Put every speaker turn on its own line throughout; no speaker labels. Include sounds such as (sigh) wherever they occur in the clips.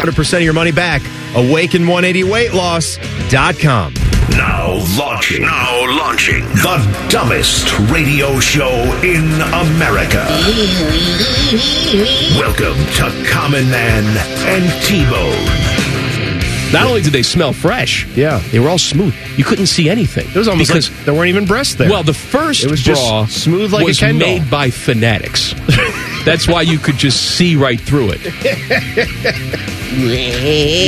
100% of your money back. Awaken180weightloss.com.
Now launching. Now launching. The dumbest radio show in America. Welcome to Common Man and T Bone.
Not only did they smell fresh,
Yeah.
they were all smooth. You couldn't see anything.
It was almost
because,
like there weren't even breasts there.
well, the first
It was just
bra
smooth like a
was
Ken doll.
made by
(laughs)
fanatics. That's why you could just see right through it.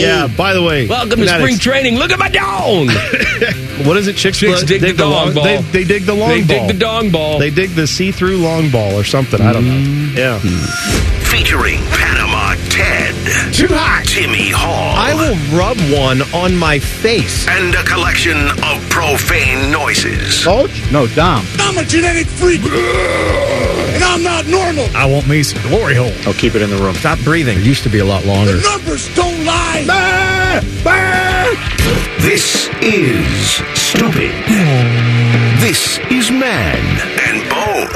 yeah, by the way.
Welcome to
that
spring
is-
training. Look at my dong.
(laughs) What is it? Chicks,
Chicks
bu-
dig the dong
long
ball.
They, they dig the long
they dig
ball.
the dong ball. Mm.
They dig the see through long ball or something. I don't know. Yeah.
Hmm. Featuring Panama Ted. Too hot. Timmy Hall.
I will rub one on my face.
And a collection of profane noises.
Coach? No, Dom.
I'm a genetic freak, and I'm not normal.
I want me some glory hole.
Oh,
I'll keep it in the room. Stop breathing. used to be a lot longer.
Numbers don't lie.
This is stupid. This is man and bone.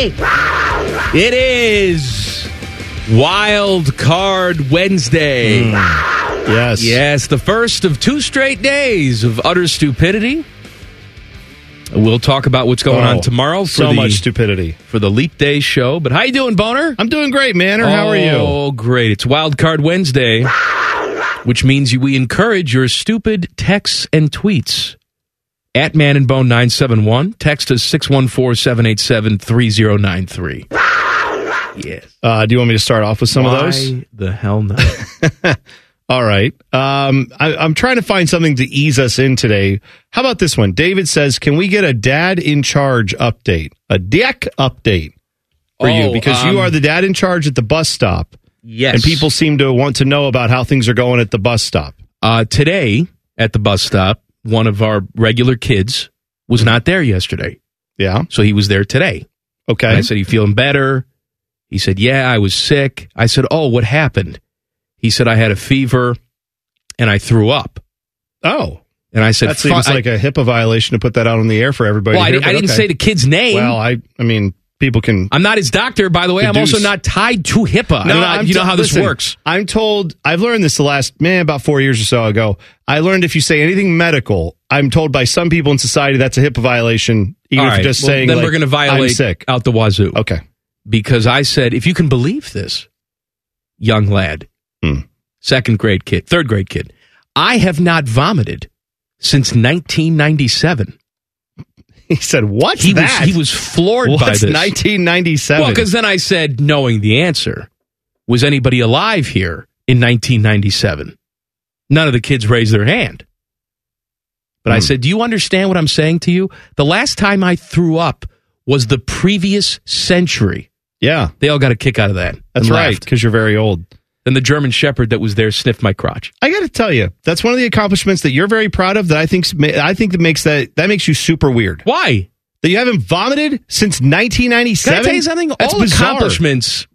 It is Wild Card Wednesday.
Mm. Yes.
Yes, the first of two straight days of utter stupidity. We'll talk about what's going
Oh,
on tomorrow for
So
the
much stupidity.
for the Leap Day show. But how you doing, Boner?
I'm doing great, man. Or how are you?
Oh, great! It's Wild Card Wednesday, which means we encourage your stupid texts and tweets. At Man and Bone 971, text us 614 787 3093. Yes.
Uh, do you want me to start off with some of those?
Why the hell not?
(laughs) All right. Um, I, I'm trying to find something to ease us in today. How about this one? David says, "Can we get a dad in charge update, a deck update for you?
Oh,
Because you
um,
are the dad in charge at the bus stop,
Yes.
and people seem to want to know about how things are going at the bus stop.
Uh, today at the bus stop, one of our regular kids was not there yesterday,
Yeah.
so he was there today.
Okay.
And I said, "You feeling better?" He said, "Yeah, I was sick." I said, "Oh, what happened?" He said, "I had a fever and I threw up."
oh,
And I said,
that seems
"Fu- I-
like a HIPAA violation to put that out on the air for everybody.
well, I,
to hear,
di- I
but
didn't
okay.
say the kid's name.
Well, I, I mean, people can
I'm not his doctor, by the way. I'm
Deduce.
also not tied to HIPAA. I don't know-
I'm
you know
t-
how this
listen,
works.
I'm told I've learned this the last man about four years or so ago. I learned if you say anything medical, I'm told by some people in society that's a HIPAA violation.
All
Even if
right,
you're just
well,
saying
then
like,
we're going to violate
I'm sick.
out the wazoo.
Okay,
because I said, if you can believe this, young lad,
Hmm.
second grade kid, third grade kid, I have not vomited since 1997.
(laughs) he said what's
He
that?
was he was floored by
what's
this.
1997?
well, because then I said, knowing the answer, was anybody alive here in 1997? None of the kids raised their hand. But I
Hmm.
said, do you understand what I'm saying to you? The last time I threw up was the previous century.
yeah,
They all got a kick out of that.
that's
and
right.
laughed.
Because you're very old.
Then the German Shepherd that was there sniffed my crotch.
I got to tell you, that's one of the accomplishments that you're very proud of. That I think I think that makes that that makes you super weird.
Why?
That you haven't vomited since
Can
1997.
I tell you something?
That's
All
bizarre.
accomplishments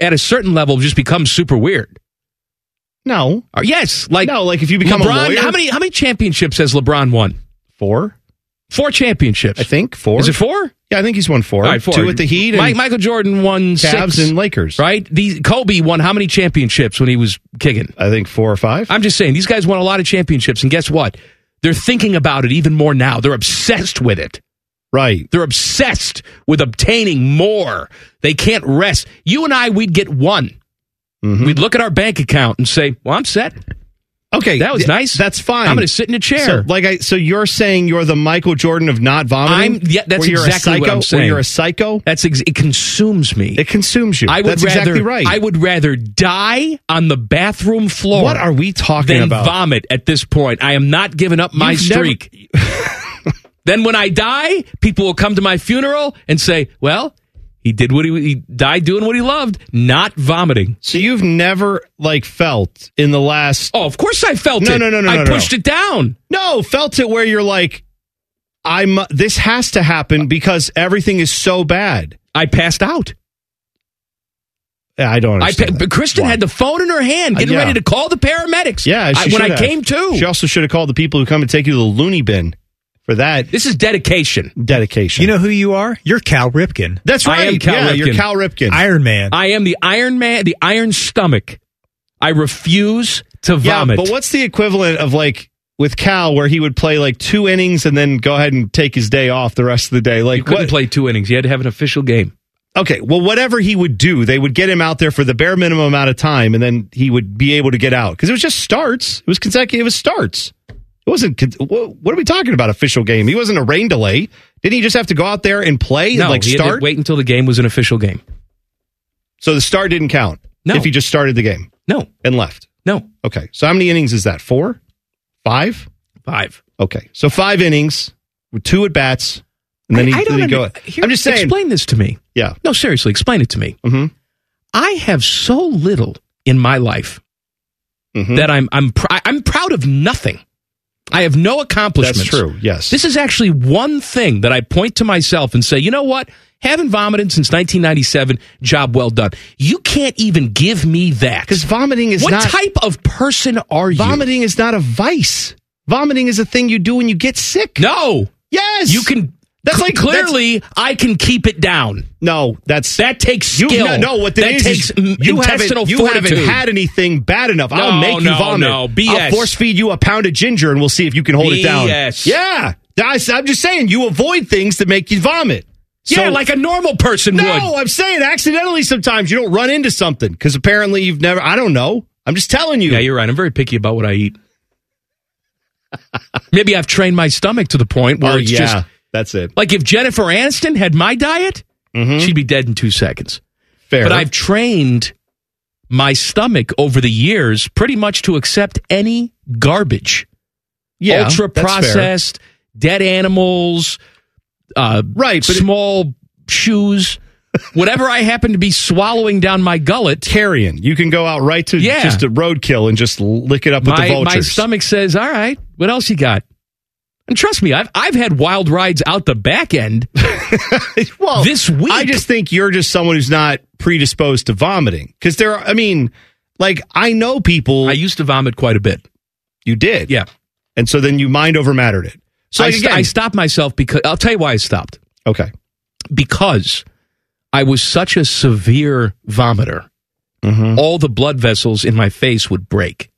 at a certain level just become super weird.
No,
Uh, yes, like
no. Like if you become
LeBron.
a lawyer,
how many how many championships has LeBron won?
four?
Four championships.
I think four.
Is it four?
Yeah, I think he's won four.
All right, four.
Two with the Heat and
Mi- Michael
(clears throat)
Jordan won
Cavs
six.
and Lakers.
right? These Kobe won how many championships when he was kicking?
I think four or five.
I'm just saying these guys won a lot of championships, and guess what? They're thinking about it even more now. They're obsessed with it.
right.
They're obsessed with obtaining more. They can't rest. You and I, we'd get one.
Mhm.
We'd look at our bank account and say, "Well, I'm set.
Okay,
That was
th-
nice.
That's fine.
I'm going to sit in a
So,
chair."
like I, so you're saying you're the Michael Jordan of not vomiting?
I'm- yeah, that's
Where you're a
exactly what
psycho?
I'm
Where
saying.
you're a psycho.
That's ex- it. Consumes me.
It consumes you.
I would
that's
rather.
exactly right.
I would rather die on the bathroom floor.
what are we talking
than
about?
vomit at this point? I am not giving up my
(laughs) You've never-
streak. Then when I die, people will come to my funeral and say, well, he did what he, he died doing what he loved, not vomiting.
So you've never like felt in the last
Oh, of course I felt
No,
it.
no, no, no,
I
no, no.
pushed it down.
No, felt it where you're like, I'm. This has to happen because everything is so bad.
I passed out.
Yeah, I don't.
I
Understand
pa-
that.
but Kristen
Why?
had the phone in her hand,
Uh,
getting
yeah.
ready to call the paramedics.
Yeah,
I,
she
when I
should have.
came to,
She also should have called the people who come and take you to the loony bin for that
this is dedication.
dedication.
You know who you are? You're Cal Ripken,
that's
I
right.
am Cal
yeah, you're
Ripken.
Cal Ripken.
Iron Man.
I am the Iron Man, the Iron Stomach. I refuse to
yeah,
vomit.
but what's the equivalent of like with Cal, where he would play like two innings and then go ahead and take his day off the rest of the day? Like
You couldn't
what?
play two innings. You had to have an official game.
okay, well, whatever he would do, they would get him out there for the bare minimum amount of time, and then he would be able to get out because it was just starts. It was consecutive. It was starts. It wasn't. con- wha- What are we talking about? Official game. He wasn't a rain delay. Didn't he just have to go out there and play and
no,
like
you had to
start?
wait until the game was an official game.
So the start didn't count.
No.
If he just started the game
No,
and left.
no,
Okay. So how many innings is that? Four, five.
five.
Okay. So five innings with two at bats, and then he,
I don't
then he go.
under- Here,
I'm just saying.
Explain this to me.
Yeah.
No, seriously, explain it to me.
Mhm.
I have so little in my life
Mhm.
that I'm I'm pr- I'm proud of nothing. I have no accomplishments.
That's true. Yes.
This is actually one thing that I point to myself and say, you know what? Haven't vomited since 1997. Job well done. You can't even give me that.
because vomiting is
what
not
type of person are you?
Vomiting is not a vice. Vomiting is a thing you do when you get sick.
No,
Yes.
you can.
That's
cl-
like-
clearly, I can keep it down.
No, that's
That takes
you
skill.
no, no, what that
that
is,
takes
is
m-
you
intestinal
haven't you
fortitude.
haven't had anything bad enough.
No,
I'll make
no,
you vomit.
no, BS.
I'll force feed you a pound of ginger and we'll see if you can hold it down.
BS.
Yeah. I, am just saying you avoid things that make you vomit.
yeah,
So-
like a normal person would.
No, I'm saying accidentally sometimes you don't run into something because apparently you've never I don't know. I'm just telling you.
Yeah, you're right. I'm very picky about what I eat. Maybe I've trained my stomach to the point where
oh,
it's
yeah.
just
that's it.
like if Jennifer Aniston had my diet, she'd be dead in two seconds.
Mm-hmm. Fair.
But I've trained my stomach over the years pretty much to accept any garbage,
yeah,
ultra
that's fair.
processed, dead animals, uh,
Right, but it-
small
(laughs)
shoes, whatever I happen to be swallowing down my gullet.
carrion. You can go out right to
Yeah.
just a roadkill and just lick it up with the
my,
vultures.
my stomach says, all right, what else you got? And trust me, I've, I've had wild rides out the back end.
(laughs) well,
this week-
I just think you're just someone who's not predisposed to vomiting because there. Are, I mean, like I know people.
I used to vomit quite a bit.
you did,
Yeah.
and so then you mind over mattered it. So
I,
like,
st-
again,
I stopped myself because I'll tell you why I stopped.
okay,
Because I was such a severe vomiter.
Mm-hmm.
All the blood vessels in my face would break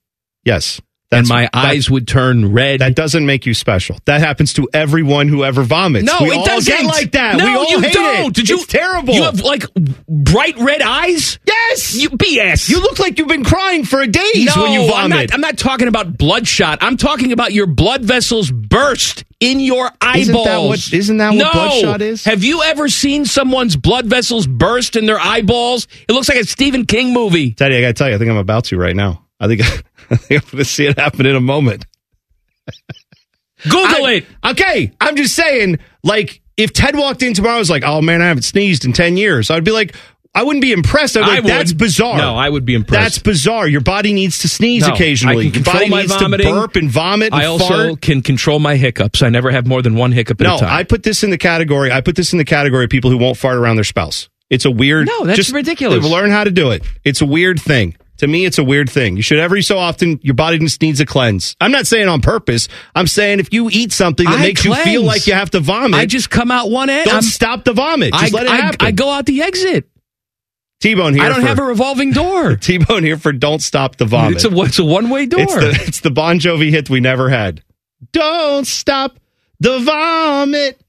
yes,
and my
that-
eyes would turn red.
That doesn't make you special. That happens to everyone who ever vomits.
no,
we
it
all
doesn't.
get like that.
No,
we all
you
hate
don't.
It.
Did you?
It's terrible.
You have like bright red eyes.
yes,
You BS.
You look like you've been crying for days when you vomit.
I'm not, I'm not talking about bloodshot. I'm talking about your blood vessels burst in your
Isn't that
eyeballs.
what- isn't that what
No.
bloodshot is?
Have you ever seen someone's blood vessels burst in their eyeballs? It looks like a Stephen King movie.
Teddy, I got to tell you, I think I'm about to right now. I think, (laughs) I think I'm going to see it happen in a moment.
Google
I-
it.
Okay, I'm just saying, like, if Ted walked in tomorrow, and was like, "Oh man, I haven't sneezed in ten years," I'd be like, I wouldn't be impressed. I'd be like,
I would.
"That's bizarre."
No, I would be impressed.
That's bizarre. Your body needs to sneeze
No,
occasionally.
I can
Your body
control my
needs
vomiting.
to burp and vomit. And
I also
fart.
can control my hiccups. I never have more than one hiccup at
no.
a time.
I put this in the category. I put this in the category of people who won't fart around their spouse. It's a weird.
No, that's
just-
ridiculous.
Learn how to do it. It's a weird thing. To me, it's a weird thing. You should every so often. Your body just needs a cleanse. I'm not saying on purpose. I'm saying if you eat something that
I
makes you feel
cleanse.
like you have to vomit,
I just come out one end.
don't
I'm-
stop the vomit. Just
I,
let it
I,
happen.
I go out the exit.
T-bone here.
I don't
for,
have a revolving door.
(laughs) T-bone here for don't stop the vomit.
It's a, it's a one way door.
It's the (laughs) it's the Bon Jovi hit we never had. Don't stop the vomit.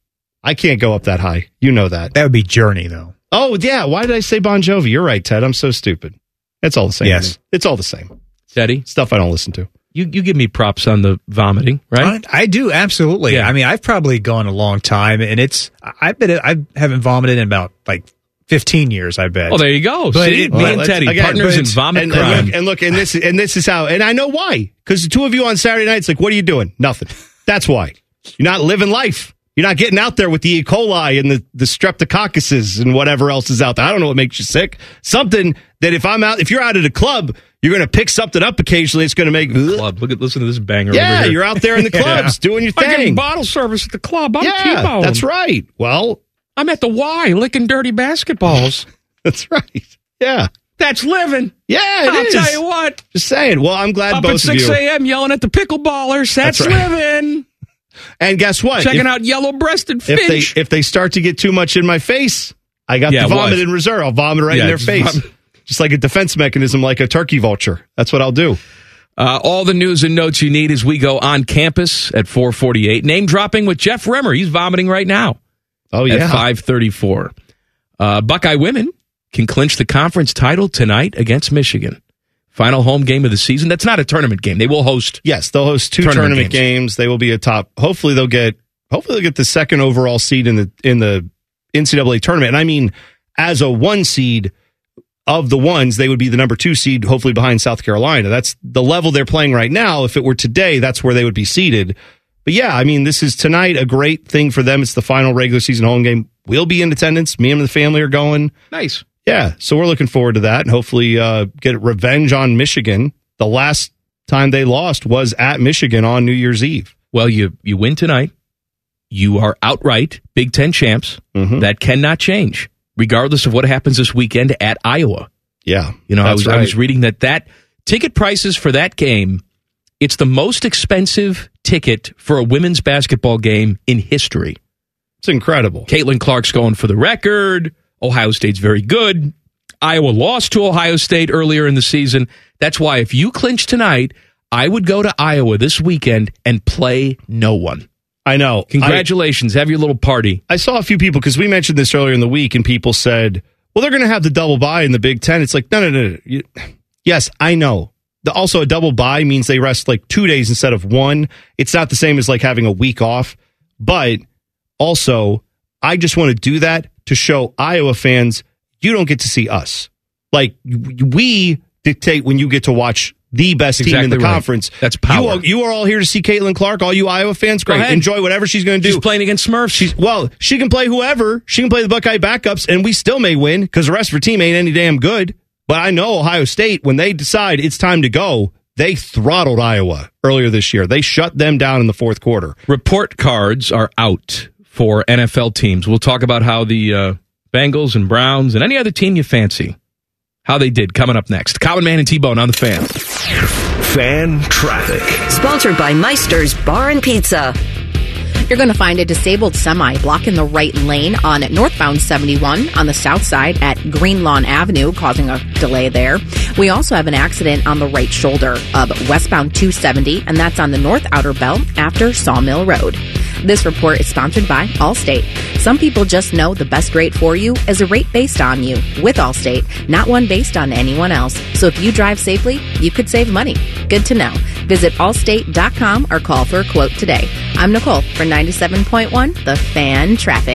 I can't go up that high. You know that.
That would be Journey, though.
Oh yeah. Why did I say Bon Jovi? You're right, Ted. I'm so stupid. It's all the same. to
Yes.
me. It's all the same
Teddy,
stuff. I don't listen to.
you, you give me props on the vomiting, right?
I, I do absolutely.
Yeah.
I mean, I've probably gone a long time, and it's I've been I haven't vomited in about like fifteen years. I bet.
Well, there you go.
But
See,
it-
me
well,
and
let's-
Teddy,
again,
partners
but
in vomit
And,
crime.
and look, and look, and this and this is how. And I know why. Because the two of you on Saturday nights, like, what are you doing? Nothing. That's why. You're not living life. You're not getting out there with the E. coli and the, the streptococcuses and whatever else is out there. I don't know what makes you sick. Something that if I'm out, if you're out at a club, you're going to pick something up occasionally. It's going to make.
Club. Look at listen to this banger.
Yeah,
over here.
you're out there
(laughs)
in the clubs doing your
I'm getting
thing.
bottle service at the club. I'm
yeah,
T-boned.
that's right. Well,
I'm at the Y licking dirty basketballs.
(laughs) that's right. Yeah,
That's living.
yeah. it
I'll
is.
tell you what.
Just saying. Well, I'm glad
Up
both
at
of
6
you.
a.m. yelling at the pickleballers. That's,
That's right.
living.
And guess what?
Checking
If-
out yellow-breasted
if
finch.
they if they start to get too much in my face, I got
Yeah,
the vomit
what?
in reserve. I'll vomit right
Yeah,
in their
just
face.
vom-
Just like a defense mechanism, like a turkey vulture. That's what I'll do.
Uh, all the news and notes you need as we go on campus at 448. Name dropping with Jeff Remmer. He's vomiting right now
Oh
at 534. Uh, Buckeye women can clinch the conference title tonight against Michigan. Final home game of the season. That's not a tournament game. They will host.
yes, they'll host two
Tournament
tournament, games. They will be a top. Hopefully, they'll get. Hopefully, they'll get the second overall seed in the in the NCAA tournament. And I mean, as a one seed of the ones, they would be the number two seed, hopefully behind South Carolina. That's the level they're playing right now. If it were today, that's where they would be seeded. But yeah, I mean, this is tonight a great thing for them. It's the final regular season home game. We'll be in attendance. Me and the family are going.
Nice.
Yeah, so we're looking forward to that and hopefully uh, get revenge on Michigan. The last time they lost was at Michigan on New Year's Eve.
Well, you, you win tonight. You are outright Big Ten champs.
Mhm.
That cannot change, regardless of what happens this weekend at Iowa.
Yeah,
You know, I
That's
was, I was
right.
reading that that ticket prices for that game, it's the most expensive ticket for a women's basketball game in history.
it's incredible.
Caitlin Clark's going for the record. Ohio State's very good. Iowa lost to Ohio State earlier in the season. That's why if you clinch tonight, I would go to Iowa this weekend and play no one.
I know. I-
Congratulations. have your little party.
I saw a few people because we mentioned this earlier in the week, and people said, "Well, they're going to have the double buy in the Big Ten." It's like, no, no, no. no. You- yes, I know. The, also, a double buy means they rest like two days instead of one. It's not the same as like having a week off, but also, I just want to do that to show Iowa fans you don't get to see us. Like we dictate when you get to watch the best team in
Exactly
the
right.
conference.
That's power.
You are, you are all here to see Caitlin Clark. All you Iowa fans,
Go
great.
ahead.
Enjoy whatever she's going to do.
She's playing against Smurfs. She's,
Well, she can play whoever. She can play the Buckeye backups, and we still may win because the rest of her team ain't any damn good. But I know Ohio State, when they decide it's time to go, they throttled Iowa earlier this year. They shut them down in the fourth quarter.
report cards are out for NFL teams. We'll talk about how the uh, Bengals and Browns and any other team you fancy, how they did coming up next. Common Man and T Bone on the fan.
Fan traffic.
Sponsored by Meister's Bar and Pizza.
You're going to find a disabled semi blocking the right lane on northbound 71 on the south side at Green Lawn Avenue, causing a delay there. We also have an accident on the right shoulder of westbound 270, and that's on the north outer belt after Sawmill Road. This report is sponsored by Allstate. Some people just know the best rate for you is a rate based on you with Allstate, not one based on anyone else. So if you drive safely, you could save money. Good to know. Visit allstate.com or call for a quote today. I'm Nicole for 97.1 The Fan Traffic.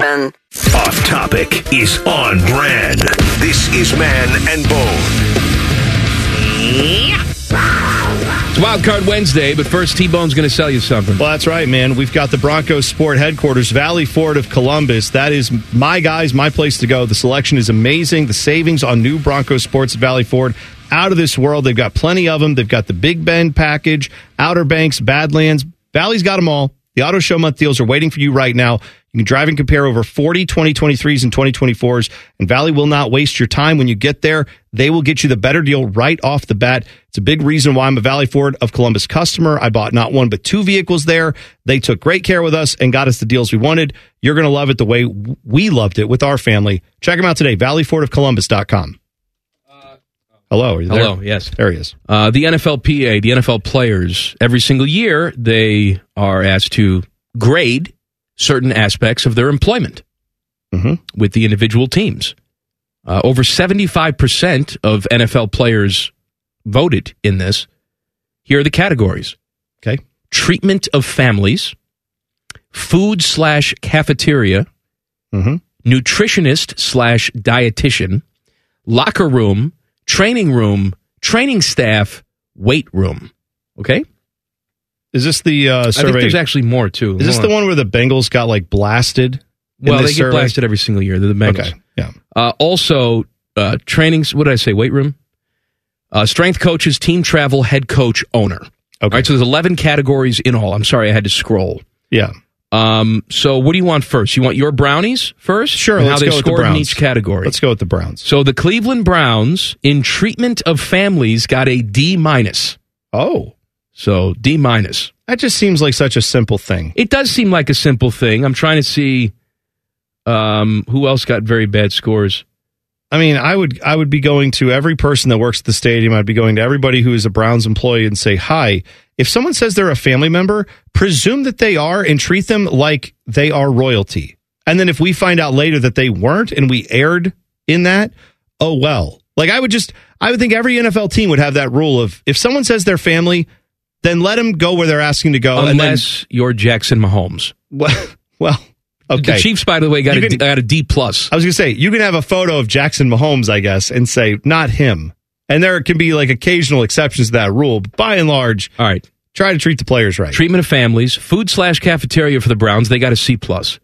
And
Off topic is on brand. This is Man and Bone.
It's Wild Card Wednesday, but first T Bone's going to sell you something.
Well, that's right, man. We've got the Broncos Sport Headquarters, Valley Ford of Columbus. That is my guys, my place to go. The selection is amazing. The savings on new Broncos Sports at Valley Ford out of this world. They've got plenty of them. They've got the Big Bend package, Outer Banks, Badlands. Valley's got them all. The auto show month deals are waiting for you right now. You can drive and compare over 40 2023s and 2024s, and Valley will not waste your time. When you get there, they will get you the better deal right off the bat. It's a big reason why I'm a Valley Ford of Columbus customer. I bought not one, but two vehicles there. They took great care with us and got us the deals we wanted. You're going to love it the way we loved it with our family. Check them out today, valleyfordofcolumbus.com. Hello, are you there?
Hello, yes.
There he is.
Uh, the NFLPA, the NFL players, every single year, they are asked to grade certain aspects of their employment
Mm-hmm.
with the individual teams. Uh, over 75% of NFL players voted in this. Here are the categories
Okay.
treatment of families, food slash cafeteria,
Mm-hmm.
nutritionist slash dietitian, locker room, training room, training staff, weight room. Okay?
Is this the uh,
I think
survey?
there's actually more too.
Is this
Hold
the one where the Bengals got like blasted? in
Well, they
this
get
survey?
blasted every single year. They're the Bengals.
Okay. Yeah.
Uh, also, uh, trainings. What did I say? Weight room, uh, strength coaches, team travel, head coach, owner. All right. So there's 11 categories in all. I'm sorry, I had to scroll.
Yeah.
Um, so what do you want first? You want your brownies first?
Sure.
And
let's
how they
go with the
scored in
Browns.
each category.
Let's go with the Browns.
so the Cleveland Browns in treatment of families got a D minus.
Oh,
So D minus.
that just seems like such a simple thing.
It does seem like a simple thing. I'm trying to see um, who else got very bad scores.
I mean, I would I would be going to every person that works at the stadium. I'd be going to everybody who is a Browns employee and say hi. If someone says they're a family member, presume that they are and treat them like they are royalty. And then if we find out later that they weren't and we erred in that, oh well. Like I would just I would think every NFL team would have that rule of if someone says they're family, then let them go where they're asking to go.
unless you're Jackson Mahomes.
and then well, okay.
The Chiefs, by the way, got
You
a,
can-
got a D plus.
I was gonna say you can have a photo of Jackson Mahomes, I guess, and say not him. And there can be like occasional exceptions to that rule, but by and large,
All right.
try to treat the players right.
Treatment of families, food slash cafeteria for the Browns, they got a C plus.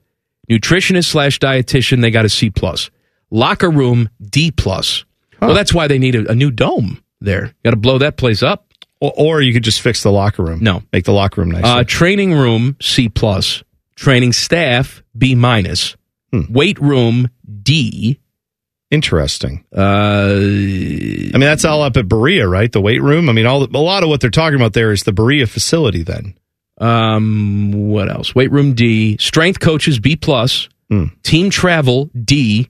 Nutritionist slash dietitian, they got a C plus. Locker room, D plus. Well, that's why they need a, a new dome there. Got to blow that place up.
or, or you could just fix the locker room.
No.
make the locker room nicer.
Uh, training room, C plus. Training staff, B minus.
Hmm.
Weight room, D.
Interesting.
Uh,
I mean, that's all up at Berea, right? The weight room. I mean, all a lot of what they're talking about there is the Berea facility. Then
Um, what else? Weight room D, strength coaches B plus,
Hmm.
team travel D,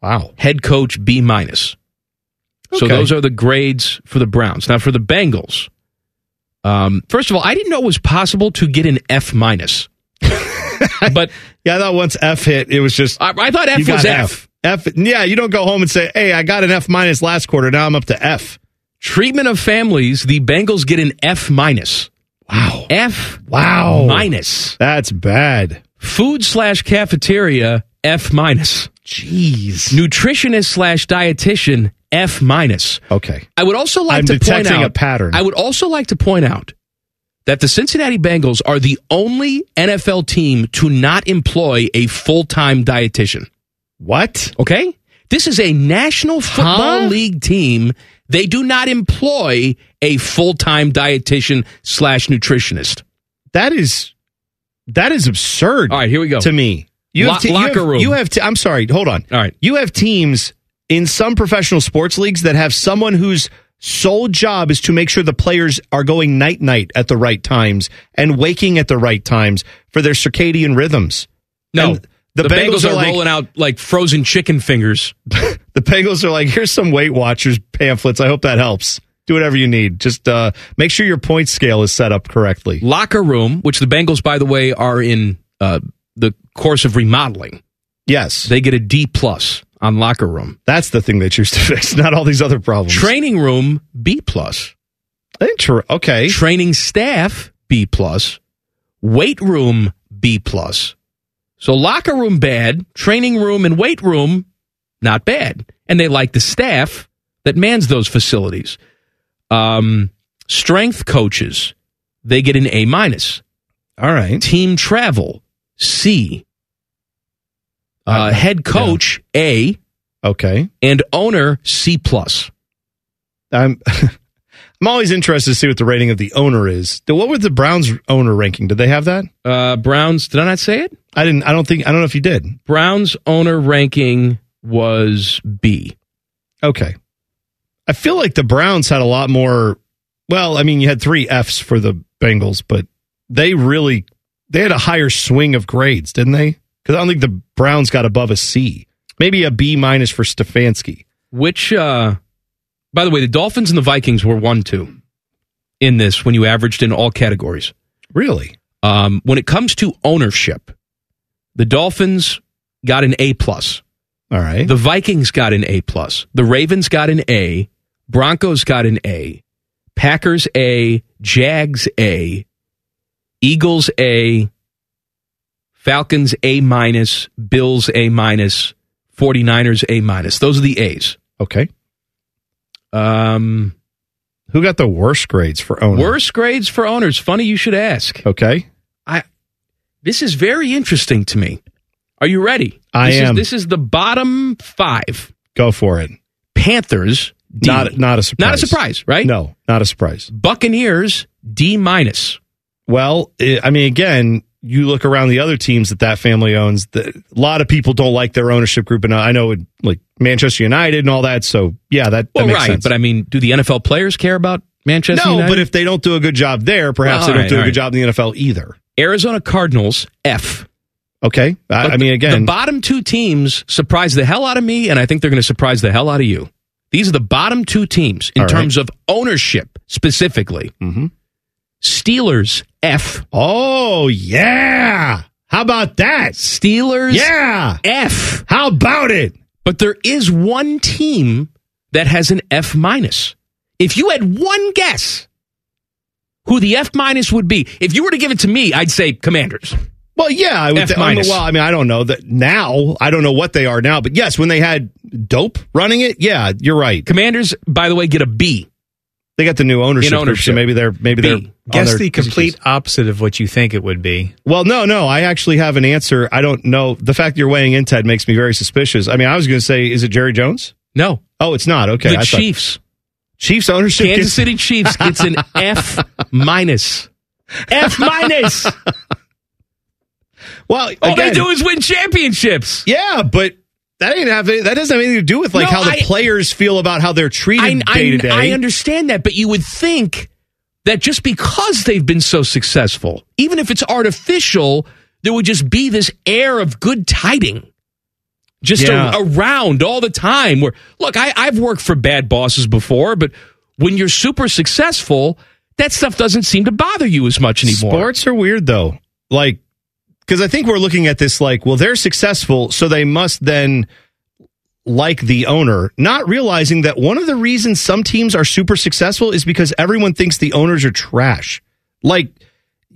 wow,
head coach B minus. So
Okay.
those are the grades for the Browns. Now for the Bengals, um, first of all, I didn't know it was possible to get an F
(laughs)
minus, but
yeah. I thought once F hit, it was just
I, I thought F
you
was
got
F.
F. F. Yeah, you don't go home and say, "Hey, I got an F minus last quarter. Now I'm up to F."
Treatment of families, the Bengals get an F minus.
Wow,
F
Wow.
minus.
that's bad.
Food slash cafeteria F minus.
Jeez.
nutritionist slash dietitian F minus.
Okay.
I would also like
I'm
to point
detecting
out
a pattern.
I would also like to point out that the Cincinnati Bengals are the only NFL team to not employ a full time dietitian.
What?
Okay, this is a National Football
Huh?
League team. They do not employ a full time dietitian slash nutritionist.
That is that is absurd.
All right, here we go.
To me,
Lo-
te- you
locker
have,
room.
You have. T- I'm sorry. Hold on.
All right.
You have teams in some professional sports leagues that have someone whose sole job is to make sure the players are going night night at the right times and waking at the right times for their circadian rhythms.
No,
And the Bengals are like-
rolling out like frozen chicken fingers.
(laughs) The Bengals are like, here's some Weight Watchers pamphlets. I hope that helps. Do whatever you need. Just uh, make sure your point scale is set up correctly.
locker room, which the Bengals, by the way, are in uh, the course of remodeling.
Yes.
They get a D plus on locker room.
That's the thing they choose to (laughs) fix, not all these other problems.
Training room B plus.
Inter- okay.
Training staff B plus. Weight room B plus. So locker room bad, training room and weight room not bad, and they like the staff that mans those facilities. Um, strength coaches they get an A minus.
all right.
team travel C, uh, head coach A,
Okay.
and owner C plus.
I'm (laughs) I'm always interested to see what the rating of the owner is. Th- What was the Browns owner ranking? Did they have that?
Uh, Browns. Did I not say it?
I didn't I don't think I don't know if you did.
Browns owner ranking was B.
Okay. I feel like the Browns had a lot more well, I mean you had 3 Fs for the Bengals, but they really they had a higher swing of grades, didn't they? Cuz I don't think the Browns got above a C. Maybe a B minus for Stefanski.
Which, uh, by the way, the Dolphins and the Vikings were one two in this when you averaged in all categories.
Really?
Um, when it comes to ownership, The Dolphins got an A plus.
All right.
The Vikings got an A plus. The Ravens got an A. Broncos got an A. Packers A. Jags A. Eagles A. Falcons A minus. Bills A minus. 49ers A minus. Those are the A's.
Okay.
Um,
Who got the worst grades for owner?
Worst grades for owners. Funny you should ask.
Okay.
I this is very interesting to me. Are you ready?
I
This is-
am.
this is the bottom five.
Go for it.
Panthers. D.
Not not a surprise.
Not a surprise, right?
No, not a surprise.
Buccaneers D minus.
Well, eh, i I mean, again, you look around the other teams that that family owns. The, a lot of people don't like their ownership group, and I know it, like Manchester United and all that. So yeah, that, that
Well,
makes
right,
sense.
but I mean, do the NFL players care about Manchester
no,
United?
but if they don't do a good job there, perhaps
Well,
they don't
alright,
do a
alright.
good job in the NFL either.
Arizona Cardinals F.
Okay, I,
But
I mean,
the-
again,
the bottom two teams surprise the hell out of me, and I think they're going to surprise the hell out of you. These are the bottom two teams in
All right.
terms of ownership specifically.
Mhm.
Steelers F.
oh yeah, how about that?
Steelers
Yeah,
F.
how about it?
But there is one team that has an F minus. If you had one guess who the F minus would be, if you were to give it to me, I'd say Commanders.
Well, yeah, I would.
F
th- I mean,
minus.
well, I mean, I don't know that now. I don't know what they are now, but yes, when they had dope running it, yeah, you're right.
Commanders, by the way, get a B.
They got the new ownership,
In
group,
ownership.
so maybe they're maybe
B.
they're on
Guess
their-
the complete opposite of what you think it would be.
Well, no, no, I actually have an answer. I don't know. The fact you're weighing in, Ted, makes me very suspicious. I mean, I was going to say, is it Jerry Jones?
No,
Oh, it's not. Okay,
the
I thought-
Chiefs.
Chiefs ownership.
Kansas
gets- (laughs)
City Chiefs gets an F minus. F minus.
Well,
All they
again,
do is win championships.
yeah, but. That ain't have any, that doesn't have anything to do with like
No,
how the
I-
players feel about how they're treated day to day.
I understand that, but you would think that just because they've been so successful, even if it's artificial, there would just be this air of good tiding just a-
Yeah.
around all the time. Where look, I, I've worked for bad bosses before, but when you're super successful, that stuff doesn't seem to bother you as much anymore.
Sports are weird though. Like cuz I think we're looking at this like, well they're successful, so they must then like the owner, not realizing that one of the reasons some teams are super successful is because everyone thinks the owners are trash. Like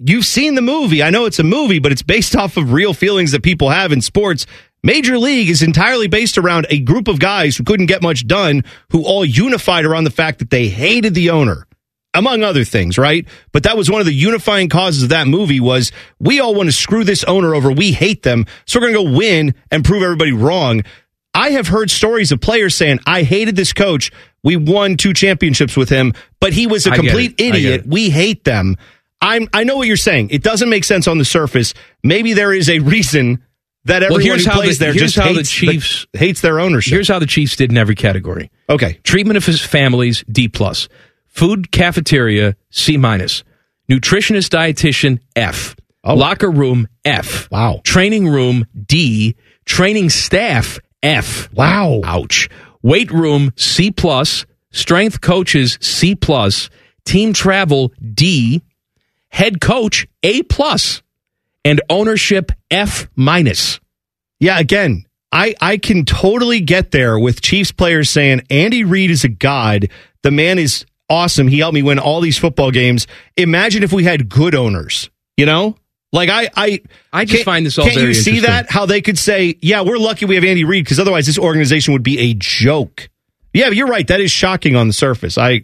you've seen the movie. I know it's a movie, but it's based (laughs) off of real feelings that people have in sports. Major League is entirely based around a group of guys who couldn't get much done, who all unified around the fact that they hated the owner, among other things, right? But that was one of the unifying causes of that movie was we all want to screw this owner over. We hate them. So we're going to go win and prove everybody wrong. I have heard stories of players saying, I hated this coach. We won two championships with him, but he was a
I get it.
complete
I get
idiot.
it.
We hate them. I'm I know what you're saying. It doesn't make sense on the surface. Maybe there is a reason that everyone
here's
who
how
plays
the-
there
here's
just
how the
hates
Chiefs-
hates their ownership.
Here's how the Chiefs did in every category.
okay.
Treatment of his families, D plus. Food cafeteria, C minus. Nutritionist dietitian, F.
Oh.
Locker room, F.
Wow.
Training room, D. Training staff, F.
Wow.
Ouch. Weight room, C plus. Strength coaches, C plus. Team travel, D. Head coach, A plus. And ownership, F minus.
Yeah, again, I I can totally get there with Chiefs players saying Andy Reid is a god. The man is awesome. He helped me win all these football games. Imagine if we had good owners, you know? Like I I
I just
can't-
find this all
Can't
very
you see
interesting.
that how they could say, "Yeah, we're lucky we have Andy Reid because otherwise this organization would be a joke." Yeah, but you're right. That is shocking on the surface. I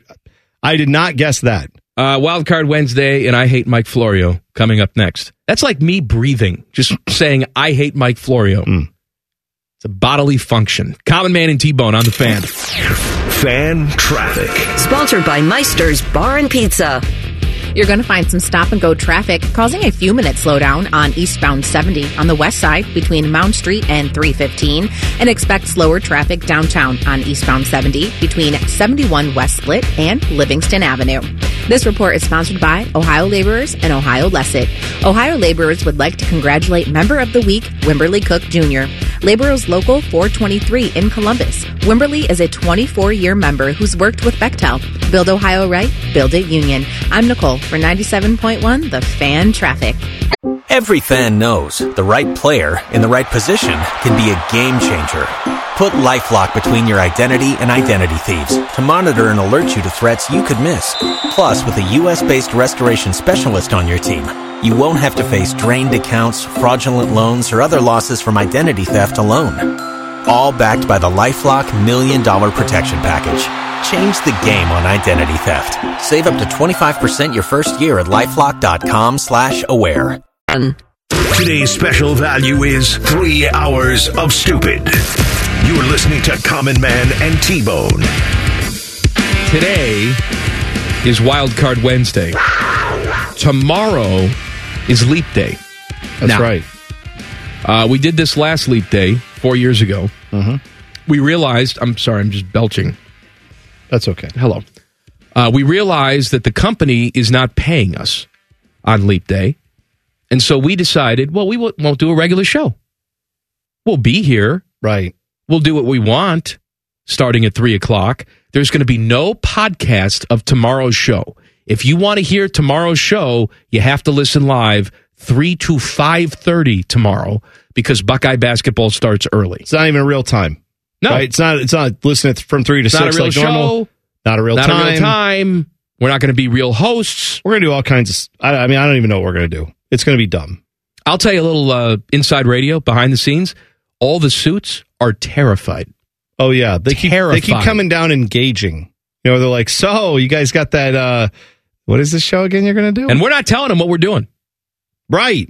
I did not guess that.
Uh, Wildcard Wednesday and I Hate Mike Florio coming up next. That's like me breathing, just saying I hate Mike Florio.
Hmm.
It's a bodily function. Common Man and T Bone on the fan.
Fan traffic.
Sponsored by Meister's Bar and Pizza.
You're going to find some stop and go traffic causing a few minute slowdown on eastbound 70 on the west side between Mound Street and 315, and expect slower traffic downtown on eastbound 70 between 71 West Split and Livingston Avenue. This report is sponsored by Ohio Laborers and Ohio Lesset. Ohio Laborers would like to congratulate Member of the Week, Wimberly Cook Jr. Laborers Local 423 in Columbus. Wimberly is a 24 year member who's worked with Bechtel. Build Ohio right, build it union. I'm Nicole for 97.1 The Fan Traffic.
Every fan knows the right player in the right position can be a game changer. Put LifeLock between your identity and identity thieves to monitor and alert you to threats you could miss. Plus, with a U.S.-based restoration specialist on your team, you won't have to face drained accounts, fraudulent loans, or other losses from identity theft alone. All backed by the LifeLock Million Dollar Protection Package. Change the game on identity theft. Save up to 25% your first year at LifeLock.com slash aware.
Today's special value is three hours of stupid. You're listening to Common Man and T Bone.
Today is Wild Card Wednesday. Tomorrow is Leap Day.
That's
Now,
right.
Uh, we did this last Leap Day four years ago.
Mm-hmm.
We realized, I'm sorry, I'm just belching.
That's okay.
Hello. Uh, we realized that the company is not paying us on Leap Day. And so we decided, well, we wo- won't do a regular show. We'll be here.
Right.
We'll do what we want starting at 3 o'clock. There's going to be no podcast of tomorrow's show. If you want to hear tomorrow's show, you have to listen live 3 to 5.30 tomorrow because Buckeye basketball starts early.
It's not even real time.
No,
Right? It's not. It's not listening from three to
it's
six
not a real
like
show,
normal. Not a real
not
time.
a real time. We're not going to be real hosts.
We're gonna do all kinds of. s- I, I mean, I don't even know what we're gonna do. It's gonna be dumb.
I'll tell you a little uh, inside radio behind the scenes. All the suits are terrified.
Oh yeah, they keep they keep
Terrifying.
coming down engaging. You know, they're like, so you guys got that? uh What is this show again? You're gonna do?
And we're not telling them what we're doing.
right,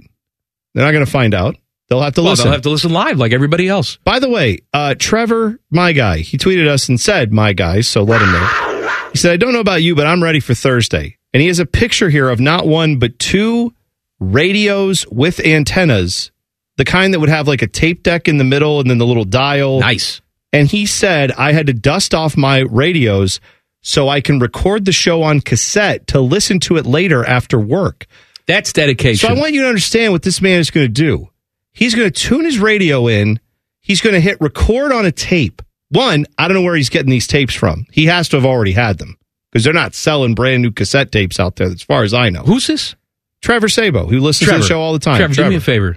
they're not gonna find out. They'll have to
Well,
listen.
they'll have to listen live like everybody else.
By the way, uh, Trevor, my guy, he tweeted us and said, my guy, so let him know. He said, I don't know about you, but I'm ready for Thursday. And he has a picture here of not one, but two radios with antennas, the kind that would have like a tape deck in the middle and then the little dial.
Nice.
And he said, I had to dust off my radios so I can record the show on cassette to listen to it later after work.
That's dedication.
So I want you to understand what this man is going to do. He's going to tune his radio in. He's going to hit record on a tape. One, I don't know where he's getting these tapes from. He has to have already had them because they're not selling brand new cassette tapes out there, as far as I know.
Who's this?
Trevor Sabo, who listens to the show all the time.
Trevor, do me a favor.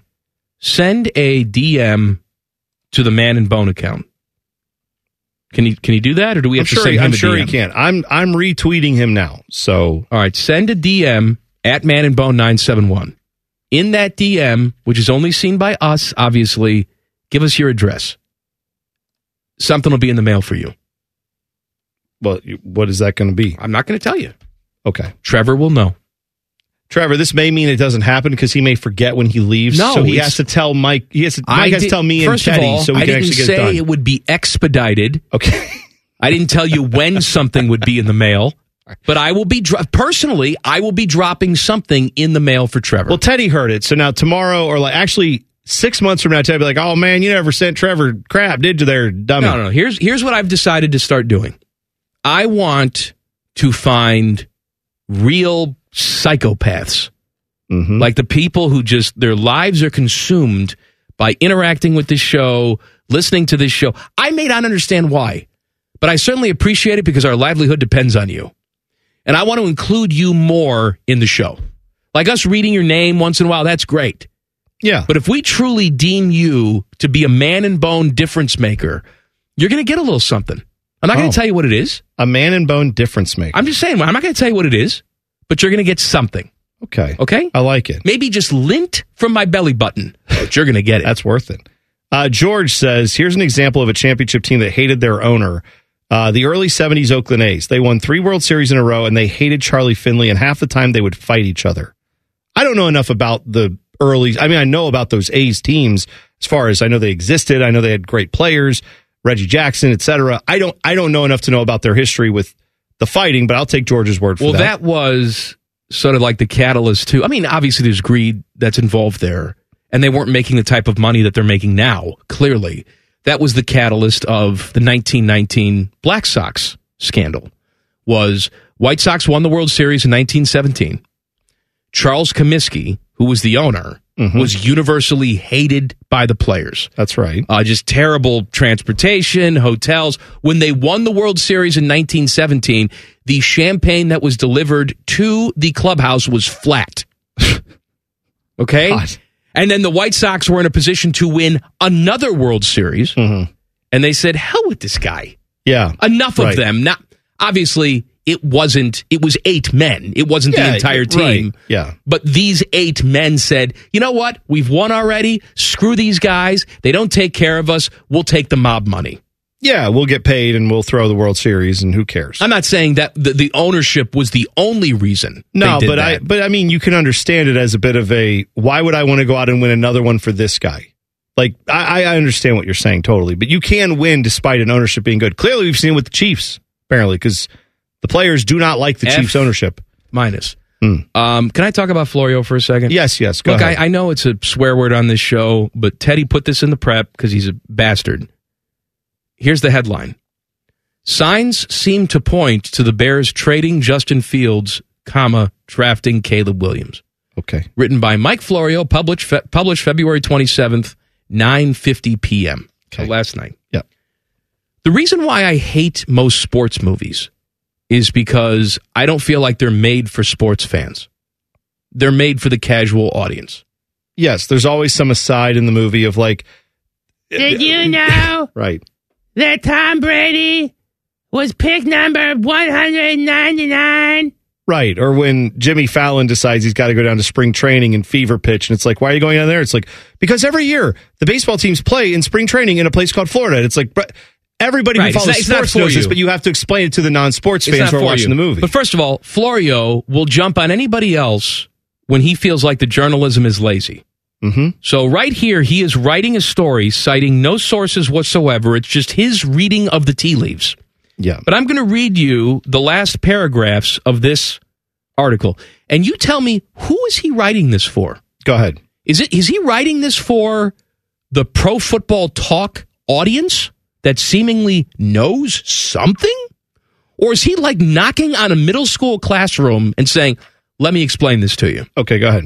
Send a DM to the Man and Bone account. Can he can he do that, or do we have
I'm
to
sure,
send
he,
him
I'm
a
sure he
DM?
can. I'm I'm retweeting him now. So
All right, send a DM at Man and Bone nine seven one. In that DM, which is only seen by us, obviously, give us your address. Something will be in the mail for you.
well, you- what is that going to be?
I'm not going to tell you.
Okay,
Trevor will know.
Trevor. This may mean it doesn't happen because he may forget when he leaves.
No,
so he
it's-
has to tell Mike. He has to, Mike has to
did-
tell me and
first of
Teddy
all,
so we
I
can
didn't
actually get
say
it done.
it would be expedited.
okay.
I didn't tell you when something would be in the mail, but I will be dro- personally. I will be dropping something in the mail for Trevor.
Well, Teddy heard it. So now tomorrow, or like actually six months from now, Teddy will be like, oh man, you never sent Trevor crap, did you there, dummy?
no, no, no. Here's here's what I've decided to start doing. I want to find real psychopaths,
Mhm.
like the people who just their lives are consumed by interacting with this show, listening to this show. I may not understand why, but I certainly appreciate it because our livelihood depends on you. And I want to include you more in the show. Like us reading your name once in a while, that's great.
Yeah.
But if we truly deem you to be a man and bone difference maker, you're going to get a little something. I'm not going
Oh.
to tell you what it is.
A man and bone difference maker.
I'm just saying, I'm not going to tell you what it is, but you're going to get something.
okay.
Okay?
I like it.
Maybe just lint from my belly button, but you're going to get it.
That's worth it. Uh, George says, here's an example of a championship team that hated their owner. Uh, the early 70s Oakland A's. They won three World Series in a row and they hated Charlie Finley, and half the time they would fight each other. I don't know enough about the early. I mean, I know about those A's teams as far as I know they existed. I know they had great players, Reggie Jackson, et cetera. I don't. I don't know enough to know about their history with the fighting, but I'll take George's word for
well,
that.
that. was sort of like the catalyst too. I mean, obviously there's greed that's involved there, and they weren't making the type of money that they're making now. Clearly, that was the catalyst of the 1919 Black Sox scandal. Was White Sox won the World Series in 1917? Charles Comiskey, who was the owner, was universally hated by the players
Mm-hmm. That's right.
uh, just terrible transportation, hotels. When they won the World Series in 1917, the
(laughs)
champagne that was delivered to the clubhouse was flat. Okay.
God.
And then the White Sox were in a position to win another World Series. And they said, hell with this guy.
Mm-hmm. Yeah.
Enough
Right.
of them. Not obviously it wasn't it was eight men. It wasn't
Yeah,
the entire
right.
team.
Yeah.
But these eight men said, you know what? We've won already. Screw these guys. They don't take care of us. We'll take the mob money.
Yeah, we'll get paid and we'll throw the World Series and who cares?
I'm not saying that the, the ownership was the only reason. they
no,
did
but I
that.
but I mean you can understand it as a bit of a why would I want to go out and win another one for this guy? Like I, I understand what you're saying totally, but you can win despite an ownership being good. Clearly, we've seen with the Chiefs apparently because the players do not like the
F-
Chiefs ownership. Hmm.
minus. Um, can I talk about Florio for a second?
Yes, yes. Go
Look,
ahead.
I, I know it's a swear word on this show, but Teddy put this in the prep because he's a bastard. Here's the headline Signs seem to point to the Bears trading Justin Fields, comma, drafting Caleb Williams.
okay.
Written by Mike Florio, published, fe- published February 27th, 9.50 p.m. So
Okay.
last night.
Yep.
The reason why I hate most sports movies is because I don't feel like they're made for sports fans. They're made for the casual audience.
Yes, there's always some aside in the movie of like,
Did you know
right?
that Tom Brady was pick number 199?
Right. Or when Jimmy Fallon decides he's got to go down to spring training and fever pitch. And it's like, why are you going down there? It's like, because every year the baseball teams play in spring training in a place called Florida. And it's like, but everybody
Right,
who
it's
follows
not- it's not
sports
for
knows this,
you.
but you have to explain it to the non sports
It's
fans
not
who are
for
watching
you.
the movie.
But first of all, Florio will jump on anybody else when he feels like the journalism is lazy.
Mhm.
So right here, he is writing a story citing no sources whatsoever. It's just his reading of the tea leaves.
yeah.
But I'm going to read you the last paragraphs of this article, and you tell me who is he writing this for?
Go ahead.
Is it is he writing this for the pro football talk audience that seemingly knows something? Or is he like knocking on a middle school classroom and saying, "Let me explain this to you."
Okay. Go ahead.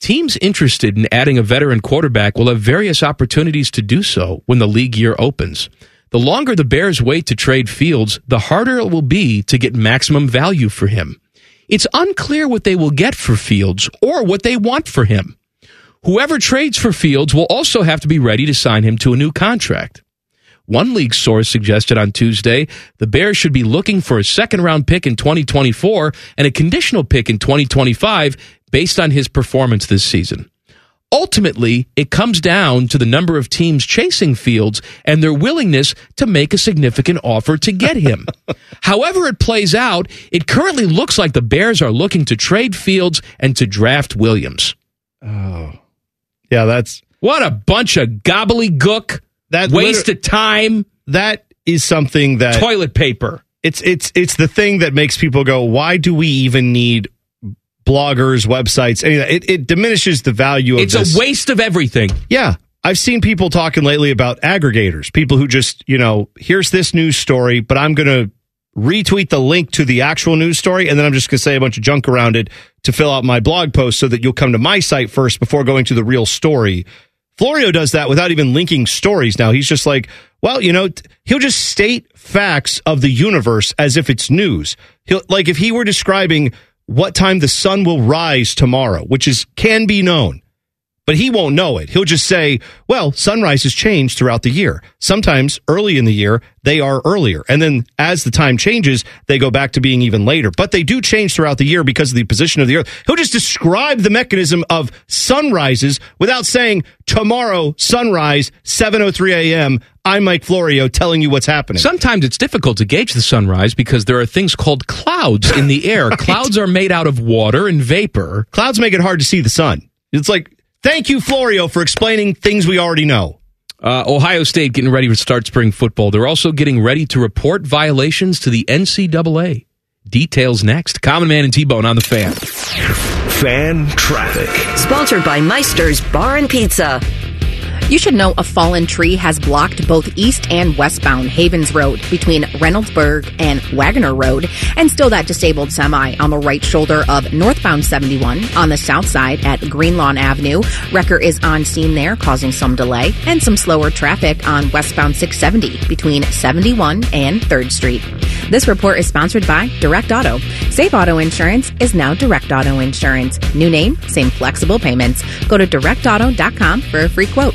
Teams interested in adding a veteran quarterback will have various opportunities to do so when the league year opens. The longer the Bears wait to trade Fields, the harder it will be to get maximum value for him. It's unclear what they will get for Fields or what they want for him. Whoever trades for Fields will also have to be ready to sign him to a new contract. One league source suggested on Tuesday the Bears should be looking for a second round pick in 2024 and a conditional pick in 2025 based on his performance this season. Ultimately, it comes down to the number of teams chasing Fields and their willingness to make a significant offer to get
(laughs)
him. However, it plays out, it currently looks like the Bears are looking to trade Fields and to draft Williams.
Oh. Yeah. That's
What a bunch of gobbledygook,
That
waste
liter-
of time,
that is something that
toilet paper.
it's it's it's the thing that makes people go, why do we even need bloggers, websites, any of that? It, it diminishes the value of
It's
this.
a waste of everything.
Yeah. I've seen people talking lately about aggregators, people who just, you know, here's this news story, but I'm going to retweet the link to the actual news story and then I'm just going to say a bunch of junk around it to fill out my blog post so that you'll come to my site first before going to the real story. Florio does that without even linking stories now. He's just like, well, you know, t- he'll just state facts of the universe as if it's news. He'll like if he were describing what time the sun will rise tomorrow, which is can be known but he won't know it. He'll just say, well, sunrises change throughout the year. Sometimes early in the year, they are earlier. And then as the time changes, they go back to being even later. But they do change throughout the year because of the position of the earth. He'll just describe the mechanism of sunrises without saying, tomorrow, sunrise, 7.03 a.m., I'm Mike Florio telling you what's happening.
Sometimes it's difficult to gauge the sunrise because there are things called clouds in the air. Clouds are made out of water and vapor.
Clouds make it hard to see the sun. It's like, thank you, Florio, for explaining things we already know.
Uh, Ohio State getting ready to start spring football. They're also getting ready to report violations to the NCAA. Details next. Common Man and T Bone on the fan.
Fan traffic.
Sponsored by Meister's Bar and Pizza.
You should know a fallen tree has blocked both east and westbound Havens Road between Reynoldsburg and Wagoner Road, and still that disabled semi on the right shoulder of northbound 71 on the south side at Greenlawn Avenue. Wrecker is on scene there, causing some delay and some slower traffic on westbound 670 between 71 and 3rd Street. This report is sponsored by Direct Auto. Save Auto Insurance is now Direct Auto Insurance. New name, same flexible payments. Go to directauto.com for a free quote.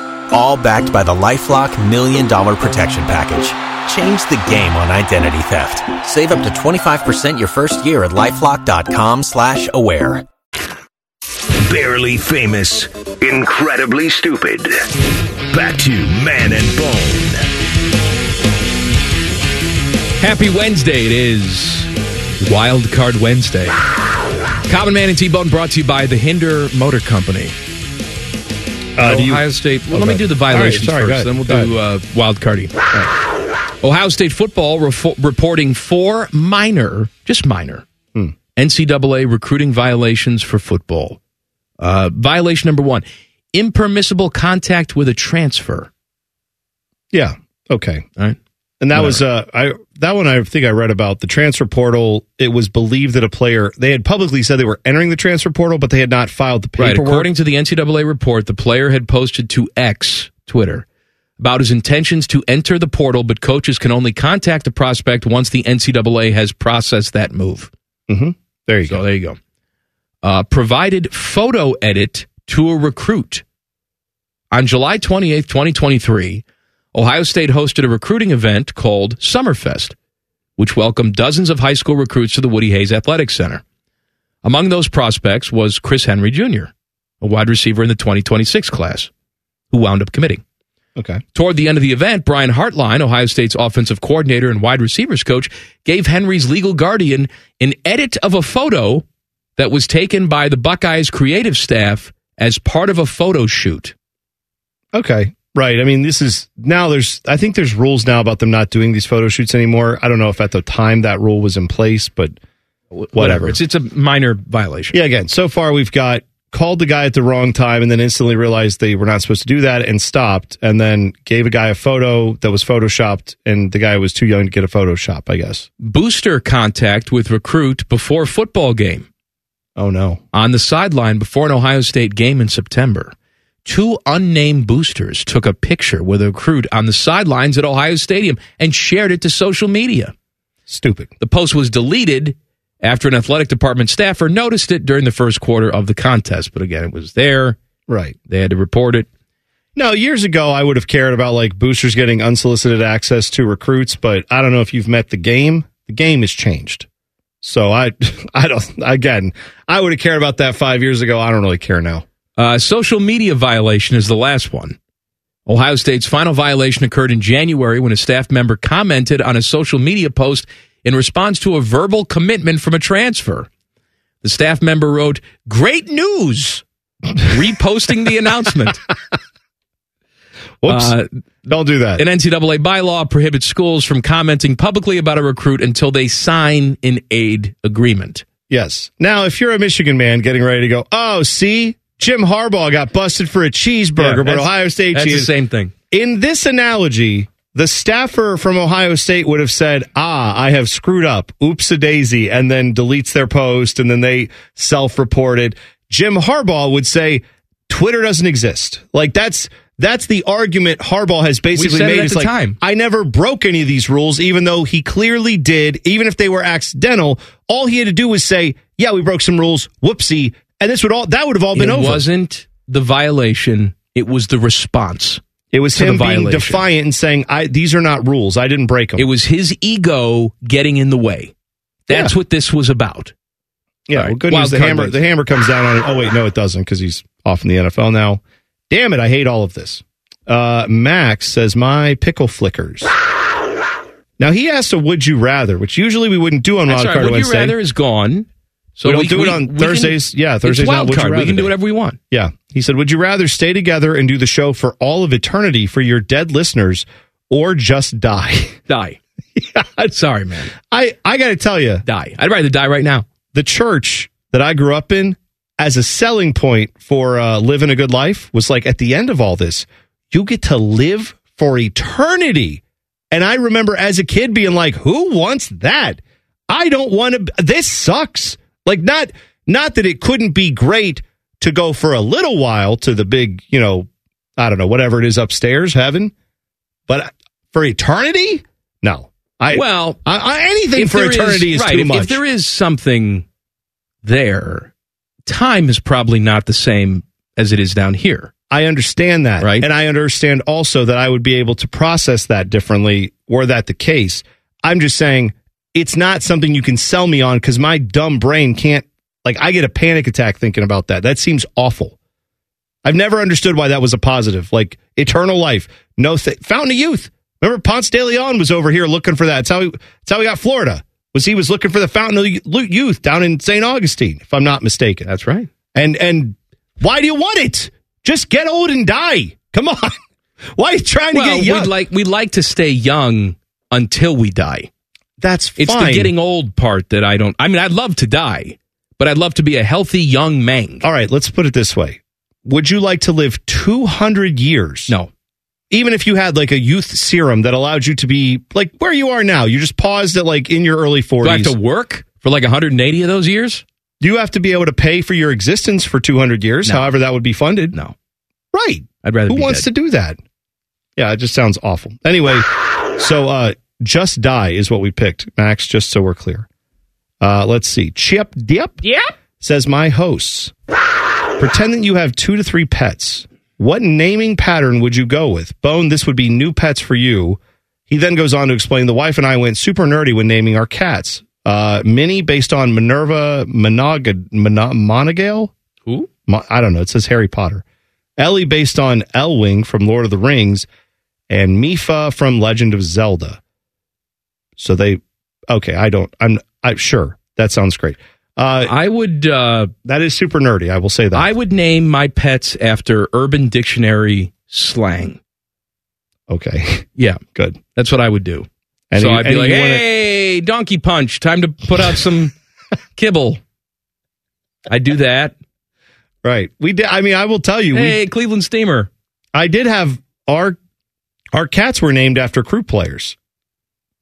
All backed by the LifeLock Million Dollar Protection Package. Change the game on identity theft. Save up to 25% your first year at LifeLock.com slash aware.
Barely famous, incredibly stupid. Back to Man and Bone.
Happy Wednesday. It is Wild Card Wednesday. Common Man and T Bone brought to you by the Hinder Motor Company.
Uh, do you-
Ohio State. Well, let me
Okay.
do the
All right,
violations
sorry, go
first,
ahead,
then we'll
go
do uh, wild carding. Ohio State football refo- reporting four minor, just minor,
Hmm.
NCAA recruiting violations for football. Uh, violation number one: impermissible contact with a transfer.
Yeah. Okay.
All right.
And that was uh, I that one I think I read about the transfer portal. It was believed that a player they had publicly said they were entering the transfer portal, but they had not filed the
Right.
paperwork.
According to the NCAA report, the player had posted to X Twitter about his intentions to enter the portal, but coaches can only contact the prospect once the NCAA has processed that move.
Mm-hmm. there you
So
go.
there you go. Uh, provided photo edit to a recruit. On July 28th, 2023, Ohio State hosted a recruiting event called Summerfest, which welcomed dozens of high school recruits to the Woody Hayes Athletic Center. Among those prospects was Chris Henry Jr., a wide receiver in the 2026 class, who wound up committing.
Okay.
Toward the end of the event, Brian Hartline, Ohio State's offensive coordinator and wide receivers coach, gave Henry's legal guardian an edit of a photo that was taken by the Buckeyes creative staff as part of a photo shoot.
Okay. Right. I mean, this is now there's I think there's rules now about them not doing these photo shoots anymore. I don't know if at the time that rule was in place, but
Whatever.
Whatever.
It's, it's a minor violation.
yeah, again, so far we've got called the guy at the wrong time and then instantly realized they were not supposed to do that and stopped and then gave a guy a photo that was photoshopped and the guy was too young to get a photoshop, I guess.
Booster contact with recruit before football game.
Oh no.
on the sideline before an Ohio State game in September. Two unnamed boosters took a picture with a recruit on the sidelines at Ohio Stadium and shared it to social media.
Stupid.
The post was deleted after an athletic department staffer noticed it during the first quarter of the contest. But again, it was there.
Right.
They had to report it.
No, years ago I would have cared about like boosters getting unsolicited access to recruits, but I don't know if you've met the game. The game has changed. So I (laughs) I don't again, I would have cared about that 5 years ago. I don't really care now.
Uh, social media violation is the last one. Ohio State's final violation occurred in January when a staff member commented on a social media post in response to a verbal commitment from a transfer. The staff member wrote, Great news! reposting the announcement.
(laughs) Whoops.
Uh,
don't do that.
An NCAA bylaw prohibits schools from commenting publicly about a recruit until they sign an aid agreement.
yes. Now, if you're a Michigan man getting ready to go, "Oh, see, Jim Harbaugh got busted for a cheeseburger, but
that's-
Ohio State
That's the
cheese."
same thing.
In this analogy, the staffer from Ohio State would have said, "Ah, I have screwed up. Oops, a daisy," and then deletes their post, and then they self-reported. Jim Harbaugh would say, "Twitter doesn't exist." Like that's that's the argument Harbaugh has basically
said it
made.
at
It's
the
like,
time.
I never broke any of these rules, even though he clearly did. Even if they were accidental, all he had to do was say, "Yeah, we broke some rules. Whoopsie." And this would all that would have all been
it
over.
wasn't the violation, it was the response.
It was
to the
him being
violation.
defiant and saying, "I these are not rules. I didn't break them."
It was his ego getting in the way. That's
Yeah.
what this was about.
yeah,
all right.
well, good
Wild
news. The
card
hammer,
wins.
the hammer comes down on it. Oh wait, no, it doesn't because he's off in the NFL now. Damn it! I hate all of this. Uh, Max says my pickle flickers. Now he asked a "Would you rather," which usually we wouldn't do on
That's
Wild
right.
Card
Would
Wednesday.
you rather is gone. So
We don't do it on Thursdays. Yeah, Thursday's
It's
not
wild
Would You
card. We
Rather
can do
Day.
whatever we want.
Yeah. He said, Would you rather stay together and do the show for all of eternity for your dead listeners or just die? (laughs)
Die. (laughs) Sorry, man.
I, I got to tell you,
Die. I'd rather die right now.
the church that I grew up in as a selling point for uh, living a good life was like at the end of all this, you get to live for eternity. And I remember as a kid being like, who wants that? I don't want to. This sucks. Like not not that it couldn't be great to go for a little while to the big, you know, I don't know, whatever it is upstairs, heaven. But for eternity, no. I
well,
I, I, anything
if
for
there is-
eternity is,
right,
too
if,
much.
If there is something there, time is probably not the same as it is down here.
I understand that.
Right.
And I understand also that I would be able to process that differently were that the case. I'm just saying it's not something you can sell me on because my dumb brain can't, like, I get a panic attack thinking about that. That seems awful. I've never understood why that was a positive. Like, eternal life. No, th- Fountain of Youth. Remember, Ponce de Leon was over here looking for that. That's how he, that's how he got Florida. Was he was looking for the Fountain of Lu- Youth down in St. Augustine, if I'm not mistaken.
That's right.
And and why do you want it? Just get old and die. Come on. (laughs) Why are you trying to
well,
get young?
we'd like we like to stay young until we die.
That's fine.
It's the getting old part that I don't. I mean, I'd love to die, but I'd love to be a healthy young man.
All right, let's put it this way. Would you like to live 200 years?
No,
Even if you had like a youth serum that allowed you to be like where you are now, you just paused at like in your early 40s.
do I have to work for like 180 of those years?
you have to be able to pay for your existence for 200 years,
No.
however that would be funded.
No,
Right.
I'd rather.
Who
be
wants
dead.
to do that? Yeah, it just sounds awful. Anyway, so uh, just die is what we picked, Max. Just so we're clear. Uh, let's see. Chip Dip
Yep.
says, "My hosts pretend that you have two to three pets. What naming pattern would you go with? Bone. This would be new pets for you." He then goes on to explain, "The wife and I went super nerdy when naming our cats. Uh, Minnie, based on Minerva Monog- Mono- Monogale,
Who?
Mo- I don't know. It says Harry Potter. Ellie based on Elwing from Lord of the Rings, and Mifa from Legend of Zelda. So they, okay. I don't. I'm. I sure that sounds great. Uh,
I would. Uh,
that is super nerdy. I will say that.
I would name my pets after Urban Dictionary slang.
okay. (laughs)
Yeah,
Good.
that's what I would do.
And
so
you-
I'd be
and
like,
you wanna-
"Hey, Donkey Punch, time to put out
(laughs)
some kibble." I do that.
right. We did. I mean, I will tell you. We,
Hey, Cleveland Steamer.
I did have our our cats were named after crew players.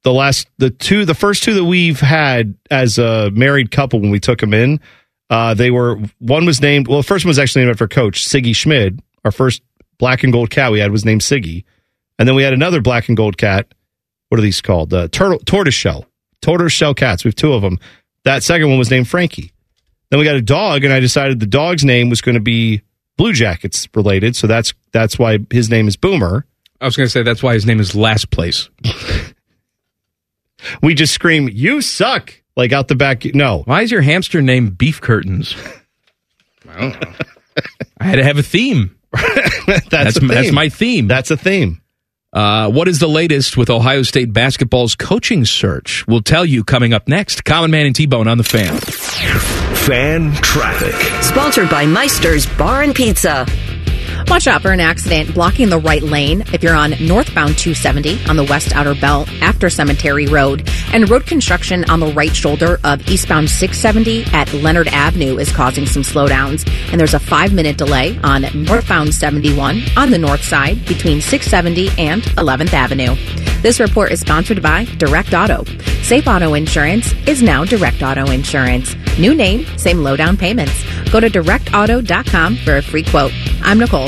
The last the two the first two that we've had as a married couple when we took them in, uh, they were one was named well the first one was actually named after Coach Siggy Schmid. Our first black and gold cat we had was named Siggy, and then we had another black and gold cat. What are these called? Uh, turtle tortoise shell tortoise shell cats. We have two of them. That second one was named Frankie. Then we got a dog, and I decided the dog's name was going to be Blue Jackets related, so that's that's why his name is Boomer.
I was going to say that's why his name is Last Place.
We just scream, "You suck!" like out the back. No,
Why is your hamster named Beef Curtains? I don't know. I had to have a theme.
(laughs) that's
That's
a theme.
that's my theme.
that's a theme.
Uh, what is the latest with Ohio State basketball's coaching search? We'll tell you coming up next. Common Man and T Bone on the fan.
Fan traffic.
Sponsored by Meister's Bar and Pizza.
Watch out for an accident blocking the right lane if you're on northbound 270 on the west outer belt after Cemetery Road. And road construction on the right shoulder of eastbound 670 at Leonard Avenue is causing some slowdowns. And there's a five minute delay on northbound 71 on the north side between 670 and 11th Avenue. This report is sponsored by Direct Auto. Safe Auto Insurance is now Direct Auto Insurance. New name, same low down payments. Go to directauto.com for a free quote. I'm Nicole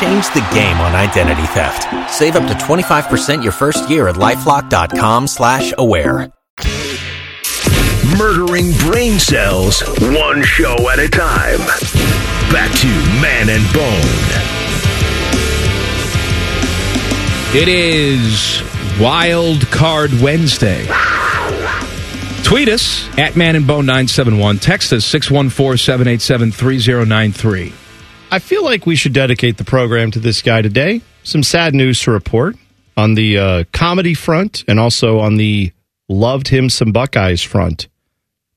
Change the game on identity theft. Save up to 25% your first year at LifeLock.com slash aware.
Murdering brain cells, one show at a time. Back to Man and Bone.
It is Wild Card Wednesday. Tweet us at Man and Bone 971. Text us 614 787 3093.
I feel like we should dedicate the program to this guy today. some sad news to report on the uh, comedy front and also on the loved him some Buckeyes front.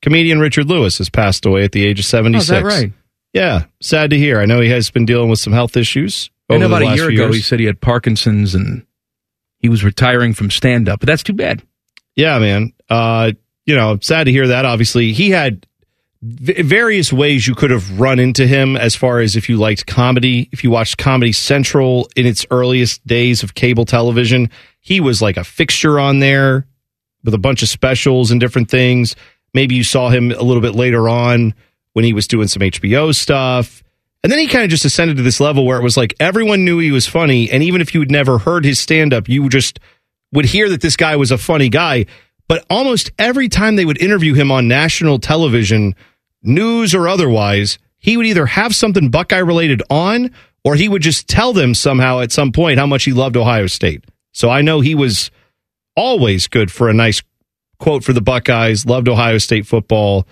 Comedian Richard Lewis has passed away at the age of 76.
Oh, right?
Yeah, sad to hear. I know he has been dealing with some health issues.
I
Over
know
the
about a
last
year
few
ago
years.
he said he had Parkinson's and he was retiring from stand up, but that's too bad.
Yeah, man. Uh, you know, sad to hear that. Obviously, he had v- various ways you could have run into him as far as if you liked comedy, if you watched Comedy Central in its earliest days of cable television. He was like a fixture on there with a bunch of specials and different things. Maybe you saw him a little bit later on when he was doing some HBO stuff. And then he kind of just ascended to this level where it was like everyone knew he was funny. And even if you had never heard his stand up, you just would hear that this guy was a funny guy. But almost every time they would interview him on national television, news or otherwise, he would either have something Buckeye related on or he would just tell them somehow at some point how much he loved Ohio State. So I know he was always good for a nice quote for the Buckeyes, loved Ohio State football.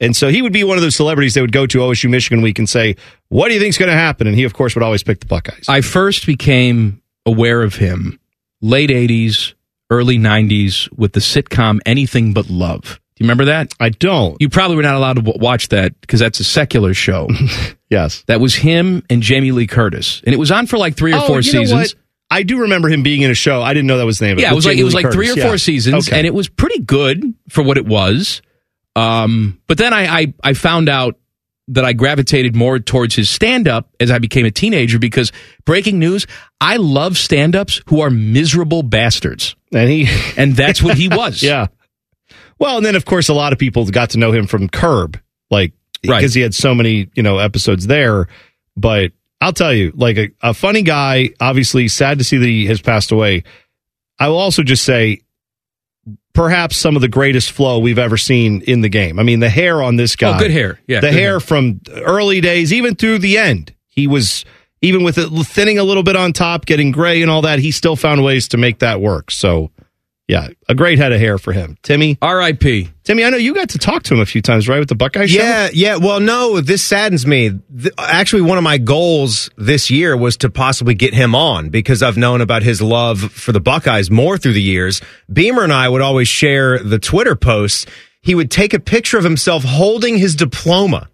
And so he would be one of those celebrities that would go to OSU Michigan week and say, What do you think's going to happen? And he, of course, would always pick the Buckeyes.
I first became aware of him late 80s, early 90s with the sitcom Anything But Love. Do you remember that?
I don't.
You probably were not allowed to w- watch that because that's a secular show.
(laughs) yes.
That was him and Jamie Lee Curtis. And it was on for like three or
Oh,
four
you know
seasons.
what? I do remember him being in a show. I didn't know that was the name of it.
Yeah, it
with
was like
Jamie
it was
Lee
like three or
Curtis.
four
Yeah.
seasons,
Okay.
and it was pretty good for what it was. Um, but then I, I I found out that I gravitated more towards his stand up as I became a teenager because breaking news, I love stand ups who are miserable bastards,
and he
and that's what he was.
(laughs) yeah. Well, and then of course a lot of people got to know him from Curb, like
Right.
because he had so many you know episodes there. But I'll tell you, like a, a funny guy. Obviously, sad to see that he has passed away. I will also just say, perhaps some of the greatest flow we've ever seen in the game. I mean, the hair on this guy.
Oh, good hair. Yeah,
the
good
hair from early days, even through the end. He was even with it thinning a little bit on top, getting gray and all that. He still found ways to make that work. So, yeah, a great head of hair for him, Timmy.
R.I.P.
Timmy, I know you got to talk to him a few times, right, with the Buckeye show.
Yeah, yeah. Well, no, this saddens me. Th- actually, one of my goals this year was to possibly get him on because I've known about his love for the Buckeyes more through the years. Beamer and I would always share the Twitter posts. He would take a picture of himself holding his diploma.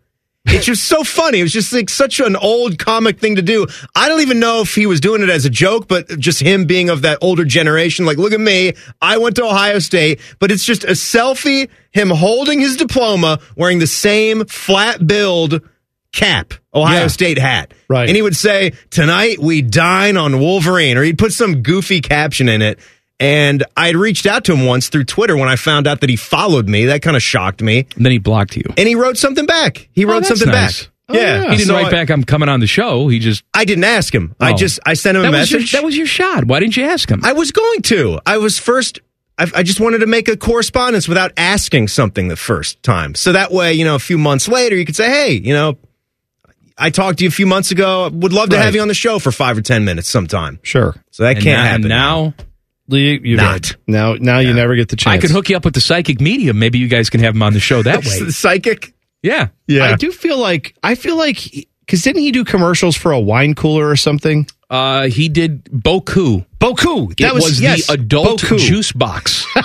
It's just so funny. It was just like such an old comic thing to do. I don't even know if he was doing it as a joke, but just him being of that older generation, like, look at me. I went to Ohio State, but it's just a selfie, him holding his diploma, wearing the same flat billed cap, Ohio
Yeah.
State hat.
Right.
And he would say, tonight we dine on Wolverine, or he'd put some goofy caption in it. And I'd reached out to him once through Twitter when I found out that he followed me. That kind of shocked me
And then he blocked you.
and he wrote something back. He wrote
Oh, that's
something
nice. Oh,
back. yeah.
He didn't
So
write
I-
back. I'm coming on the show. He just
I didn't ask him. I
Oh.
just I sent him
that
a
was,
message.
your, that was your shot. Why didn't you ask him?
I was going to. I was first. I, I just wanted to make a correspondence without asking something the first time, so that way you know a few months later you could say, hey, you know. I talked to you a few months ago. Would love to have you on the show for five or ten minutes sometime.
sure.
So that
And
can't
now-
happen.
And now
You, you
Not.
now. Now you never get the chance.
I could hook you up with the psychic medium. Maybe you guys can have him on the
(laughs)
show
(laughs)
that way.
psychic.
Yeah.
Yeah, I
I
do feel like I feel like because didn't he do commercials for a wine cooler or something?
Uh, he did Boku.
Boku.
That it was,
yes,
the adult
Boku.
juice box.
(laughs)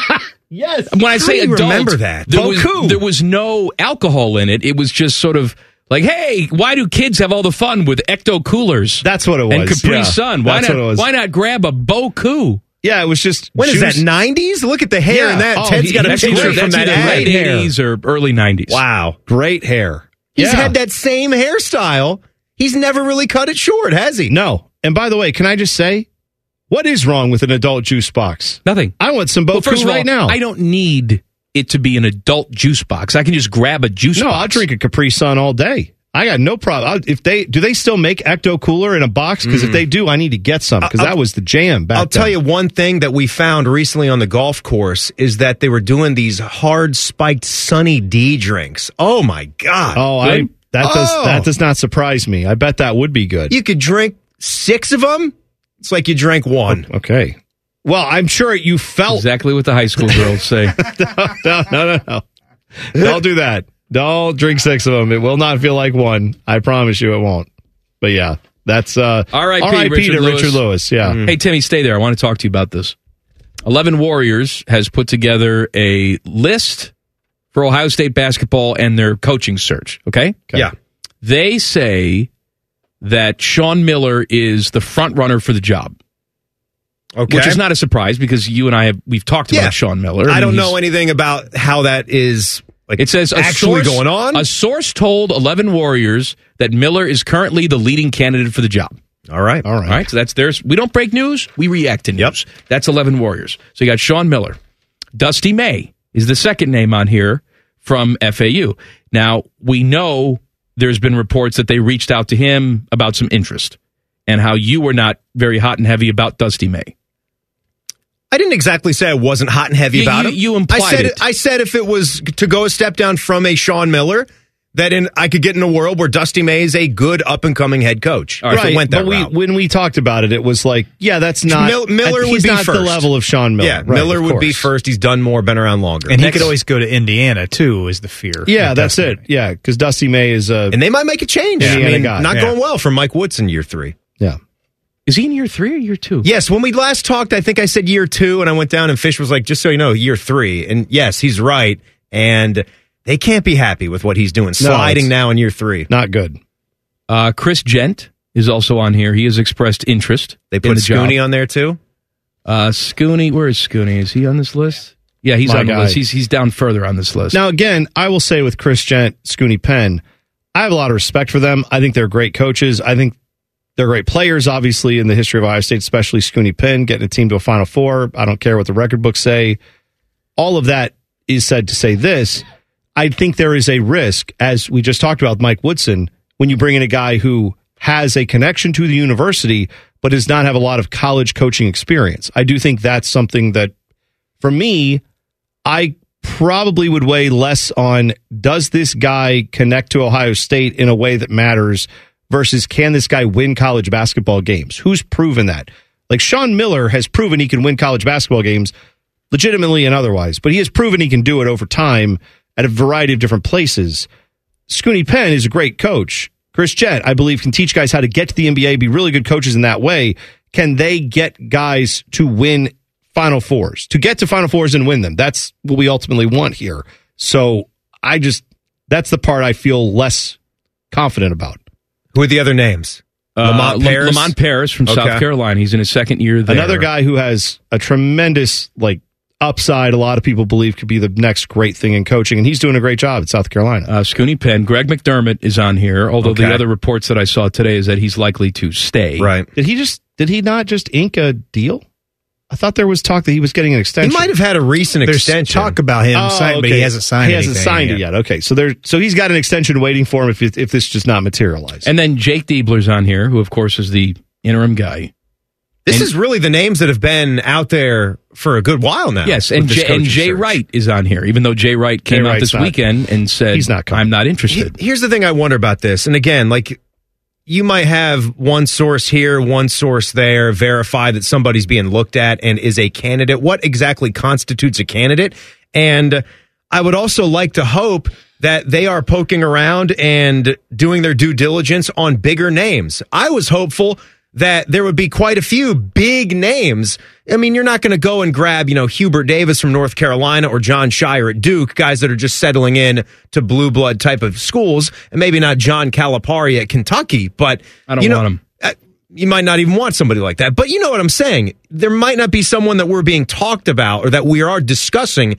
Yes.
When I say
do you
adult,
remember that?
There was,
Boku.
there was no alcohol in it. It was just sort of like, hey, why do kids have all the fun with ecto coolers
That's what it was.
and Capri
yeah.
Sun? Why
That's
not?
what it was.
Why not grab a Boku?
Yeah, it was just
When is
juice-
that? Nineties? Look at the hair
Yeah.
in that.
Oh,
Ted's
he-
got a
that's
picture
either-
from
that's
that
either
ad.
late
hair.
80s or early 90s.
Wow.
Great hair.
He's
Yeah.
had that same hairstyle. He's never really cut it short, has he?
No. And by the way, can I just say, what is wrong with an adult juice box?
Nothing.
I want some Boku
well, first of all,
right now.
I don't need it to be an adult juice box. I can just grab a juice
No,
box.
I'll drink a Capri Sun all day. I got no problem. I'll- If they do, they still make Ecto Cooler in a box because
Mm.
if they do, I need to get some
Uh,
because that was the jam back.
I'll tell
then.
you one thing that we found recently on the golf course is that they were doing these hard spiked Sunny D drinks. Oh my god!
Oh, I
Good.
that does
Oh.
that does not surprise me. I bet that would be good.
you could drink six of them. It's like you drank one.
okay. Well, I'm sure you felt.
Exactly what the high school girls say.
(laughs) no, no, no, no. Don't do that. Don't drink six of them. It will not feel like one. I promise you, it won't. But yeah, That's uh,
R.I.P. Richard
to Richard
Lewis. Mm-hmm.
Lewis. Yeah.
Mm-hmm.
Hey, Timmy, stay there. I want to talk to you about this. 11 Warriors has put together a list for Ohio State basketball and their coaching search. Okay?
Yeah.
They say that Sean Miller is the front runner for the job.
Okay.
Which is not a surprise because you and I have we've talked about Sean Miller.
I
mean,
don't
he's-
know anything about how that is. Like,
It says a
actually
source-
going on.
A source told Eleven Warriors that Miller is currently the leading candidate for the job.
All right,
all
right. So that's theirs. We don't break news; we react to news. That's Eleven Warriors. So you got Sean Miller, Dusty May is the second name on here from FAU. Now we know there's been reports that they reached out to him about some interest and how you were not very hot and heavy about Dusty May.
I didn't exactly say I wasn't hot and heavy
You-
about
you-
him.
you implied
I said,
it.
I said if it was to go a step down from a Sean Miller, that in I could get in a world where Dusty May is a good up and coming head coach.
Right,
If it went that
but we,
route.
when we talked about it, it was like, yeah, that's not
Mil- Miller
he's
would be
not the
first.
level of Sean Miller.
Yeah,
Right,
Miller
of
would be
course.
first. He's done more, been around longer,
And he
Next-
could always go to Indiana too. Is the fear?
Yeah, that's it. Yeah, because Dusty May is a
and they might make a change.
Yeah,
I mean,
guy.
not
Yeah.
going well for Mike Woodson year three.
yeah.
Is he in year three or year two?
Yes, when we last talked, I think I said year two, and I went down, and Fish was like, "Just so you know, year three. And yes, he's right, and they can't be happy with what he's doing, sliding
it's-
now in year three.
not good.
Uh, Chris Gent is also on here. He has expressed interest.
They
in
put
the job.
Scooney on there too.
Uh, Scooney, where is Scooney? Is he on this list? Yeah, he's
My
on the
guy.
list. He's he's down further on this list.
Now, again, I will say with Chris Gent, Scooney Penn, I have a lot of respect for them. I think they're great coaches. I think they're great players, obviously, in the history of Ohio State, especially Scooney Penn getting a team to a Final Four. I don't care what the record books say. All of that is said to say this. I think there is a risk, as we just talked about with Mike Woodson, when you bring in a guy who has a connection to the university but does not have a lot of college coaching experience. I do think that's something that, for me, I probably would weigh less on does this guy connect to Ohio State in a way that matters versus can this guy win college basketball games? Who's proven that? Like Sean Miller has proven he can win college basketball games legitimately and otherwise, but he has proven he can do it over time at a variety of different places. Scooney Penn is a great coach. Chris Jett, I believe, can teach guys how to get to the NBA, be really good coaches in that way. Can they get guys to win Final Fours, to get to Final Fours and win them? That's what we ultimately want here. So I just, that's the part I feel less confident about.
Who are the other names? Lamont
Uh, Lam-
Paris?
Lamont Paris from
Okay.
South Carolina. He's in his second year there.
Another guy who has a tremendous, like, upside, a lot of people believe could be the next great thing in coaching, and he's doing a great job at South Carolina.
Uh, Scooney Penn. Greg McDermott is on here. Although
Okay.
the other reports that I saw today is that he's likely to stay.
Right.
Did he just did he not just ink a deal? I thought there was talk that he was getting an
He
extension.
might have had a recent
There's
extension.
talk about him
Oh,
signing, but
okay.
he hasn't signed.
He hasn't
anything
signed it yet. Okay, so there, so he's got an extension waiting for him if it- if this does not materialize.
And then Jake Diebler's on here, who of course is the interim guy.
This is really the names that have been out there for a good while now.
yes,
with
and
this
Jay, and
coaching
Jay
search.
Wright is on here, even though Jay Wright came out
Wright's
this
not-
weekend and said
He's not coming.
I'm not
He-
interested.
Here's the thing I wonder about this. And again, like you might have one source here, one source there, verify that somebody's being looked at and is a candidate. What exactly constitutes a candidate? And I would also like to hope that they are poking around and doing their due diligence on bigger names. I was hopeful that there would be quite a few big names. I mean, you're not going to go and grab, you know, Hubert Davis from North Carolina or John Shire at Duke, guys that are just settling in to blue blood type of schools, and maybe not John Calipari at Kentucky, but
I don't
you know,
want him.
uh, You might not even want somebody like that, but you know what I'm saying. There might not be someone that we're being talked about or that we are discussing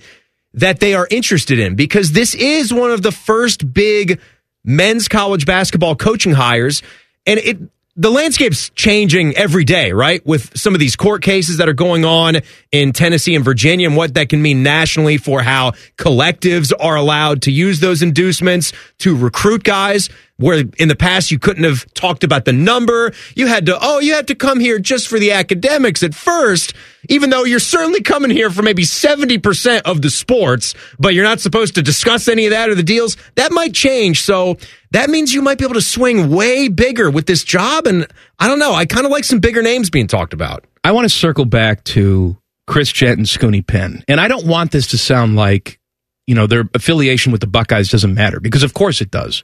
that they are interested in because this is one of the first big men's college basketball coaching hires and it the landscape's changing every day right with some of these court cases that are going on in Tennessee and Virginia and what that can mean nationally for how collectives are allowed to use those inducements to recruit guys where in the past you couldn't have talked about the number you had to oh you have to come here just for the academics at first even though you're certainly coming here for maybe 70% of the sports, but you're not supposed to discuss any of that or the deals, that might change. So that means you might be able to swing way bigger with this job. And I don't know. I kind of like some bigger names being talked about.
I want to circle back to Chris Jett and Scooney Penn. And I don't want this to sound like, you know, their affiliation with the Buckeyes doesn't matter because, of course, it does.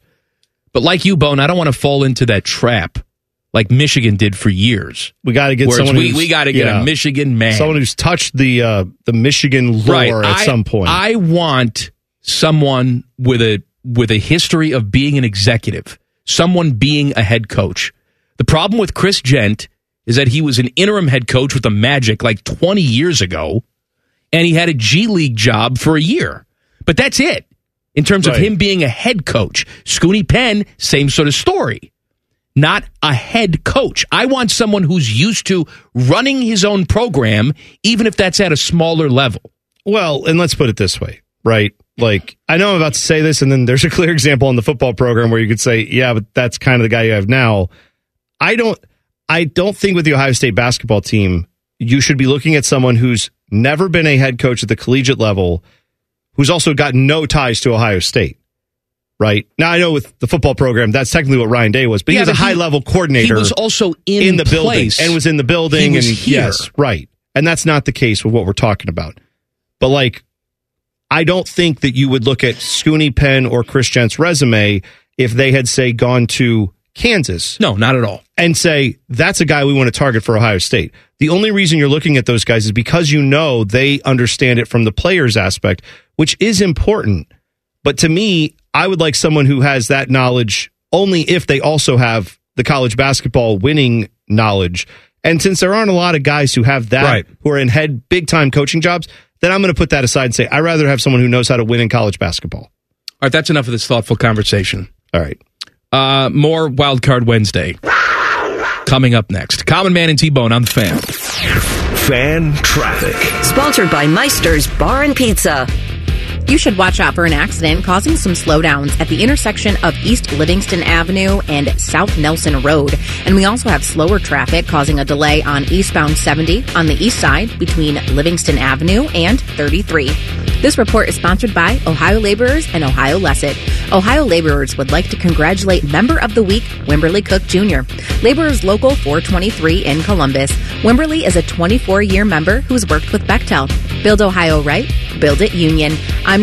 But like you, Bone, I don't want to fall into that trap. like Michigan did for years.
We got to get
Whereas
someone.
we-
who's-
we gotta get a Michigan man.
someone who's touched the uh, the Michigan lore at
I-
some point.
I want someone with a with a history of being an executive, someone being a head coach. The problem with Chris Gent is that he was an interim head coach with the Magic like 20 years ago, and he had a G League job for a year. But that's it in terms of
Right.
him being a head coach. Scooney Penn, same sort of story not a head coach. I want someone who's used to running his own program, even if that's at a smaller level.
Well, and let's put it this way, right? Like, I know I'm about to say this, and then there's a clear example on the football program where you could say, yeah, but that's kind of the guy you have now. I don't, I don't think with the Ohio State basketball team, you should be looking at someone who's never been a head coach at the collegiate level, who's also got no ties to Ohio State. Right now, I know with the football program, that's technically what Ryan Day was, but
Yeah,
he
but
was a high level coordinator.
He was also in,
the building
place.
and was in the building
He was
and
here.
yes, right. And that's not the case with what we're talking about. But like, I don't think that you would look at Scooney Penn or Chris Gent's resume if they had say gone to Kansas.
No, not at all.
And say that's a guy we want to target for Ohio State. The only reason you're looking at those guys is because you know they understand it from the players aspect, which is important. But to me, I would like someone who has that knowledge only if they also have the college basketball winning knowledge. And since there aren't a lot of guys who have that,
Right.
who are in head big time coaching jobs, then I'm going to put that aside and say, I'd rather have someone who knows how to win in college basketball.
All right, that's enough of this thoughtful conversation.
All right.
Uh, more Wild Card Wednesday coming up next. Common Man and T Bone on the fan.
Fan traffic.
Sponsored by Meister's Bar and Pizza.
You should watch out for an accident causing some slowdowns at the intersection of East Livingston Avenue and South Nelson Road. And we also have slower traffic causing a delay on eastbound 70 on the east side between Livingston Avenue and 33. This report is sponsored by Ohio Laborers and Ohio Lesset. Ohio Laborers would like to congratulate Member of the Week, Wimberly Cook Jr. Laborers Local 423 in Columbus. Wimberly is a 24 year member who's worked with Bechtel. Build Ohio right, build it union. I'm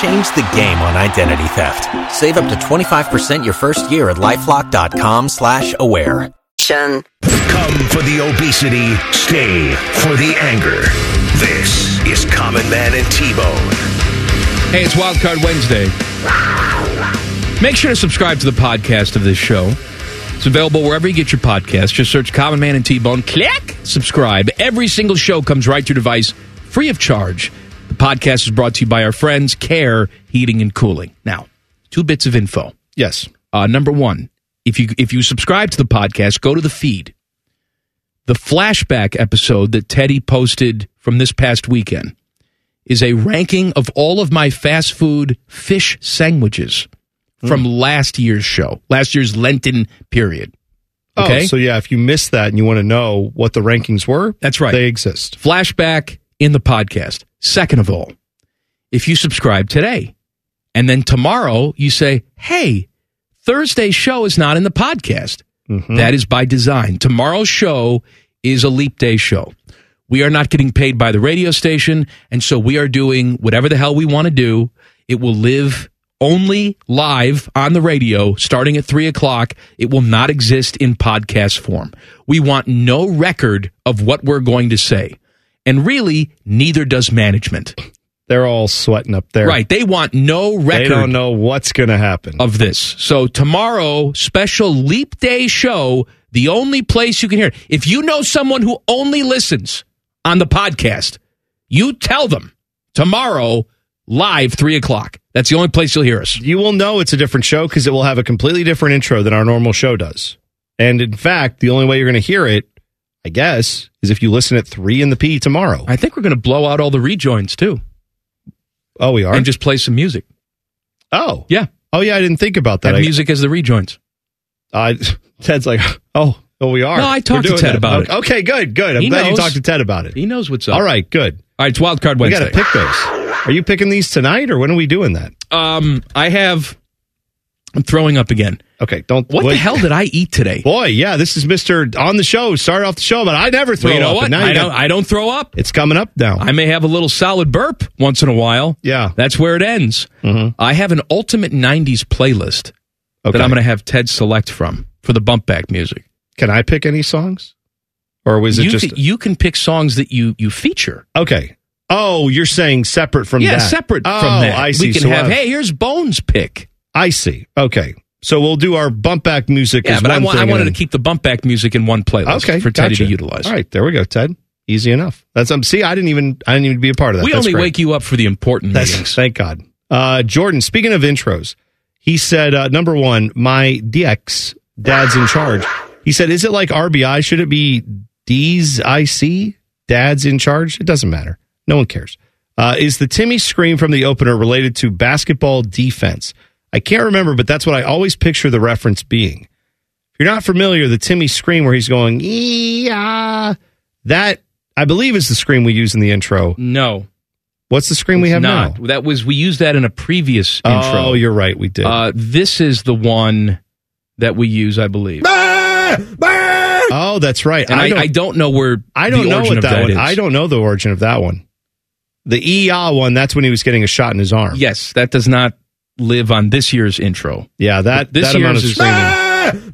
Change the game on identity theft. Save up to 25% your first year at LifeLock.com slash aware.
Chun.
Come for the obesity, stay for the anger. This is Common Man and T Bone.
Hey, it's Wild Card Wednesday. Make sure to subscribe to the podcast of this show. It's available wherever you get your podcast. Just search Common Man and T Bone. Click subscribe. Every single show comes right to your device free of charge. The podcast is brought to you by our friends Care Heating and Cooling. Now, two bits of info.
Yes.
Uh, number one, if you if you subscribe to the podcast, go to the feed. The flashback episode that Teddy posted from this past weekend is a ranking of all of my fast food fish sandwiches
Hmm.
from last year's show, last year's Lenten period. Okay?
Oh, so yeah, if you missed that and you want to know what the rankings were,
That's right.
They exist.
Flashback in the podcast. Second of all, if you subscribe today and then tomorrow you say, hey, Thursday's show is not in the podcast. That is by design. Tomorrow's show is a leap day show. We are not getting paid by the radio station, and so we are doing whatever the hell we want to do. It will live only live on the radio starting at three o'clock. It will not exist in podcast form. We want no record of what we're going to say. And really, neither does management.
They're all sweating up there.
Right. They want no record
They don't know what's going to happen.
of this. So tomorrow, special leap day show, the only place you can hear it. If you know someone who only listens on the podcast, you tell them tomorrow, live three o'clock. That's the only place you'll hear us.
You will know it's a different show because it will have a completely different intro than our normal show does. And in fact, the only way you're going to hear it, I guess, is if you listen at three in the P tomorrow.
I think we're going to blow out all the rejoins too
Oh, we are.
and just play some music.
oh,
Yeah.
oh yeah. I didn't think about that.
That
I, (laughs)
music as the rejoins.
I, Ted's like, oh, Oh, we are.
No, I
We're
talked to
doing
Ted
that.
about it.
okay, Okay, good, good. I'm
He
glad you
knows.
talked to Ted about it.
He knows what's up.
All right, good.
All right, it's Wild Card
We
Wednesday.
got to pick those. Are you picking these tonight, or when are we doing that?
Um, I have. I'm throwing up again.
Okay, don't.
What the hell did I eat today?
Boy, yeah, this is Mister on the show. Started off the show, but I never throw
Well, you know
up.
what?
and now
I
you got-
don't. I don't throw up.
It's coming up now.
I may have a little solid burp once in a while.
Yeah. Mm-hmm.
That's where it ends. I have an ultimate 90s playlist
Okay.
that I'm going to have Ted select from for the bump back music.
Can I pick any songs? Or was it
you
just-
can- you can pick songs that you, you feature.
Okay. Oh, you're saying separate from
yeah,
that?
separate
oh,
from that.
I see.
We can
So
have,
I've-
hey, here's Bones pick.
I see. Okay. So we'll do our bump back music.
Yeah,
as
but I,
one
wa- I
thing and
wanted to
then-
keep the bump back music in one playlist
okay
for Teddy
gotcha.
to utilize.
All right, there we go, Ted. Easy enough. That's um. See, I didn't even I didn't even be a part of that.
we
That's
only
great.
wake you up for the important
That's-
meetings.
Thank God. Uh, Jordan, speaking of intros, he said, uh, number one, my DX, dad's in charge. He said, is it like RBI? Should it be D's IC, dad's in charge? It doesn't matter. No one cares. Uh, is the Timmy scream from the opener related to basketball defense? I can't remember, but that's what I always picture the reference being. If you're not familiar, the Timmy scream where he's going, yeah, that I believe is the scream we use in the intro.
No.
What's the scream we
It's
have now?
not. That was we used that in a previous intro.
Oh, you're right. We did.
Uh, this is the one that we use, I believe.
oh, that's right.
And I, I, don't, know where
I don't
the
know
origin
what
of
that, one.
is.
I don't know the origin of that one. The EA one. That's when he was getting a shot in his arm. Yeah,
Yes, that does not live on this year's intro.
that
This
that amount of
year's is-
screaming.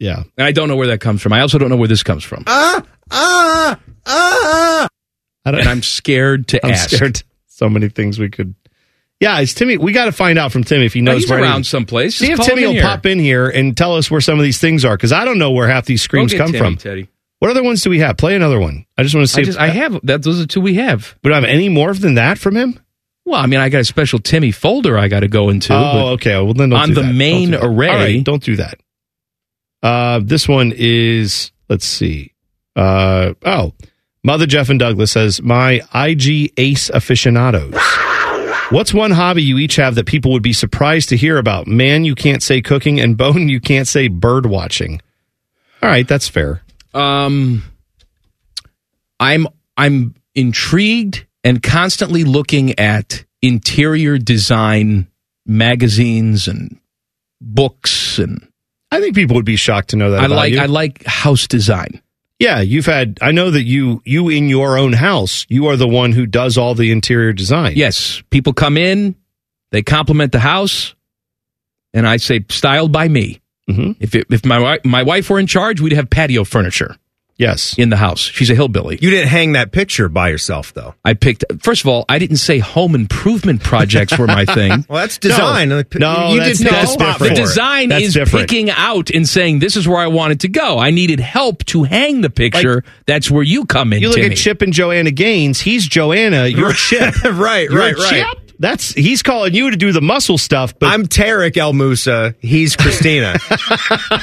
Yeah.
And I don't know where that comes from. I also don't know where this comes from.
I don't,
and I'm scared to
I'm
ask.
scared. So many things we could. Yeah, it's Timmy. We got to find out from Timmy if he
No,
knows
Oh, he's
where.
around
He,
someplace.
see
Just
if
call
Timmy
him in here.
will pop in here and tell us where some of these things are because I don't know where half these
Go
screams
get
come
Timmy,
from.
Teddy.
What other ones do we have? Play another one. I just want to see.
I,
if,
just, I have that. Those are two we have.
we don't have any more than that from him.
Well, I mean, I got a special Timmy folder I got to go into. but-
Oh, okay. Well, then don't
on
do
the
that. Don't
main
do that.
array-
All right, don't do that. Uh, this one is let's see. Uh, oh, Mother Jeff and Douglas says my IG ace aficionados. What's one hobby you each have that people would be surprised to hear about? Man, you can't say cooking, and bone, (laughs) you can't say bird watching. All right, that's fair.
Um, I'm I'm intrigued and constantly looking at interior design magazines and books, and
I think people would be shocked to know that.
I
about
like
you.
I like house design.
Yeah, you've had. I know that you you in your own house, you are the one who does all the interior design.
Yes, people come in, they compliment the house, and I say styled by me.
Mm-hmm.
Mhm.
If it, if my wi- my wife were in charge, we'd have patio furniture
Yes.
in the house. She's a hillbilly.
You didn't hang that picture by yourself, though.
I picked first of all, I didn't say home improvement projects were my thing.
(laughs) Well, that's design.
No.
Like,
No,
you
that's-
did
that's
no spot
different.
for
The
it.
design
That's
is
different.
picking out and saying this is where I want it to go. I needed help to hang the picture. That's where you come in.
You look
Timmy.
at Chip and Joanna Gaines. He's Joanna.
(laughs)
You're Chip.
right,
You're
right, right.
Chip. That's he's calling you to do the muscle stuff, but
I'm Tarek El Musa. He's Christina. (laughs)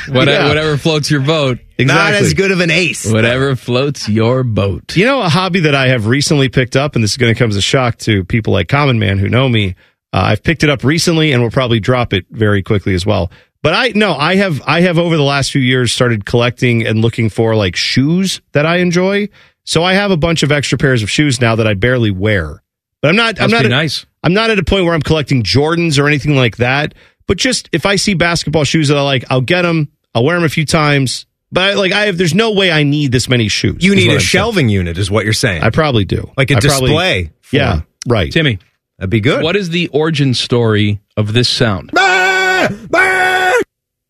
Whate-
yeah.
whatever floats your boat.
Not
Exactly.
as good of an ace.
Whatever floats your boat.
you know a hobby that I have recently picked up, and this is going to come as a shock to people like Common Man who know me. Uh, I've picked it up recently, and will probably drop it very quickly as well. But I no, I have I have over the last few years started collecting and looking for like shoes that I enjoy. So I have a bunch of extra pairs of shoes now that I barely wear. But I'm not I'm
Must
not
be
a-
nice.
I'm not at a point where I'm collecting Jordans or anything like that. But just if I see basketball shoes that I like, I'll get them. I'll wear them a few times. But I, like I have, there's no way I need this many shoes.
You
is
need
what
a
I'm saying.
shelving unit, is what you're saying.
I probably do.
like a
I probably-
display. for
yeah.
him.
Right.
Timmy,
that'd be good.
what is the origin story of this sound?
Ah!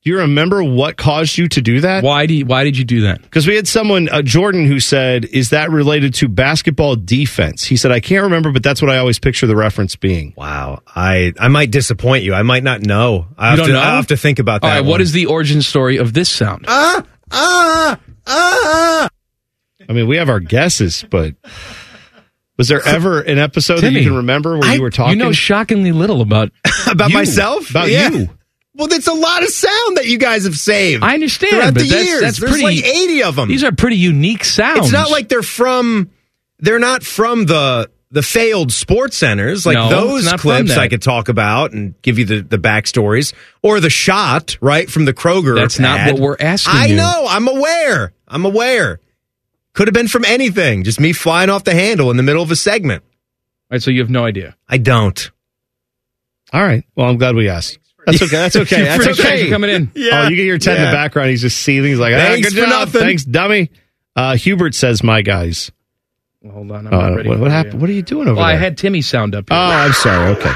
Do you remember what caused you to do that?
Why do you, why did you do that?
Because we had someone, uh, Jordan, who said, "Is that related to basketball defense?" He said, "I can't remember, but that's what I always picture the reference being."
Wow, I I might disappoint you. I might not know. I
You
have
don't
to,
know?
I have to think about that.
All right,
one.
what is the origin story of this sound?
I mean, we have our guesses, but was there ever an episode that
Timmy,
you can remember where you were talking
You know shockingly little about.
(laughs) about
You.
myself?
(laughs) About
Yeah.
you.
Well, that's a lot of sound that you guys have saved.
I understand,
Throughout
but
the
that's,
years,
that's
there's
pretty.
like eighty of them.
These are pretty unique sounds.
It's not like they're from. They're not from the the failed sports centers, like
No,
those
it's not from
clips
that.
I could talk about and give you the, the backstories, or the shot right from the Kroger.
That's not
ad.
what we're asking
I
you.
know. I'm aware. I'm aware. Could have been from anything. Just me flying off the handle in the middle of a segment.
All right, so you have no idea.
I don't.
All right. Well, I'm glad we asked. That's
(laughs)
okay. That's okay. That's
Thanks
okay.
for coming in.
Oh, you get your 10 in
Yeah.
the background. He's just seething. He's like, ah,
Thanks
good
for
job.
nothing.
Thanks, dummy. Uh, Hubert says, my guys.
Hold on. I'm
Uh,
not ready.
what, what happened? What are you doing over
Well, I
there?
had Timmy sound up.
oh,
(laughs)
I'm sorry. Okay.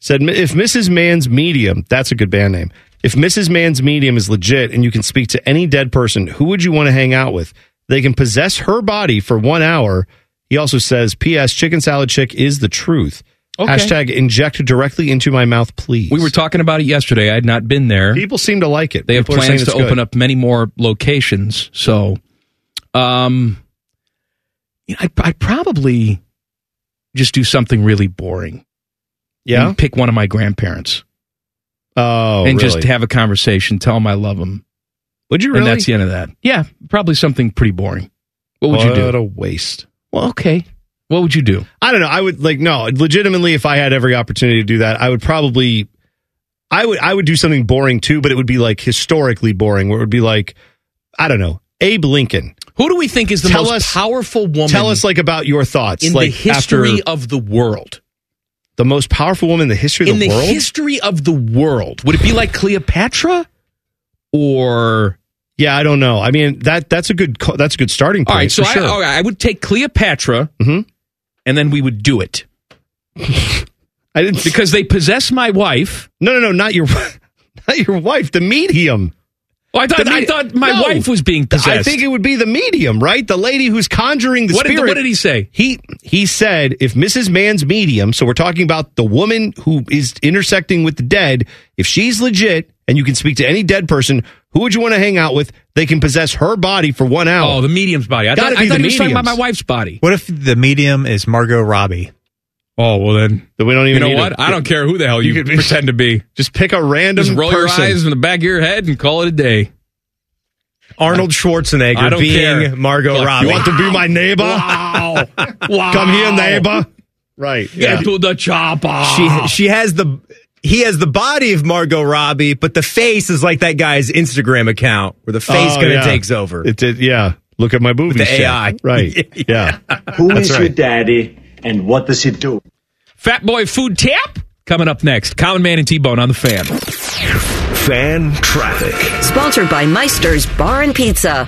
Said, if Mrs. Mann's medium, that's a good band name. If Mrs. Mann's medium is legit and you can speak to any dead person, who would you want to hang out with? They can possess her body for one hour. He also says, P.S. Chicken Salad Chick is the truth.
Okay.
Hashtag inject directly into my mouth, please.
We were talking about it yesterday. I had not been there.
People seem to like it.
They have
People are saying
plans to
it's good.
open up many more locations. So, um, you know, I'd, I'd probably just do something really boring.
Yeah?
And pick one of my grandparents.
Oh,
and just
really?
have a conversation. Tell them I love them.
Would you
And
really?
that's the end of that. Yeah, probably something pretty boring. What would you do?
What a waste.
Well, okay. What would you do?
I don't know. I would like no, legitimately if I had every opportunity to do that, I would probably I would I would do something boring too, but it would be like historically boring where it would be like I don't know, Abe Lincoln.
Who do we think is the most powerful woman?
Tell us like about your thoughts
in
like
the history
after
of the world.
the most powerful woman in the history of
in
the,
the
world.
history of the world, would it be like Cleopatra? Or
yeah, I don't know. I mean that that's a good co- that's a good starting point.
All right, so
for sure. Mm-hmm.
I, all right, I would take Cleopatra, and then we would do it.
(laughs) I didn't
because they possess my wife.
No, no, no, not your (laughs) not your wife, the medium.
Oh, I thought- I thought my wife was being
I
possessed.
think it would be the medium, right? The lady who's conjuring the
What did the-
spirit.
what did he say?
He he said if Mrs. Mann's medium, so we're talking about the woman who is intersecting with the dead, if she's legit and you can speak to any dead person, who would you want to hang out with? They can possess her body for one hour.
Oh, the medium's body. I
Gotta
thought, I
be
thought
the
he was talking about my
mediums.
wife's body.
What if the medium is Margot Robbie?
Oh well, then
we don't even.
You know
need
what?
a-
I don't care who the hell you, pretend to be.
Just pick a random
Just roll
person.
your eyes in the back of your head and call it a day.
Arnold Schwarzenegger
I don't
being
care.
Margot
Look, you
Robbie.
want
to be my neighbor?
Wow! wow!
(laughs) Come here, neighbor. Right.
Get to the chopper.
she she has the he has the body of Margot Robbie, but the face is like that guy's Instagram account where the face
Oh,
kind of
yeah.
takes over.
It did. Yeah. Look at my
(laughs)
boobies.
the
Chef.
AI.
Right. yeah.
Who is
That's right.
your daddy and what does he do?
Fat boy food tap coming up next. Common Man and T Bone on the fan.
Fan traffic.
Sponsored by Meister's Bar and Pizza.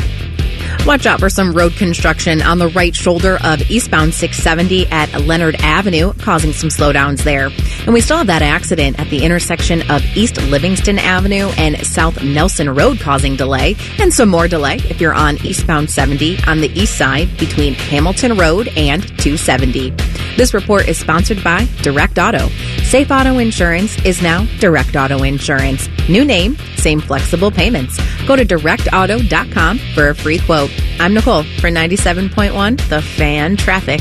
Watch out for some road construction on the right shoulder of eastbound 670 at Leonard Avenue, causing some slowdowns there. And we still have that accident at the intersection of East Livingston Avenue and South Nelson Road, causing delay, and some more delay if you're on eastbound 70 on the east side between Hamilton Road and 270. This report is sponsored by Direct Auto. Safe Auto Insurance is now Direct Auto Insurance. New name, same flexible payments. Go to directauto.com for a free quote. I'm Nicole for 97.1 The Fan Traffic.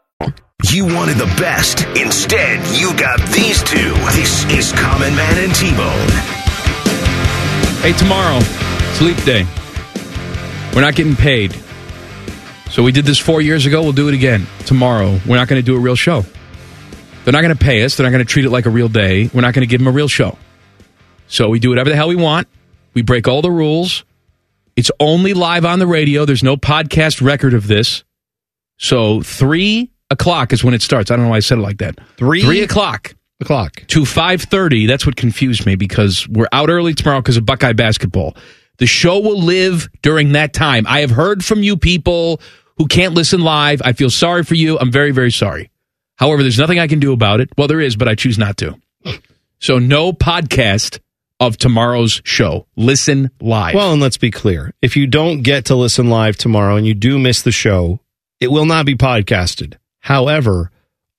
You wanted the best. Instead, you got these two. This is Common Man and T-Bone.
Hey, tomorrow, sleep day. We're not getting paid. So we did this four years ago. We'll do it again tomorrow. We're not going to do a real show. They're not going to pay us. They're not going to treat it like a real day. We're not going to give them a real show. So we do whatever the hell we want. We break all the rules. It's only live on the radio. There's no podcast record of this. So three o'clock is when it starts. I don't know why I said it like that.
Three?
three o'clock
O'clock.
to 5.30 that's what confused me because we're out early tomorrow because of buckeye basketball the show will live during that time i have heard from you people who can't listen live i feel sorry for you i'm very very sorry however there's nothing i can do about it well there is but i choose not to so no podcast of tomorrow's show listen live
Well, and let's be clear. If you don't get to listen live tomorrow and you do miss the show, it will not be podcasted. However,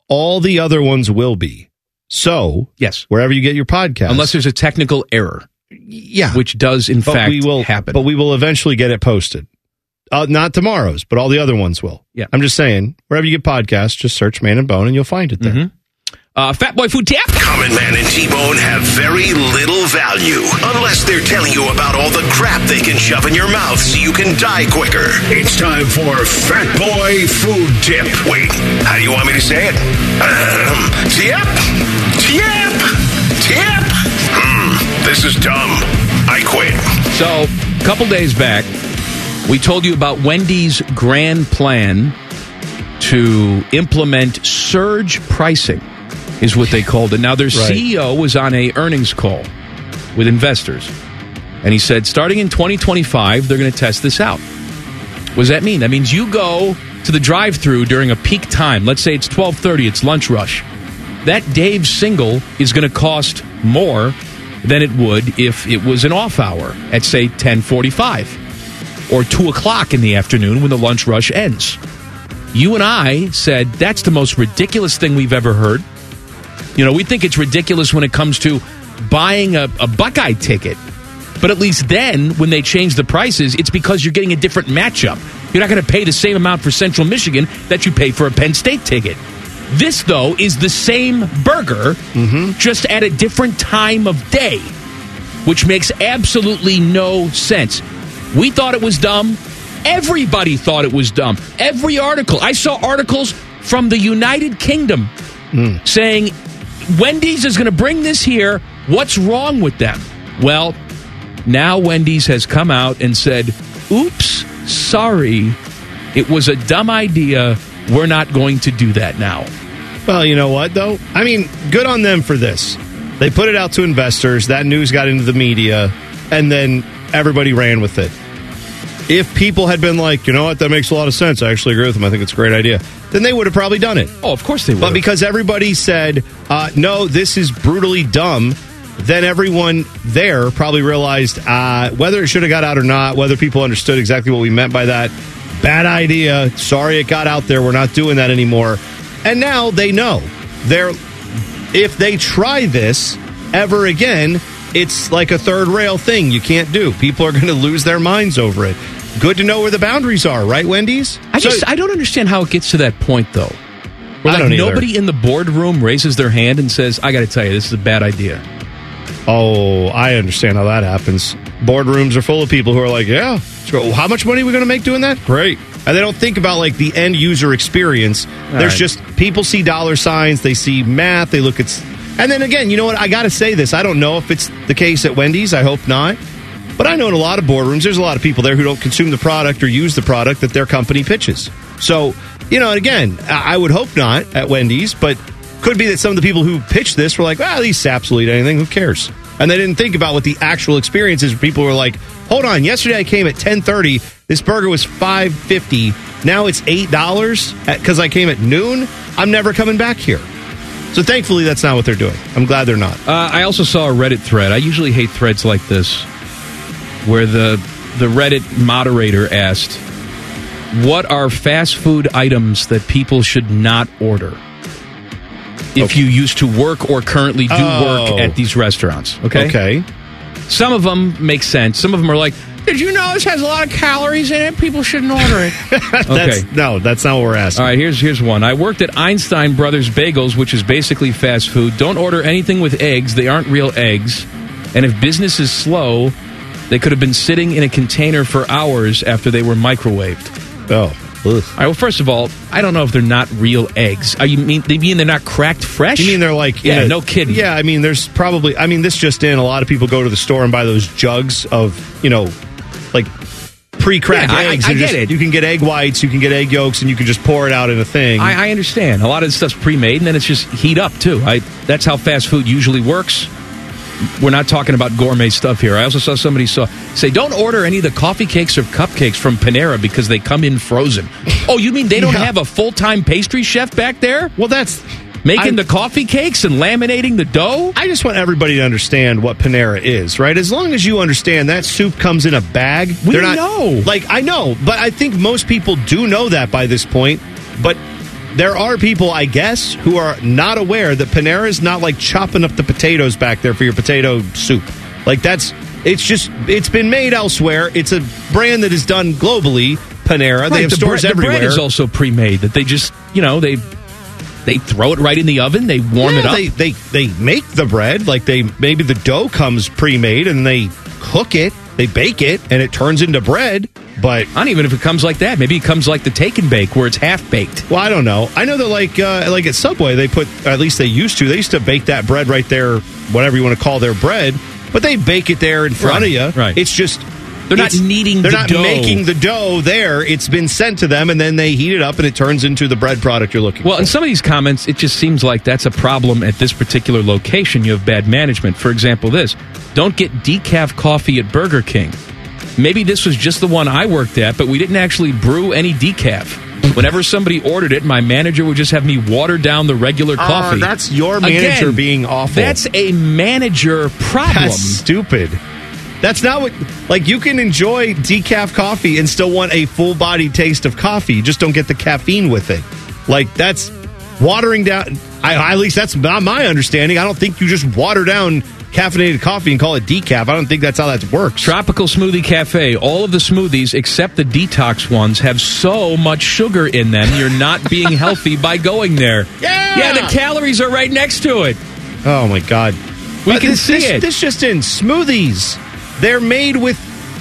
all the other ones will be. So,
yes,
wherever you get your podcast,
Unless there's a technical error.
Yeah.
Which does, in
but
fact,
we will
happen.
But we will eventually get it posted. Uh, not tomorrow's, but all the other ones will.
Yeah.
I'm just saying, wherever you get podcasts, just search Man and Bone and you'll find it there.
Uh, Fat Boy Food Tap.
Common Man and T-Bone have very little value unless they're telling you about all the crap they can shove in your mouth so you can die quicker. It's time for Fat Boy Food Tip. Wait, how do you want me to say it? Um, tip, tip, tip. Hmm, this is dumb. I quit.
So, a couple days back, we told you about Wendy's grand plan to implement surge pricing, is what they called it. Now, their CEO was on a earnings call with investors, and he said, starting in 2025, they're going to test this out. What does that mean? That means you go to the drive-through during a peak time. Let's say it's 12:30, it's lunch rush. That Dave's single is going to cost more than it would if it was an off hour at say 10:45 or 2 o'clock in the afternoon when the lunch rush ends. You and I said that's the most ridiculous thing we've ever heard. You know, we think it's ridiculous when it comes to buying a, a Buckeye ticket. But at least then, when they change the prices, it's because you're getting a different matchup. You're not going to pay the same amount for Central Michigan that you pay for a Penn State ticket. This, though, is the same burger, just at a different time of day, which makes absolutely no sense. We thought it was dumb. Everybody thought it was dumb. Every article. I saw articles from the United Kingdom saying Wendy's is going to bring this here. What's wrong with them? Well, now Wendy's has come out and said, oops, sorry. It was a dumb idea. We're not going to do that now.
Well, you know what, though? I mean, good on them for this. They put it out to investors, that news got into the media, and then everybody ran with it. If people had been like, you know what, that makes a lot of sense. I actually agree with them. I think it's a great idea. Then they would have probably done it.
Oh, of course they would.
But because everybody said, uh, no, this is brutally dumb, then everyone there probably realized uh, whether it should have got out or not, whether people understood exactly what we meant by that. Bad idea. Sorry it got out there. We're not doing that anymore. And now they know. They're if they try this ever again, it's like a third rail thing you can't do. People are (laughs) going to lose their minds over it. Good to know where the boundaries are, right, Wendy's?
I just I don't understand how it gets to that point though. Where,
I
like,
don't either.
nobody in the boardroom raises their hand and says, "I got to tell you, this is a bad idea."
Oh, I understand how that happens. Boardrooms are full of people who are like, yeah, so how much money are we going to make doing that? Great. And they don't think about like the end user experience.
right.
There's just people see dollar signs, they see math, they look at. s- And then again, you know what? I got to say this. I don't know if it's the case at Wendy's. I hope not. But I know in a lot of boardrooms, there's a lot of people there who don't consume the product or use the product that their company pitches. So, you know, and again, I I would hope not at Wendy's, but could be that some of the people who pitched this were like, well, these saps will eat anything. Who cares? And they didn't think about what the actual experience is. People were like, hold on, yesterday I came at 1030. This burger was 550. Now it's $8 because I came at noon. I'm never coming back here. So thankfully, that's not what they're doing. I'm glad they're not.
Uh, I also saw a Reddit thread. I usually hate threads like this, where the the Reddit moderator asked, "What are fast food items that people should not order?" If you used to work or currently do
Oh.
work at these restaurants, okay?
Okay.
Some of them make sense. Some of them are like,
Did you know this has a lot of calories in it? People shouldn't order
(laughs)
it.
That's- no, that's not what we're asking.
All right, here's here's one. I worked at Einstein Brothers Bagels, which is basically fast food. Don't order anything with eggs; they aren't real eggs. And if business is slow, they could have been sitting in a container for hours after they were microwaved.
Oh. All
right. Well, first of all, I don't know if they're not real eggs. Are you mean they mean they're not cracked fresh?
You mean they're like
yeah,
in a-
no kidding.
Yeah, I mean there's probably I mean this just in a lot of people go to the store and buy those jugs of you know like pre-cracked
Yeah, I-
eggs.
I- I
They're
get
just-
it.
You can get egg whites, you can get egg yolks, and you can just pour it out in a thing.
I, I understand. A lot of the stuff's pre-made, and then it's just heat up too. I that's how fast food usually works. We're not talking about gourmet stuff here. I also saw somebody saw say, "Don't order any of the coffee cakes or cupcakes from Panera because they come in
(laughs)
frozen." oh, you mean they don't have a full-time pastry chef back there?
Well, that's
making the coffee cakes and laminating the dough.
I just want everybody to understand what Panera is, right? As long as you understand that soup comes in a bag, we they're not, know. Like I know, but I think most people do know that by this point. But There are people, I guess, who are not aware that Panera is not like chopping up the potatoes back there for your potato soup. Like that's it's just it's been made elsewhere. It's a brand that is done globally. Panera.
Right,
they have
the
stores
bread,
everywhere.
The bread is also pre-made. That they just, you know, they they throw it right in the oven. They warm
Yeah,
it up.
They, they they make the bread like they maybe the dough comes pre-made and they cook it, they bake it, and it turns into bread. But
not even if it comes like that. Maybe it comes like the take and bake where it's half baked.
Well, I don't know. I know that like uh, like at Subway they put at least they used to they used to bake that bread right there, whatever you want to call their bread, but they bake it there in front
Right,
of you.
right.
It's just.
They're not
it's-
kneading
They're
the
not
dough.
making the dough there. It's been sent to them, and then they heat it up, and it turns into the bread product you're looking.
Well, in some of these comments, it just seems like that's a problem at this particular location. You have bad management. For example, this don't get decaf coffee at Burger King. Maybe this was just the one I worked at, but we didn't actually brew any decaf. Whenever somebody ordered it, my manager would just have me water down the regular
Oh,
coffee.
that's your manager
Again,
being awful.
That's a manager problem.
That's stupid. That's not what like you can enjoy decaf coffee and still want a full body taste of coffee. You just don't get the caffeine with it. Like that's watering down I at least that's not my understanding. I don't think you just water down caffeinated coffee and call it decaf. I don't think that's how that works.
Tropical Smoothie Cafe, all of the smoothies except the detox ones have so much sugar in them, you're not
(laughs)
being healthy by going there. Yeah! the calories are right next to it.
Oh my god.
We
Uh,
can
this,
see
this,
it.
This just in smoothies. They're made with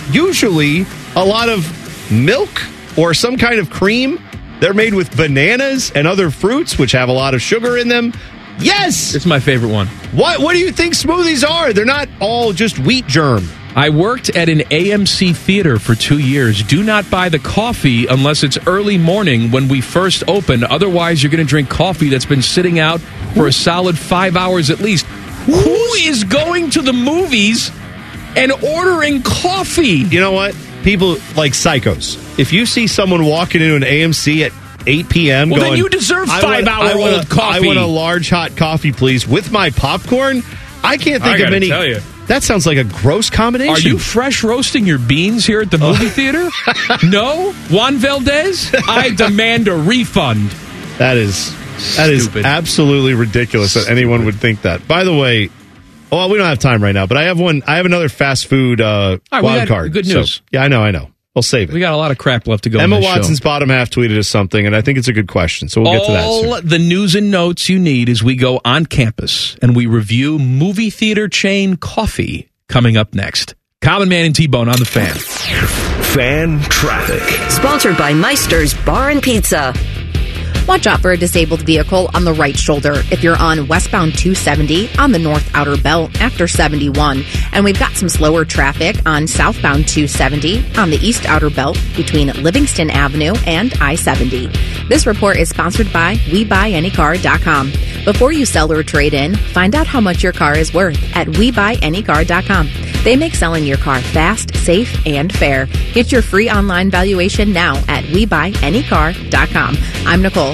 usually a lot of milk or some kind of cream. They're made with bananas and other fruits which have a lot of sugar in them. Yes.
It's my favorite one.
What what do you think smoothies are? They're not all just wheat germ.
I worked at an AMC theater for two years. Do not buy the coffee unless it's early morning when we first open. Otherwise, you're going to drink coffee that's been sitting out for a solid five hours at least. Who is going to the movies and ordering coffee?
You know what? People like psychos. If you see someone walking into an AMC at 8 p.m.
Well, then
going,
you deserve
"I want-
five-hour
I want a-
old coffee."
I want a large hot coffee, please, with my popcorn. I can't
I
think of
gotta
any.
tell you.
That sounds like a gross combination.
Are you fresh roasting your beans here at the
(laughs)
movie theater? no? Juan Valdez? I demand a refund.
That is that is absolutely ridiculous that anyone would think that. By the way, well, we don't have time right now, but I have one. I have another fast food uh,
All right, we got
wild card.
good
So-
news.
yeah, I know, I know. We'll save it.
We got a lot of crap left to go. on
Emma
this show.
Watson's bottom half tweeted us something, and I think it's a good question. So we'll get to that. soon.
All the news and notes you need as we go on campus and we review movie theater chain coffee coming up next. Common Man and T Bone on the fan.
Fan traffic.
Sponsored by Meister's Bar and Pizza.
Watch out for a disabled vehicle on the right shoulder if you're on westbound 270 on the north outer belt after 71. And we've got some slower traffic on southbound 270 on the east outer belt between Livingston Avenue and I 70. This report is sponsored by WeBuyAnyCar.com. Before you sell or trade in, find out how much your car is worth at WeBuyAnyCar.com. They make selling your car fast, safe, and fair. Get your free online valuation now at WeBuyAnyCar.com. I'm Nicole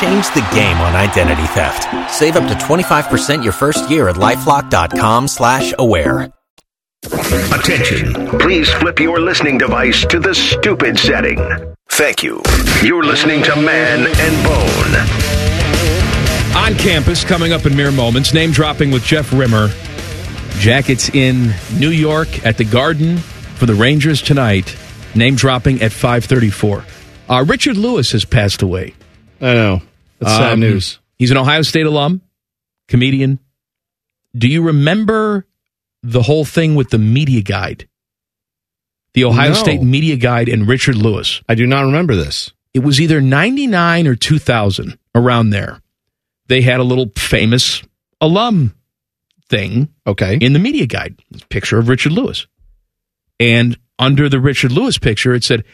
Change the game on identity theft. Save up to 25% your first year at LifeLock.com slash aware.
Attention. Please flip your listening device to the stupid setting. Thank you. You're listening to Man and Bone.
On campus, coming up in mere moments, name dropping with Jeff Rimmer. Jackets in New York at the Garden for the Rangers tonight. Name dropping at 534. Uh, Richard Lewis has passed away. Um,
I know. That's sad news.
He's an Ohio State alum, comedian. Do you remember the whole thing with the media guide? The Ohio
No.
State media guide and Richard Lewis.
I do not remember this.
It was either 99 or 2000, around there. They had a little famous alum thing
okay.
in the media guide, picture of Richard Lewis. And under the Richard Lewis picture, it said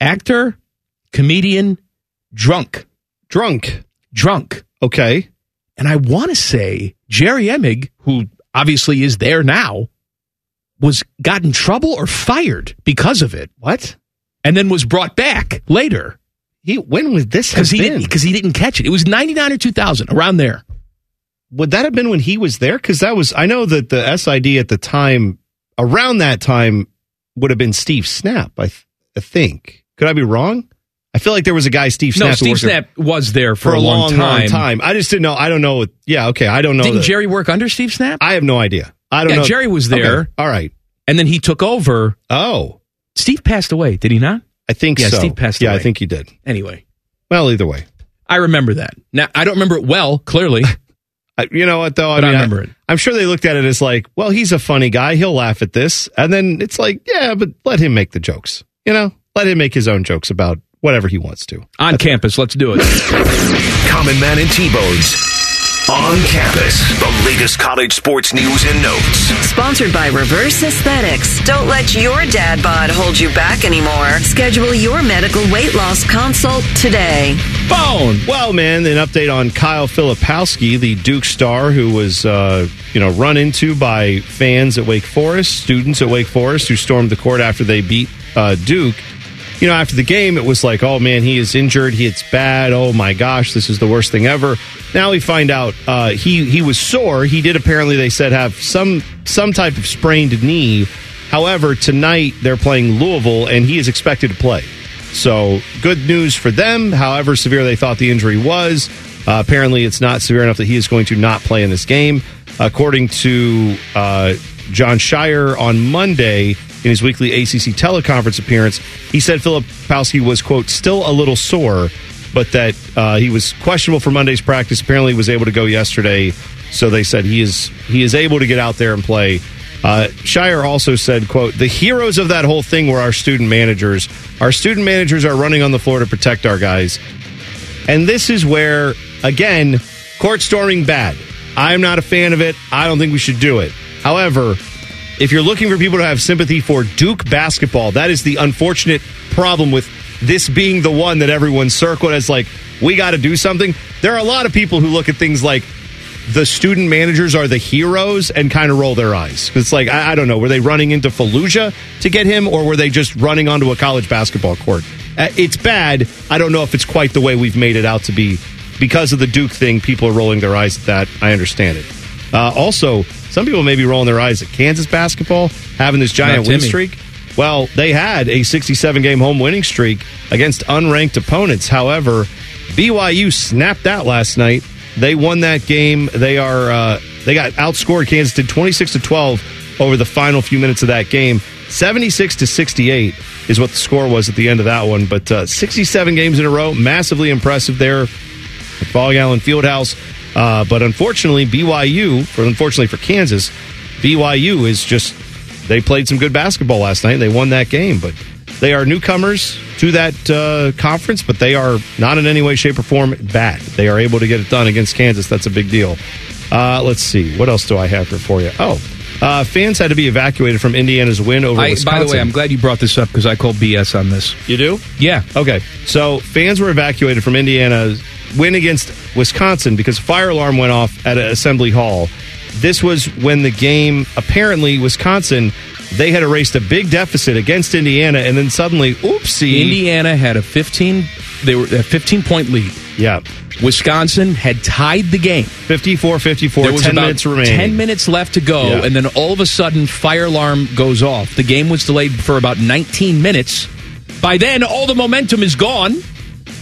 actor, comedian, drunk.
Drunk.
Drunk.
Okay.
And I want to say Jerry Emig, who obviously is there now, was got in trouble or fired because of it. What? And then was brought back later.
He when was this?
Because he didn't because he didn't catch it. It was ninety nine or two thousand around there.
Would that have been when he was there? Because that was I know that the SID at the time around that time would have been Steve Snap. I, th- I think. Could I be wrong? I feel like there was a guy Steve Snap.
no,
who
Steve
worked there
Snap was there for,
for, a long,
time.
long time. I just didn't know. I don't know. what- Yeah, okay. I don't know.
Didn't
that-
Jerry work under Steve Snap?
I have no idea. I don't
yeah,
know.
Jerry was
Okay,
there.
All right.
And then he took over.
Oh.
Steve passed away, did he not?
I think
yeah,
so.
Steve passed
Yeah,
away.
I think he did.
Anyway,
Well, either way.
I remember that. Now, I don't remember it well, clearly.
(laughs) I- You know what though?
But I remember it.
I'm sure they looked at it as like, well, he's a funny guy. He'll laugh at this, and then it's like, yeah, but let him make the jokes. You know, let him make his own jokes about whatever he wants to.
On campus, let's do it.
(laughs)
Common Man and T-Bones. On campus, the latest college sports news and notes.
Sponsored by Reverse Aesthetics. Don't let your dad bod hold you back anymore. Schedule your medical weight loss consult today.
Bone.
Well, man, an update on Kyle Filipowski, the Duke star who was, uh, you know, run into by fans at Wake Forest, students at Wake Forest who stormed the court after they beat uh, Duke. You know, after the game, it was like, oh man, he is injured. He it's bad. Oh my gosh, this is the worst thing ever. Now we find out uh, he he was sore. He did apparently they said have some some type of sprained knee. However, tonight they're playing Louisville, and he is expected to play. So good news for them, however severe they thought the injury was. Uh, apparently, it's not severe enough that he is going to not play in this game. According to uh, John Shire on Monday in his weekly ACC teleconference appearance, he said Filipowski was, quote, still a little sore, but that uh, he was questionable for Monday's practice. Apparently, was able to go yesterday. So they said he is he is able to get out there and play. Uh, Shire also said, "quote The heroes of that whole thing were our student managers. Our student managers are running on the floor to protect our guys, and this is where again court storming bad. I'm not a fan of it. I don't think we should do it. However, if you're looking for people to have sympathy for Duke basketball, that is the unfortunate problem with this being the one that everyone circled as like we got to do something. There are a lot of people who look at things like." the student managers are the heroes and kind of roll their eyes. It's like, I, I don't know, were they running into Fallujah to get him or were they just running onto a college basketball court? Uh, it's bad. I don't know if it's quite the way we've made it out to be. Because of the Duke thing, people are rolling their eyes at that. I understand it. Uh, also, some people may be rolling their eyes at Kansas basketball having this giant
Not
win
Timmy.
streak. Well, they had a 67 game home winning streak against unranked opponents. However, BYU snapped out last night. They won that game. They are uh, they got outscored. Kansas did 26 to 12 over the final few minutes of that game. 76 to 68 is what the score was at the end of that one. But uh, 67 games in a row, massively impressive there at Bog Allen Fieldhouse. Uh, but unfortunately, BYU, or unfortunately for Kansas, BYU is just, they played some good basketball last night. They won that game, but they are newcomers to that uh, conference, but they are not in any way, shape, or form bad. They are able to get it done against Kansas. That's a big deal. Uh, let's see. What else do I have here for you? Oh, uh, fans had to be evacuated from Indiana's win over
I,
Wisconsin.
by the way, I'm glad you brought this up because I called BS on this.
You do?
Yeah.
Okay. So fans were evacuated from Indiana's win against Wisconsin because a fire alarm went off at a- Assembly Hall. This was when the game apparently Wisconsin they had erased a big deficit against Indiana and then suddenly oopsie
Indiana had a 15 they were a 15 point lead.
Yeah.
Wisconsin had tied the game.
54-54
There was
10
about
minutes remaining.
10 minutes left to go
Yeah.
and then all of a sudden fire alarm goes off. The game was delayed for about 19 minutes. By then all the momentum is gone.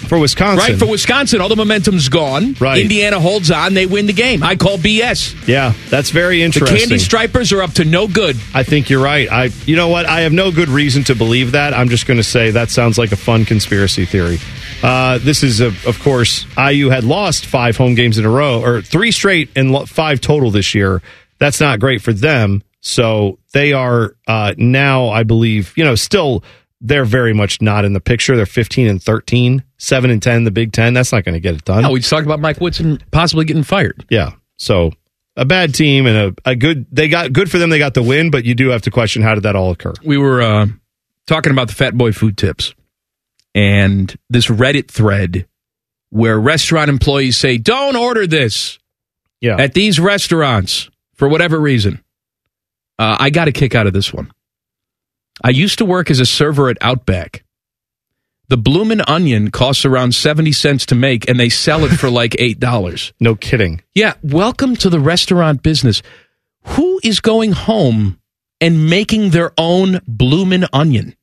for Wisconsin.
Right for Wisconsin, all the momentum's gone.
Right.
Indiana holds on; they win the game. I call BS.
yeah, that's very
The
interesting.
Candy Stripers are up to no good.
I think you're right. I, you know what? I have no good reason to believe that. I'm just going to say that sounds like a fun conspiracy theory. Uh, this is, of of course, IU had lost five home games in a row, or three straight and lo- five total this year. That's not great for them. So they are uh, now, I believe, you know, still they're very much not in the picture. They're 15 and 13, 7 and 10, the Big Ten. That's not going to get it done.
No, we just talked about Mike Woodson possibly getting fired.
Yeah. So a bad team and a, a good, they got good for them. They got the win, but you do have to question how did that all occur?
we were uh, talking about the fat boy food tips and this reddit thread where restaurant employees say don't order this
Yeah.
At these restaurants, for whatever reason, uh, I got a kick out of this one. I used to work as a server at Outback. The bloomin' onion costs around 70 cents to make, and they sell it for like $8.
No kidding.
Yeah. Welcome to the restaurant business. Who is going home and making their own bloomin' onion?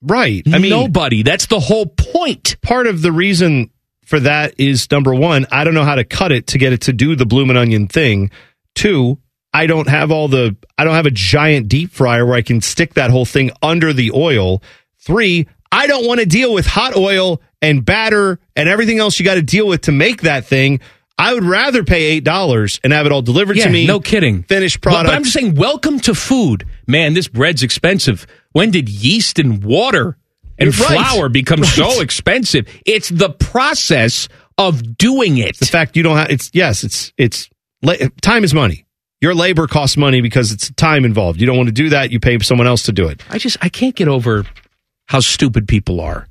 Right.
I mean, nobody. That's the whole point.
Part of the reason for that is number one, I don't know how to cut it to get it to do the bloomin' onion thing. Two, I don't have all the I don't have a giant deep fryer where I can stick that whole thing under the oil. Three, I don't want to deal with hot oil and batter and everything else you got to deal with to make that thing. I would rather pay eight dollars and have it all delivered
Yeah,
to me.
no kidding.
Finished
But-
product.
But, I'm just saying, welcome to food. Man, this bread's expensive. When did yeast and water and
You're right.
flour become so
Right.
expensive? It's the process of doing it.
the fact you don't have it's yes it's it's la- time is money your labor costs money because it's time involved you don't want to do that you pay someone else to do it
I just I can't get over how stupid people are.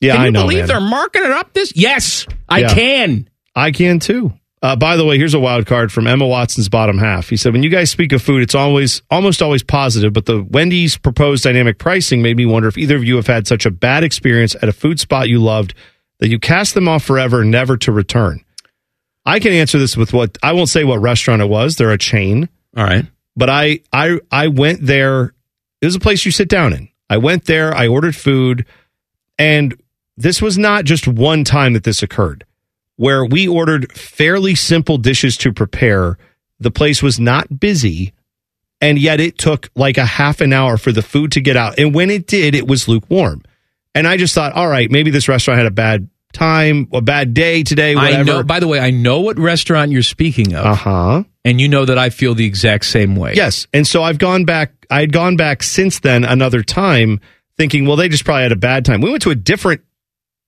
yeah
can you
i know
believe
man.
they're marking it up this? Yes, I
Yeah.
can.
i can too uh, by the way here's a wild card from emma watson's bottom half he said when you guys speak of food it's always almost always positive but the wendy's proposed dynamic pricing made me wonder if either of you have had such a bad experience at a food spot you loved that you cast them off forever never to return i can answer this with what i won't say what restaurant it was they're a chain
All right.
but I I I went there. It was a place you sit down in. I went there. I ordered food, and this was not just one time that this occurred. Where we ordered fairly simple dishes to prepare, the place was not busy, and yet it took like a half an hour for the food to get out. And when it did, it was lukewarm. And I just thought, all right, maybe this restaurant had a bad time, a bad day today, whatever.
I know. By the way, I know what restaurant you're speaking of,
uh huh.
and you know that I feel the exact same way.
Yes, and so I've gone back. I had gone back since then another time, thinking, well, they just probably had a bad time. We went to a different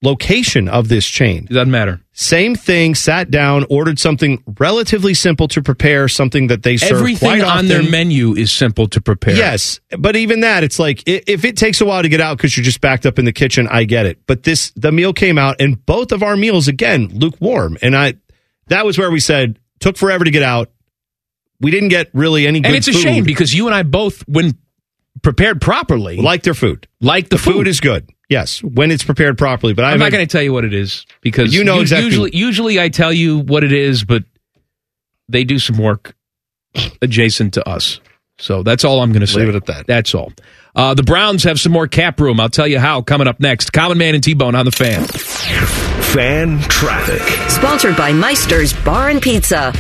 location of this chain.
It doesn't matter.
Same thing. Sat down, ordered something relatively simple to prepare, something that they serve
Everything
quite
on their
often.
menu is simple to prepare.
Yes, but even that, it's like i- if it takes a while to get out because you're just backed up in the kitchen, I get it. But this, the meal came out, and both of our meals again lukewarm, and I, that was where we said took forever to get out. We didn't get really any good
and it's a
food.
shame because you and I both, when prepared properly,
like their food.
like the,
Food is good. Yes, when it's prepared properly. But
I'm
I'm
not
(laughs)
going to tell you what it is because
You know
u-
exactly-
Usually, usually I tell you what it is, but they do some work adjacent to us. So that's all I'm going to say.
Leave it at that.
That's all. Uh, the Browns have some more cap room. I'll tell you how coming up next. Common Man and T Bone on the fan.
Fan traffic.
Sponsored by Meister's Bar and Pizza.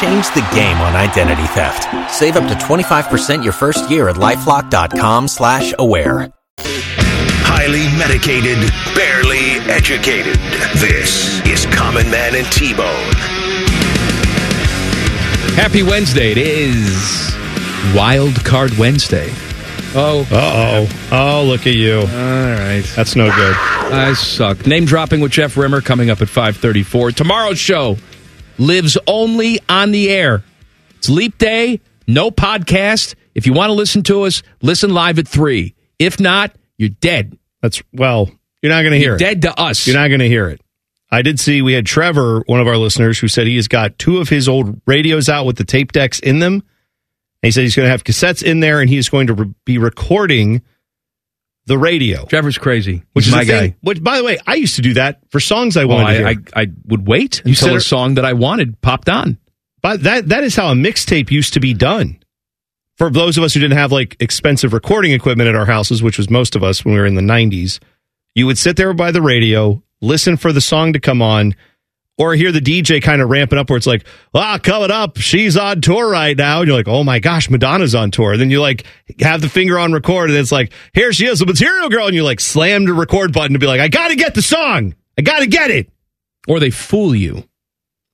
Change the game on identity theft. Save up to 25% your first year at LifeLock.com slash aware.
Highly medicated, barely educated. This is Common Man and T Bone.
Happy Wednesday. It is Wild Card Wednesday. Oh,
Uh oh. Oh, look at you.
all right.
That's no good.
I suck. Name dropping with Jeff Rimmer coming up at 534. Tomorrow's show lives only on the air. It's leap day, no podcast. If you want to listen to us, listen live at 3. If not, you're dead.
That's well. You're not going to hear
You're
it.
dead to us.
You're not going to hear it. I did see we had Trevor, one of our listeners, who said he has got two of his old radios out with the tape decks in them. And he said he's going to have cassettes in there, and he is going to re- be recording the radio,
Trevor's crazy.
which
He's
is
my
a thing-
guy.
Which, by the way, I used to do that for songs I
Well,
wanted to
I,
hear.
I, I would wait
You
until
said
a
it-
song that I wanted popped on.
But that that is how a mixtape used to be done. For those of us who didn't have like expensive recording equipment at our houses, which was most of us when we were in the 90s, you would sit there by the radio, listen for the song to come on, or hear the DJ kind of ramping up where it's like, ah, coming up, she's on tour right now. And you're like, oh my gosh, Madonna's on tour. And then you like have the finger on record and it's like, here she is, the material girl. And you like slam the record button to be like, I got to get the song. I got to get it.
Or they fool you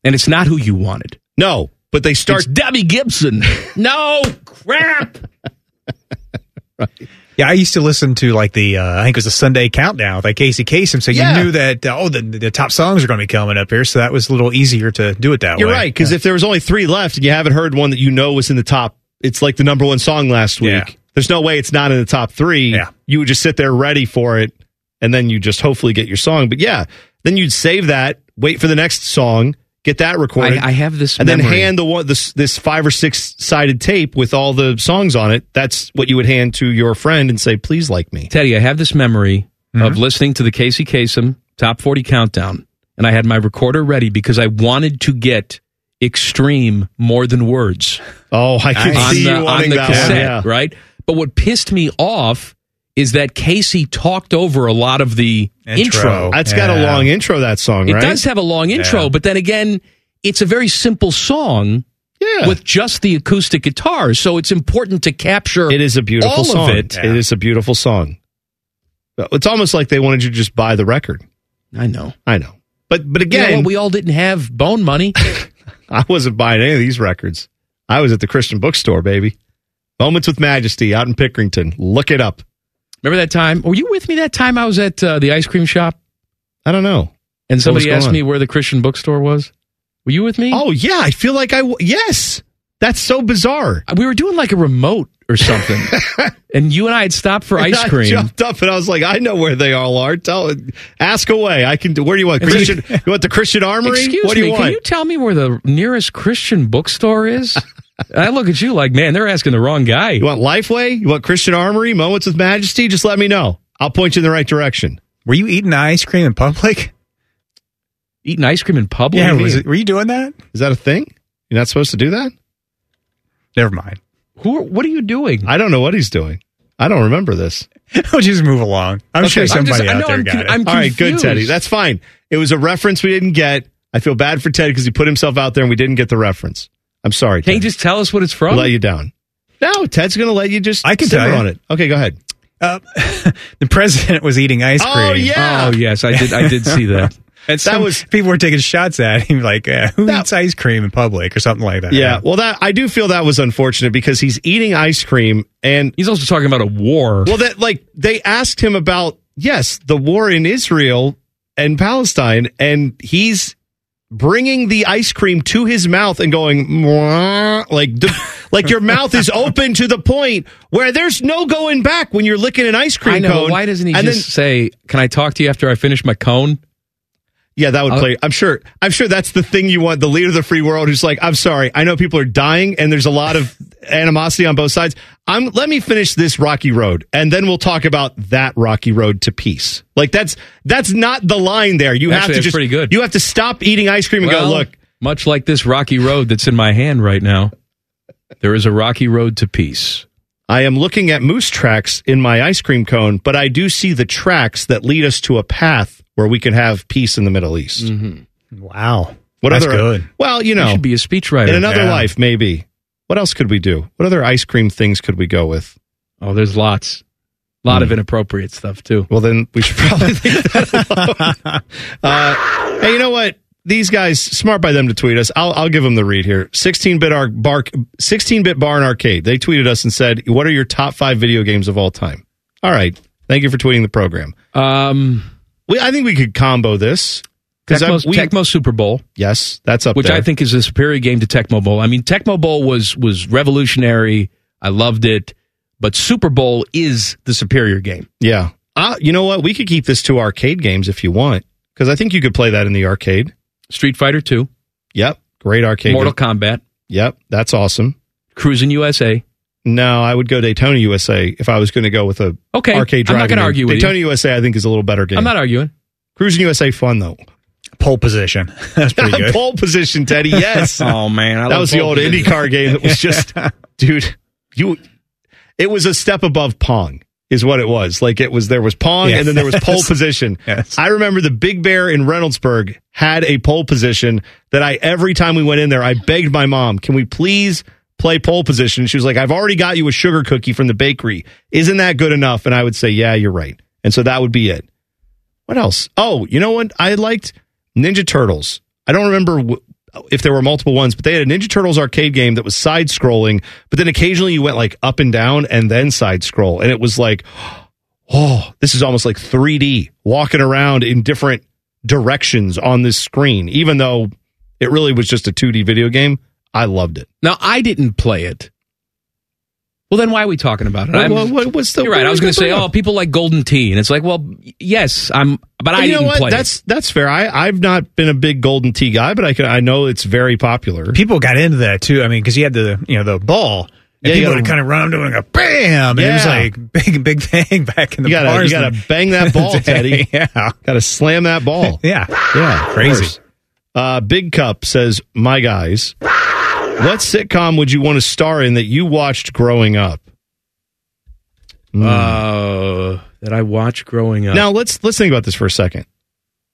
and it's not who you wanted.
No, but they start.
Debbie Gibson. (laughs) no crap.
Yeah, I used to listen to like the uh, I think it was a Sunday countdown with like Casey Kasem, so
Yeah.
you knew that uh, oh the, the top songs are going to be coming up here, so that was a little easier to do it that
You're
way.
right. Because if there was only three left and you haven't heard one that you know was in the top, it's like the number one song last week. There's no way it's not in the top three. Yeah. You would just sit there ready for it and then you just hopefully get your song. But yeah, then you'd save that, wait for the next song, get that recorded.
I- I have this
And then
memory.
hand the one this this five or six sided tape with all the songs on it. That's what you would hand to your friend and say, please like me.
Teddy, I have this memory
Mm-hmm.
of listening to the Casey Kasem Top 40 Countdown, and I had my recorder ready because I wanted to get extreme more than words.
Oh, I could see you wanting that one, yeah.
right? But what pissed me off is that Casey talked over a lot of the intro.
That's got a long intro, that song,
It
right?
does have a long intro,
Yeah.
but then again, it's a very simple song.
Yeah.
With just the acoustic guitar, so it's important to capture.
It is a beautiful
all
song.
Of it.
It is a beautiful song. It's almost like they wanted you to just buy the record.
I know.
I know. But but
You know
again,
what? we all didn't have bone money.
(laughs) I wasn't buying any of these records. I was at the Christian bookstore, baby. Moments with Majesty out in Pickerington. Look it up.
Remember that time? Were you with me that time I was at uh, the ice cream shop?
I don't know.
And
What was
somebody
going
asked
on?
me where the Christian bookstore was. Were you with me?
Oh yeah, I feel like I w- yes. That's so bizarre.
Uh, We were doing like a remote or
(laughs)
something, and you and I had stopped for
And
ice
I
cream.
jumped up and I was like, I know where they all are. Tell, ask away. I can. do Where do you want
It's
Christian? you want
(laughs)
the Christian Armory?
Excuse
what do you
me,
want?
can you tell me where the nearest Christian bookstore is? (laughs) And I look at you like, man, they're asking the wrong guy.
You want Lifeway? You want Christian Armory? Moments with Majesty? Just let me know. I'll point you in the right direction.
Were you eating ice cream in public?
Eating ice cream in public?
Yeah,
What do you
was
mean?
it, were you doing that?
Is that a thing? You're not supposed to do that?
Never mind.
Who? Are, what are you doing?
I don't know what he's doing. I don't remember (laughs) this.
I'll just move along. I'm sure somebody out there got it.
All right, good, Teddy. That's fine. It was a reference we didn't get. I feel bad for Teddy because he put himself out there and we didn't get the reference. I'm sorry.
Can you
Teddy.
just tell us what it's from?
I let you down. No, Ted's going to let you just
I can
simmer
tell you. Uh,
on it. Okay, go ahead.
(laughs) the president was eating ice cream.
Oh, yeah.
Oh yes, I did. I did
(laughs)
see that.
And some
was-
people were taking shots at him, like uh, who eats ice cream in public or something like that.
Yeah, well, that I do feel that was unfortunate because he's eating ice cream and
He's also talking about a war.
Well, that like they asked him about yes, the war in Israel and Palestine, and he's bringing the ice cream to his mouth and going "Mwah,"
(laughs)
like the, like your mouth is open to the point where there's no going back when you're licking an ice cream
I know. but
cone.
Why doesn't he
and
just say, "Can I talk to you after I finish my cone"?
Yeah, that would
I'll-
play. I'm sure. I'm sure that's the thing you want. The leader of the free world who's like, I'm sorry. I know people are dying, and there's a lot of animosity on both sides. I'm. Let me finish this rocky road, and then we'll talk about that rocky road to peace. Like that's that's not the line there. You have
Actually,
to
that's
just
pretty good.
You have to stop eating ice cream and
Well,
go. Look,
much like this rocky road that's in my hand right now, there is a
(laughs)
rocky road to peace.
I am looking at moose tracks in my ice cream cone, but I do see the tracks that lead us to a path where we can have peace in the Middle East.
Mm-hmm.
Wow.
What
That's
other?
good.
Well, you know,
You should be a speechwriter.
in another
Yeah.
life maybe what else could we do what other ice cream things could we go with Hmm.
Oh, there's lots, lot of inappropriate stuth too.
well then we should probably leave that alone. uh, hey you know what these guys smart by them to tweet us i'll, I'll give them the read here 16-bit ar- bark 16-bit bar and arcade they tweeted us and said what are your top five video games of all time all right thank you for tweeting the program
Um,
we, i think we could combo this because
Tecmo, Tecmo Super Bowl,
yes that's up
which
there.
I think is a superior game to Tecmo Bowl. I mean, Tecmo Bowl was was revolutionary. I loved it, but Super Bowl is the superior game.
Yeah. Uh, you know what? We could keep this to arcade games if you want, because I think you could play that in the arcade.
Street Fighter Two,
Yep. Great arcade.
Mortal
game.
Kombat,
Yep. That's awesome.
Cruising USA.
No, I would go Daytona USA if I was going to go with a
Okay,
arcade
I'm
driving.
not gonna
game.
argue with you.
Daytona USA, I think, is a little better game.
I'm not arguing.
Cruising USA fun though.
Pole position. (laughs) That's
(laughs)
pretty good.
pole position, Teddy.
(laughs)
Yes.
Oh, man, I
that
love
was the
pole
old
position.
IndyCar
(laughs)
game. It was just, dude, you. It was a step above Pong, is what it was. Like it was there was Pong, and then there was
(laughs)
pole
Yes.
position. I remember the Big Bear in Reynoldsburg had a pole position that I every time we went in there, I begged my mom, "Can we please?" Play pole position. She was like, I've already got you a sugar cookie from the bakery. Isn't that good enough? And I would say, Yeah, you're right. And so that would be it. What else? Oh, you know what? I liked Ninja Turtles. I don't remember wh- if there were multiple ones, but they had a Ninja Turtles arcade game that was side scrolling, but then occasionally you went like up and down and then side scroll. And it was like, (gasps) oh, this is almost like 3D walking around in different directions on this screen, even though it really was just a 2D video game. I loved it.
Now, I didn't play it. Well, then why are we talking about it?
What-
I'm-
what- what- what's the-
you're right. I was going
what are we
to say,
gonna bring
oh, people like Golden Tea, and it's like, well, y- yes, I'm, but I
And you know
didn't
what?
play.
That's that's fair. I, I've not been a big golden tea guy, but I can I know it's very popular.
People got into that too. I mean, because you had the you know the ball. And
Yeah, you
people
gotta-
would kind of run up to it and go, bam! And it was
Yeah. (laughs)
like big, big thing back in the
You gotta-
bars
you gotta
and-
bang (laughs) that ball, Teddy.
yeah.
Got to slam that ball.
(laughs) Yeah.
Yeah. of
Crazy.
course. Uh, Big Cup says, My guys, what sitcom would you want to star in that you watched growing up? Hmm.
Uh, that I watched growing up.
Now let's let's think about this for a second.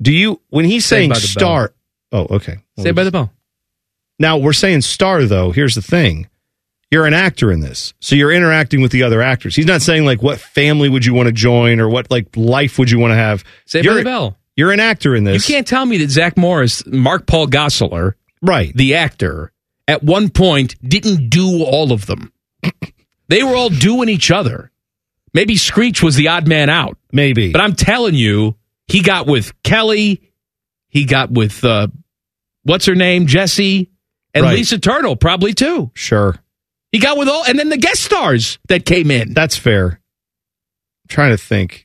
Do you when he's
Saved
saying
by the Bell.
star? Oh, okay.
Saved by the Bell.
Now we're saying star though. Here's the thing: you're an actor in this, so you're interacting with the other actors. He's not saying like what family would you want to join or what like life would you want to have.
Saved by
you're,
the Bell.
You're an actor in
You
this.
can't tell me that Zach Morris, Mark Paul Gosselaar,
right,
the actor, at one point didn't do all of them. (clears throat) they were all doing each other. Maybe Screech was the odd man out.
Maybe,
but I'm telling you, he got with Kelly. He got with uh, what's her name, Jesse, and
Right.
Lisa Turtle, probably too.
Sure,
he got with all, and then the guest stars that came in.
That's fair. I'm trying to think.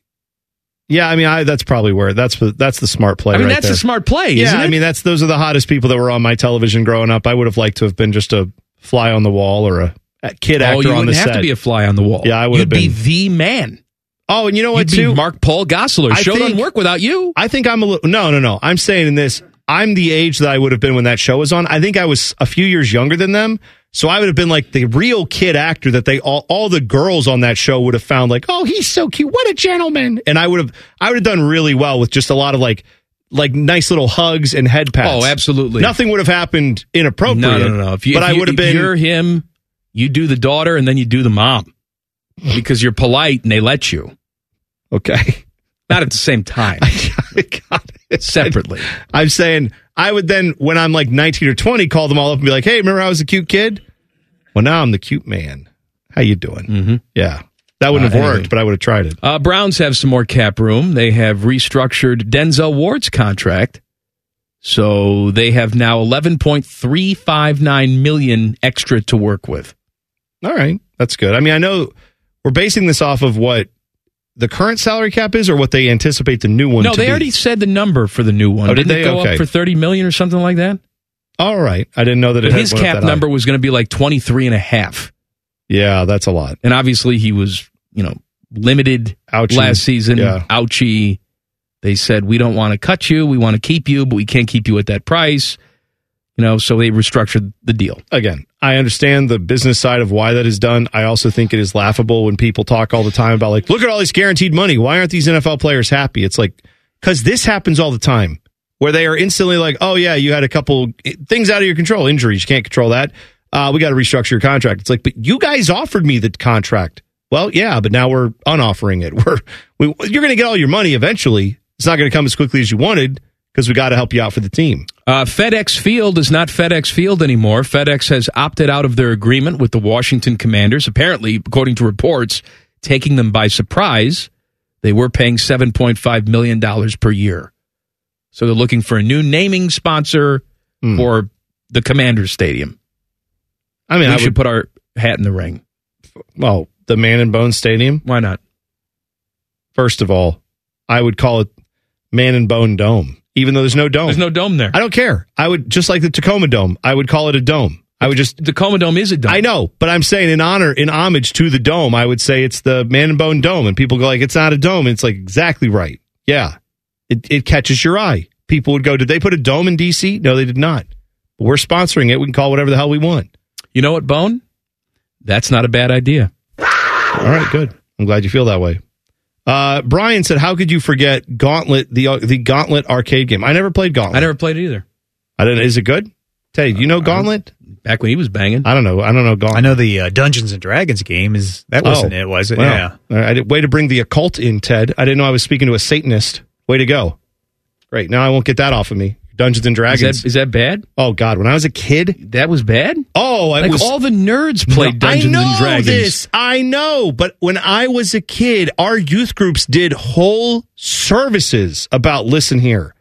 Yeah, I mean, I, that's probably where that's the- that's the smart play.
I mean,
right
that's a
there.
smart play,
Yeah,
isn't
I
it?
mean, that's those are the hottest people that were on my television growing up. I would have liked to have been just a fly on the wall or a, a kid
oh,
actor
you
on
wouldn't
the
have
set.
to be a fly on the wall.
Yeah, I would
You'd
have been.
be the man.
Oh, and you know what,
You'd be
too?
Mark Paul Gosselaar.
I
Show
think-
doesn't work without you.
I think I'm a little. No, no, no. I'm saying in this, I'm the age that I would have been when that show was on. I think I was a few years younger than them. So I would have been like the real kid actor that they all, all the girls on that show would have found like, oh, he's so cute. What a gentleman. And I would have, I would have done really well with just a lot of like, like nice little hugs and head pats.
Oh, absolutely.
Nothing would have happened inappropriate.
No, no, no, no. If you,
but
if
I
you-
would have
if
been.
You're him. You do the daughter, and then you do the mom because you're polite and they let you.
Okay.
Not at the same
(laughs)
time. Separately.
I'm saying I would then, when I'm like 19 or 20, call them all up and be like, "Hey, remember I was a cute kid? Well, now I'm the cute man. How you doing? Mm-hmm. Yeah, that wouldn't
Uh,
have worked,
anyway.
but I would have tried it.
Uh, Browns have some more cap room. They have restructured Denzel Ward's contract, so they have now eleven point three five nine million extra to work with.
All right, that's good. I mean, I know we're basing this off of what the current salary cap is, or what they anticipate the new one.
no,
to
they
be.
already said the number for the new one.
Oh, did
Didn't it
they?
go
Okay.
up for thirty million or something like that?
All right, I didn't know that it
But
had
his
went up
cap
that high.
number was going to be like 23 and a half.
Yeah, that's a lot.
And obviously he was, you know, limited
Ouchie.
last season.
Yeah.
Ouchie. They said, we don't want to cut you. We want to keep you, but we can't keep you at that price. You know, so they restructured the deal.
Again, I understand the business side of why that is done. I also think it is laughable when people talk all the time about like, look at all this guaranteed money. Why aren't these NFL players happy? It's like because this happens all the time where they are instantly like, oh yeah, you had a couple i- things out of your control, injuries, you can't control that. Uh, we got to restructure your contract. It's like, but you guys offered me the contract. Well, yeah, but now we're unoffering it. (laughs) We're we, you're going to get all your money eventually. It's not going to come as quickly as you wanted because we got to help you out for the team.
Uh, FedEx Field is not FedEx Field anymore. FedEx has opted out of their agreement with the Washington Commanders, apparently, according to reports, taking them by surprise. They were paying $7.5 million per year. So they're looking for a new naming sponsor
Hmm.
for the Commanders Stadium.
I mean,
we
I
should
would-
put our hat in the ring.
well, the Man and Bone Stadium.
Why not?
First of all, I would call it Man and Bone Dome, even though there's no dome.
There's no dome there.
I don't care. I would just like the Tacoma Dome. I would call it a dome. I would just
Tacoma Dome is a dome.
I know, but I'm saying in honor, in homage to the dome, I would say it's the Man and Bone Dome, and people go like, "It's not a dome." And it's like exactly right. Yeah, it it catches your eye. people would go, did they put a dome in D.C.? No, they did not. But we're sponsoring it. We can call it whatever the hell we want.
You know what, Bone? That's not a bad idea.
All right, good. I'm glad you feel that way. Uh, Brian said, "How could you forget Gauntlet, the uh, the Gauntlet arcade game? I never played Gauntlet. I never
played it either. Uh,
I didn't. Is it good? Teddy, do you know Gauntlet?
Back when he was banging,
I don't know. I don't know Gauntlet.
I know the uh, Dungeons and Dragons game is that wasn't
Oh,
it, was it?
wow.
Yeah.
All right, I did- way to bring the occult in, Ted. I didn't know I was speaking to a Satanist. Way to go. Great. Now I won't get that off of me. Dungeons and Dragons.
Is that- is that bad?
Oh God! When I was a kid,
that was bad.
Oh, it
Like,
was-
all the nerds played
No,
Dungeons
I know
and Dragons.
This I know, but when I was a kid, our youth groups did whole services about. Listen here,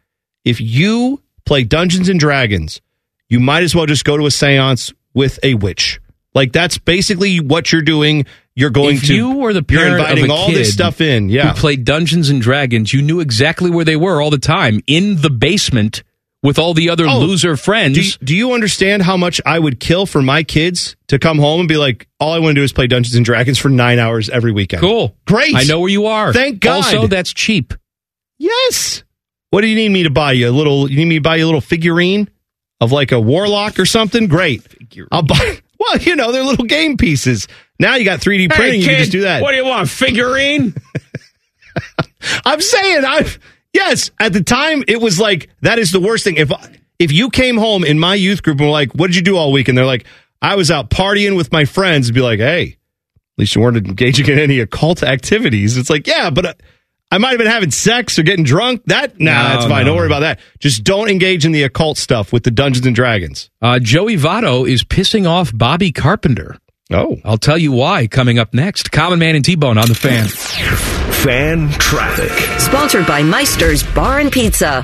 if you play Dungeons and Dragons, you might as well just go to a séance with a witch. Like that's basically what you're doing. You're going
if
to
you were the
you're
parent
inviting
of a
all
kid
this stuff in. Yeah,
who played Dungeons and Dragons. You knew exactly where they were all the time in the basement with all the other loser friends.
Oh, Do you, do you understand how much I would kill for my kids to come home and be like, all I want to do is play Dungeons and Dragons for nine hours every weekend?
Cool.
Great.
I know where you are.
Thank God.
Also, that's cheap.
Yes. What do you need me to buy you? A little, you need me to buy you a little figurine of like a warlock or something? Great. I'll buy, (laughs) well, you know, they're little game pieces. Now you got 3D printing. you can just do that.
What do you want, figurine?
I'm saying I've yes. At the time, it was like that is the worst thing. If if you came home in my youth group and were like, "What did you do all week?" and they're like, "I was out partying with my friends," be like, "Hey, at least you weren't engaging in any occult activities." It's like, yeah, but uh, I might have been having sex or getting drunk. That nah,
No,
that's fine.
no,
Don't worry
no.
about that. Just don't engage in the occult stuff with the Dungeons and Dragons.
Uh, Joey Votto is pissing off Bobby Carpenter.
Oh.
I'll tell you why coming up next. Common Man and T Bone on the fan.
Fan traffic.
Sponsored by Meister's Bar and Pizza.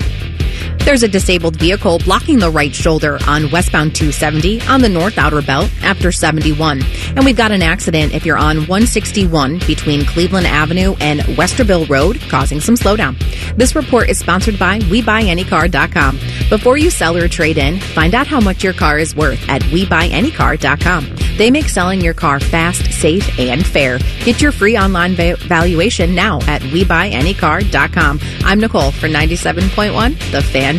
There's a disabled vehicle blocking the right shoulder on westbound 270 on the north outer belt after 71. And we've got an accident if you're on 161 between Cleveland Avenue and Westerville Road, causing some slowdown. This report is sponsored by WeBuyAnyCar.com. Before you sell or trade in, find out how much your car is worth at WeBuyAnyCar.com. They make selling your car fast, safe, and fair. Get your free online va- valuation now at WeBuyAnyCar.com. I'm Nicole for 97.1 The Fan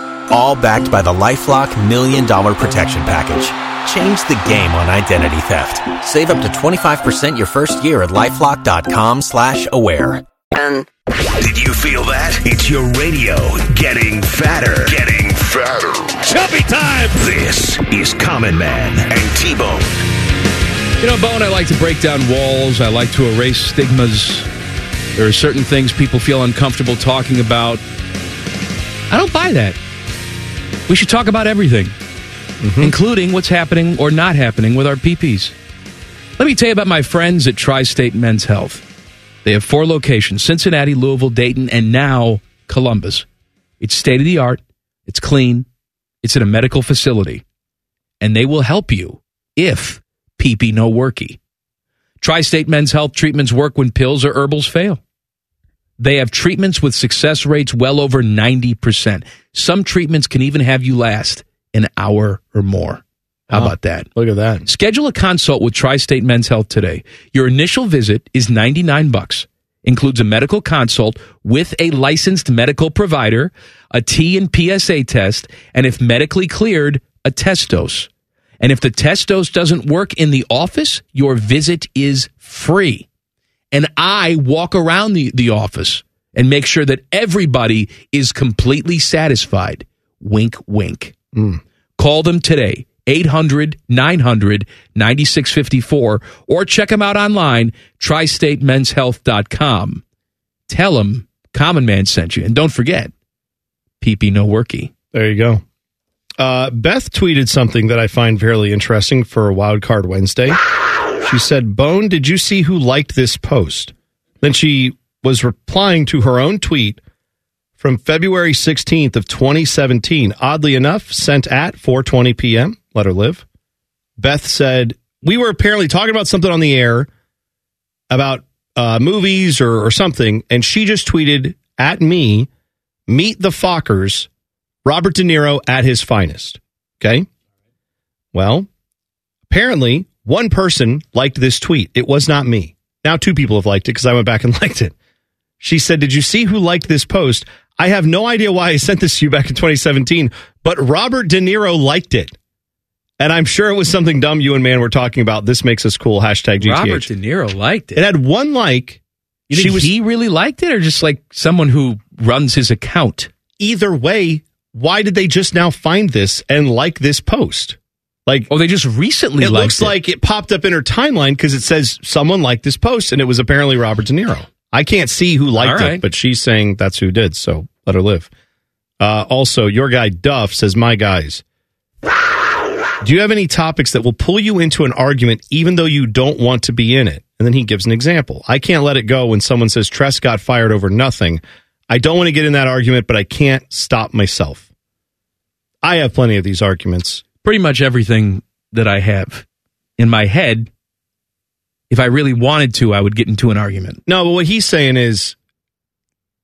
All backed by the LifeLock Million Dollar Protection Package. Change the game on identity theft. Save up to 25% your first year at LifeLock.com slash aware.
Did you feel that? It's your radio getting fatter. Getting fatter. Chubby time. This is Common Man and T-Bone.
You know, Bone, I like to break down walls. I like to erase stigmas. There are certain things people feel uncomfortable talking about. I don't buy that. We should talk about everything, including what's happening or not happening with our PPs. Let me tell you about my friends at Tri State Men's Health. They have four locations Cincinnati, Louisville, Dayton, and now Columbus. It's state of the art, it's clean, it's in a medical facility and they will help you if PP no worky. Tri State Men's Health treatments work when pills or herbals fail. They have treatments with success rates well over 90%. Some treatments can even have you last an hour or more. How about that?
Look at that.
Schedule a consult with Tri-State Men's Health today. Your initial visit is 99 bucks. Includes a medical consult with a licensed medical provider, a T and PSA test, and if medically cleared, a test dose. And if the test dose doesn't work in the office, your visit is free and I walk around the, the office and make sure that everybody is completely satisfied. Wink, wink. Call them today, 800 900 9654, or check them out online, tristatemenshealth.com. Tell them Common Man sent you. And don't forget, PP no worky.
There you go. Uh, Beth tweeted something that I find fairly interesting for Wild Card Wednesday. She said, Bone, did you see who liked this post? Then she was replying to her own tweet from February 16th of 2017. Oddly enough, sent at 4:20 p.m. Let her live. Beth said, "We were apparently talking about something on the air about uh, movies or, or something, and she just tweeted at me, meet the Fockers, Robert De Niro at his finest. Okay. Well, apparently one person liked this tweet. It was not me. Now two people have liked it because I went back and (laughs) liked it. She said, Did you see who liked this post? I have no idea why I sent this to you back in 2017, but Robert De Niro liked it. And I'm sure it was something dumb you and man were talking about. This makes us cool. Hashtag GTH.
Robert De Niro liked it.
It had one like.
You think he really liked it, or just like someone who runs his account?
Either way, why did they just now find this and like this post? Like,
oh, they just recently
It
liked
looks
it.
like it popped up in her timeline because it says someone liked this post, and it was apparently Robert De Niro. I can't see who liked
All right.
it, but she's saying that's who did. So let her live. Uh, also, your guy Duff says, "My guys, do you have any topics that will pull you into an argument even though you don't want to be in it? And then he gives an example. I can't let it go when someone says Tress got fired over nothing. I don't want to get in that argument, but I can't stop myself. I have plenty of these arguments.
pretty much everything that I have in my head. If I really wanted to, I would get into an argument.
No, but what he's saying is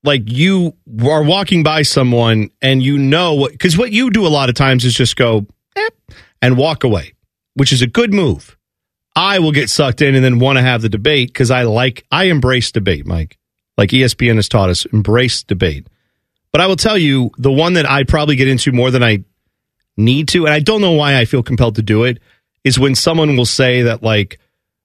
like you are walking by someone and you know what, because what you do a lot of times is just go "Eh," and walk away, which is a good move. I will get sucked in and then want to have the debate because I like, I embrace debate, Mike. Like E ESPN has taught us, embrace debate. But I will tell you the one that I probably get into more than I need to, and I don't know why I feel compelled to do it, is when someone will say that, like,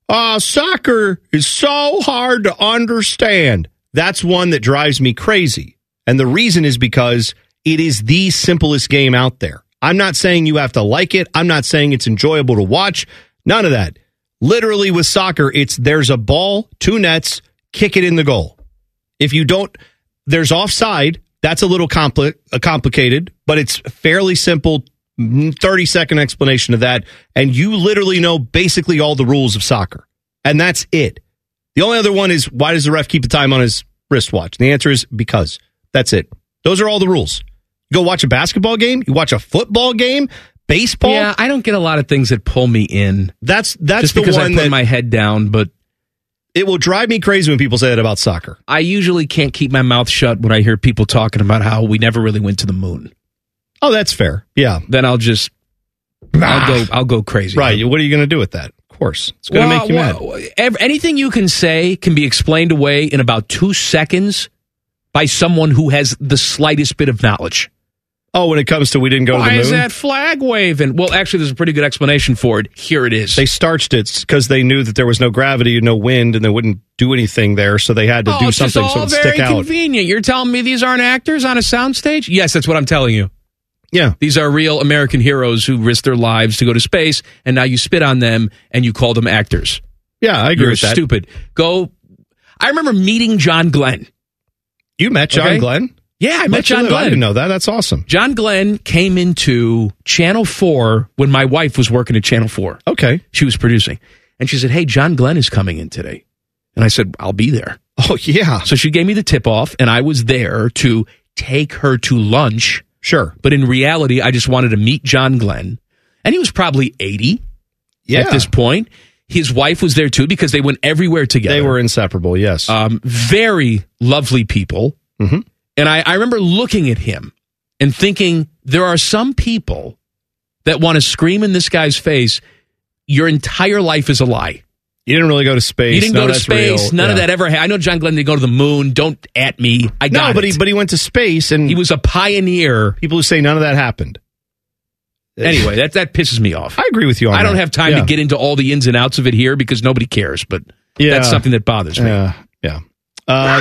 uh, soccer is so hard to understand. That's one that drives me crazy. And the reason is because it is the simplest game out there. I'm not saying you have to like it. I'm not saying it's enjoyable to watch. None of that. Literally with soccer, it's there's a ball, two nets, kick it in the goal. If you don't, there's offside. That's a little compli- uh, complicated, but it's fairly simple. mm, 30 second explanation of that. And you literally know basically all the rules of soccer. And that's it. The only other one is why does the ref keep the time on his wristwatch? And the answer is because. That's it. Those are all the rules. You go watch a basketball game, you watch a football game, baseball.
Yeah, I don't get a lot of things that pull me in.
That's that's
just
the
because
one
I put
that-
my head down, but
it will drive me crazy when people say that about soccer.
I usually can't keep my mouth shut when I hear people talking about how we never really went to the moon.
Oh, that's fair. Yeah.
Then I'll just I'll go I'll go crazy.
Right. What are you going to do with that? Of course. It's going to
Well,
make you mad.
well, ev- anything you can say can be explained away in about two seconds by someone who has the slightest bit of knowledge.
Oh, when it comes to we didn't go to the
Why is
moon?
that flag waving? Well, actually, there's a pretty good explanation for it. Here it is.
They starched it because they knew that there was no gravity, no wind, and they wouldn't do anything there, so they had to
oh,
do
it's just
something so it
all
would
very
stick out.
convenient. You're telling me these aren't actors on a soundstage? Yes, that's what I'm telling you.
Yeah,
these are real American heroes who risked their lives to go to space, and now you spit on them and you call them actors.
Yeah, I agree
You're
with that.
Stupid. Go. I remember meeting John Glenn.
You met John Glenn?
Yeah, I met
Let you
John
live. I
Glenn.
didn't know that. That's awesome.
John Glenn came into Channel 4 when my wife was working at Channel 4.
Okay.
She was producing. And she said, Hey, John Glenn is coming in today. And I said, I'll be there.
(laughs) Oh, yeah.
So she gave me the tip off, and I was there to take her to lunch.
Sure.
But in reality, I just wanted to meet John Glenn. And he was probably 80
Yeah.
at this point. His wife was there too because they went everywhere together.
They were inseparable, yes.
Um, very lovely people.
Mhm.
And I, I remember looking at him and thinking, there are some people that want to scream in this guy's face, your entire life is a lie.
You didn't really go to space.
You didn't
No,
go to
that's
space.
real.
None of
Yeah.
that ever happened. I know John Glenn didn't go to the moon. Don't at me. I got
No, but
it.
he, but he went to space, and
he was a pioneer.
people who say none of that happened.
(laughs) Anyway, that, that pisses me off.
I agree with you on
I
that.
don't have time
Yeah.
to get into all the ins and outs of it here because nobody cares, but
Yeah.
that's something that bothers me.
Yeah, yeah. Uh,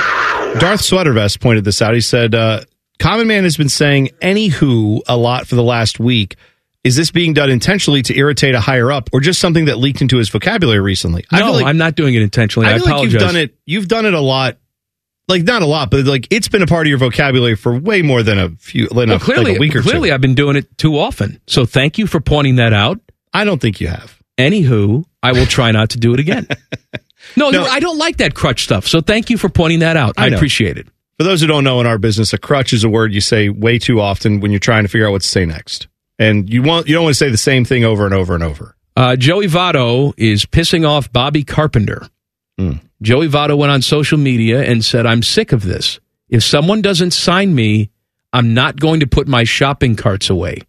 Darth Sweatervest pointed this out. He said, uh, "Common Man has been saying anywho a lot for the last week. Is this being done intentionally to irritate a higher up, or just something that leaked into his vocabulary recently?" I
No,
feel like,
I'm not doing it intentionally. I,
I feel like
apologize.
you've done it. You've done it a lot. Like not a lot, but like it's been a part of your vocabulary for way more than a few, than
Well,
a,
clearly,
like a week or
clearly
two.
I've been doing it too often. So thank you for pointing that out.
I don't think you have.
Anywho, I will try not to do it
(laughs)
again. no,
No.
you're- I don't like that crutch stuff. So thank you for pointing that out. I,
I know.
appreciate it.
For those who don't know in our business, a crutch is a word you say way too often when you're trying to figure out what to say next. And you want you don't want to say the same thing over and over and over. Hmm.
Uh, Joey Votto is pissing off Bobby Carpenter Joey Votto went on social media and said, I'm sick of this. If someone doesn't sign me, I'm not going to put my shopping carts
(laughs)
away.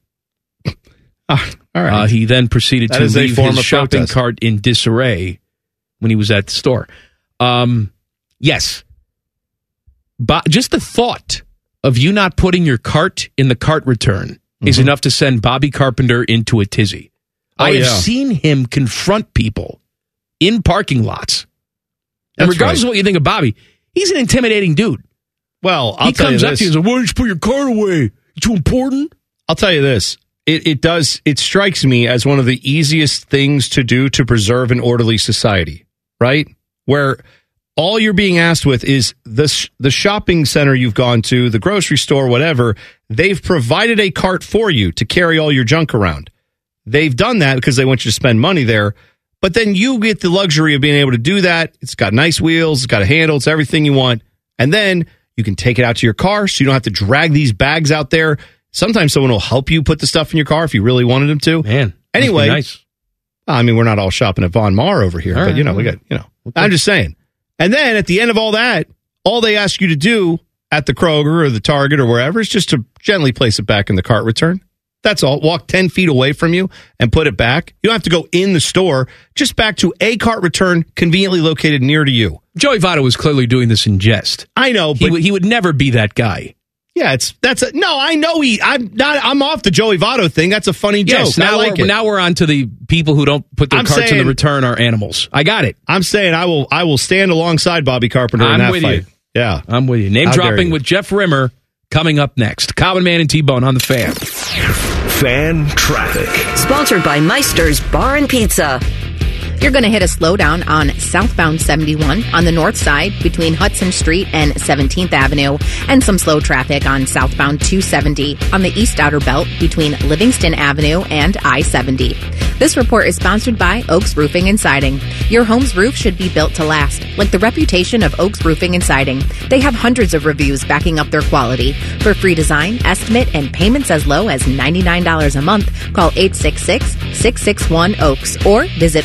Ah, all right.
Uh, he then proceeded
That
to
is a
leave
form
his
of
shopping
protest.
cart in disarray when he was at the store. Um, yes. But just the thought of you not putting your cart in the cart return is
Mm-hmm.
enough to send Bobby Carpenter into a tizzy. I have
Oh, yeah.
seen him confront people in parking lots. And
That's
regardless of
right.
what you think of Bobby, he's an intimidating dude.
Well, I'll
he
tell you
comes up
this.
to you and says, Why don't you put your cart away? It's too important.
I'll tell you this. It, it does. It strikes me as one of the easiest things to do to preserve an orderly society, right? Where all you're being asked with is the sh- the shopping center you've gone to, the grocery store, whatever. They've provided a cart for you to carry all your junk around. They've done that because they want you to spend money there. But then you get the luxury of being able to do that. It's got nice wheels, it's got a handle, it's everything you want. And then you can take it out to your car so you don't have to drag these bags out there. Sometimes someone will help you put the stuff in your car if you really wanted them to.
Man. Must
Anyway,
be nice.
I mean, we're not all shopping at Von Mar over here,
All
but you
right.
know, we got, you know, I'm just saying. And then at the end of all that, all they ask you to do at the Kroger or the Target or wherever is just to gently place it back in the cart return. That's all. Walk 10 feet away from you and put it back. You don't have to go in the store, just back to a cart return conveniently located near to you.
Joey Votto was clearly doing this in jest.
I know,
He, would, he would never be that guy.
Yeah, it's that's a, no. I know he. I'm not. I'm off the Joey Votto thing. That's a funny
Yes,
joke.
now,
I like
we're,
it.
now we're on to the people who don't put their
I'm
carts in
saying-
the return are animals. I got it.
I'm saying I will. I will stand alongside Bobby Carpenter
I'm
in that
with
fight.
you.
Yeah,
I'm with you. Name
How dare
dropping
you.
with Jeff Rimmer coming up next. Common Man and T Bone on the fan.
Fan traffic.
Sponsored by Meister's Bar and Pizza.
You're going to hit a slowdown on southbound 71 on the north side between Hudson Street and 17th Avenue, and some slow traffic on southbound 270 on the east outer belt between Livingston Avenue and I 70. This report is sponsored by Oaks Roofing and Siding. Your home's roof should be built to last, like the reputation of Oaks Roofing and Siding. They have hundreds of reviews backing up their quality. For free design, estimate, and payments as low as $99 a month, call 866 661 Oaks or visit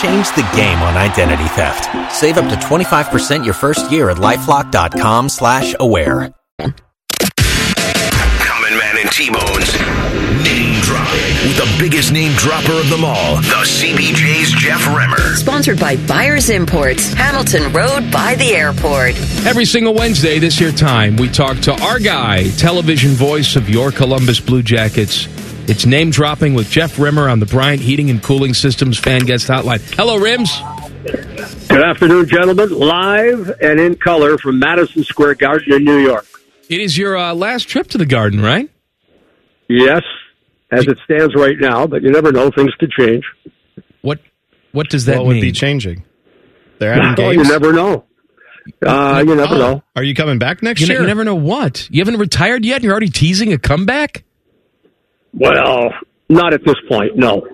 Change the game on identity theft. Save up to 25% your first year at LifeLock.com slash aware.
Common Man and T-Bones. Name dropping with the biggest name dropper of them all, the CBJ's Jeff Remmer.
Sponsored by Buyers Imports, Hamilton Road by the airport.
Every single Wednesday this here time, we talk to our guy, television voice of your Columbus Blue Jackets. It's name dropping with Jeff Rimmer on the Bryant Heating and Cooling Systems Fan Guest Hotline. Hello, Rims.
Good afternoon, gentlemen. Live and in color from Madison Square Garden in New York.
It is your uh, last trip to the garden, right?
Yes, as it stands right now, but you never know; things could change.
What What does that
what
mean?
would be changing? They're
Oh,
having
you
games.
never know. Uh, you never
Oh,
know.
Are you coming back next
you, ne-
year?
you never know what. You haven't retired yet, and you're already teasing a comeback?
Well, not at this point. No.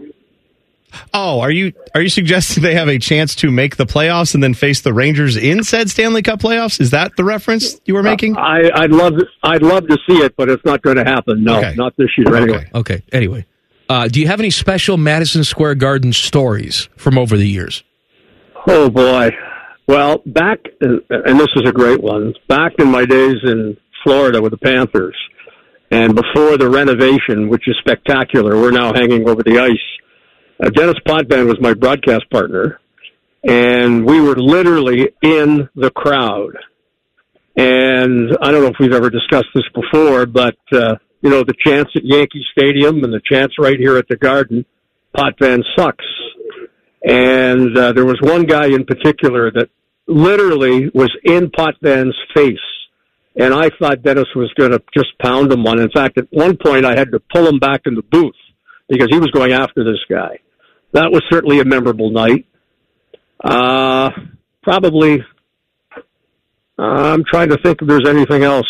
oh, are you are you suggesting they have a chance to make the playoffs and then face the Rangers in said Stanley Cup playoffs? Is that the reference you were making?
Uh, I, I'd love, I'd love to see it, but it's not going to happen. No,
Okay.
not this year. Anyway,
Okay. Anyway, uh, do you have any special Madison Square Garden stories from over the years?
Oh boy. Well, back and this is a great one. Back in my days in Florida with the Panthers, and before the renovation, which is spectacular, we're now hanging over the ice. Uh, Dennis Podban was my broadcast partner, and we were literally in the crowd. And I don't know if we've ever discussed this before, but uh, you know the chance at Yankee Stadium and the chance right here at the Garden, Podban sucks. And uh, there was one guy in particular that literally was in Potvan's face. And I thought Dennis was going to just pound him one. In fact, at one point, I had to pull him back in the booth because he was going after this guy. That was certainly a memorable night. Uh, probably I'm trying to think if there's anything else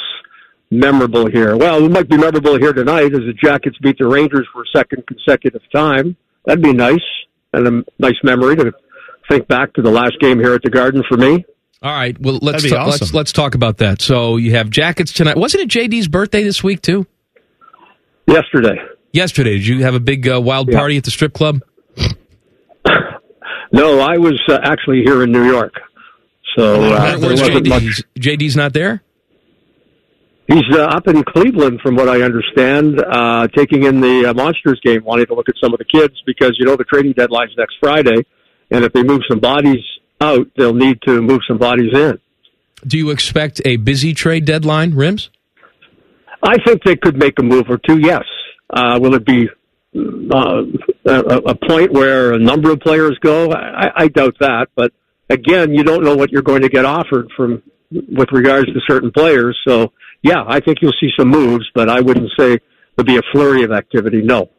memorable here. Well, what might be memorable here tonight is the Jackets beat the Rangers for a second consecutive time. That'd be nice and a nice memory to think back to the last game here at the Garden for me.
All right. Well, let's
That'd be
ta- let's
awesome.
let's talk about that. So you have jackets tonight. Wasn't it JD's birthday this week too?
Yesterday.
Yesterday, did you have a big uh, wild party at the strip club?
No, I was uh, actually here in New York, so uh, there
Where's
wasn't
JD?
much
He's- JD's not there.
He's uh, up in Cleveland, from what I understand, uh, taking in the uh, Monsters game, wanting to look at some of the kids because you know the trading deadline's next Friday, and if they move some bodies out, they'll need to move some bodies in.
Do you expect a busy trade deadline, Rims?
I think they could make a move or two. Yes, uh, will it be uh, a, a point where a number of players go? I, I doubt that, but again, you don't know what you're going to get offered from with regards to certain players. So, yeah, I think you'll see some moves, but I wouldn't say there'll be a flurry of activity. No.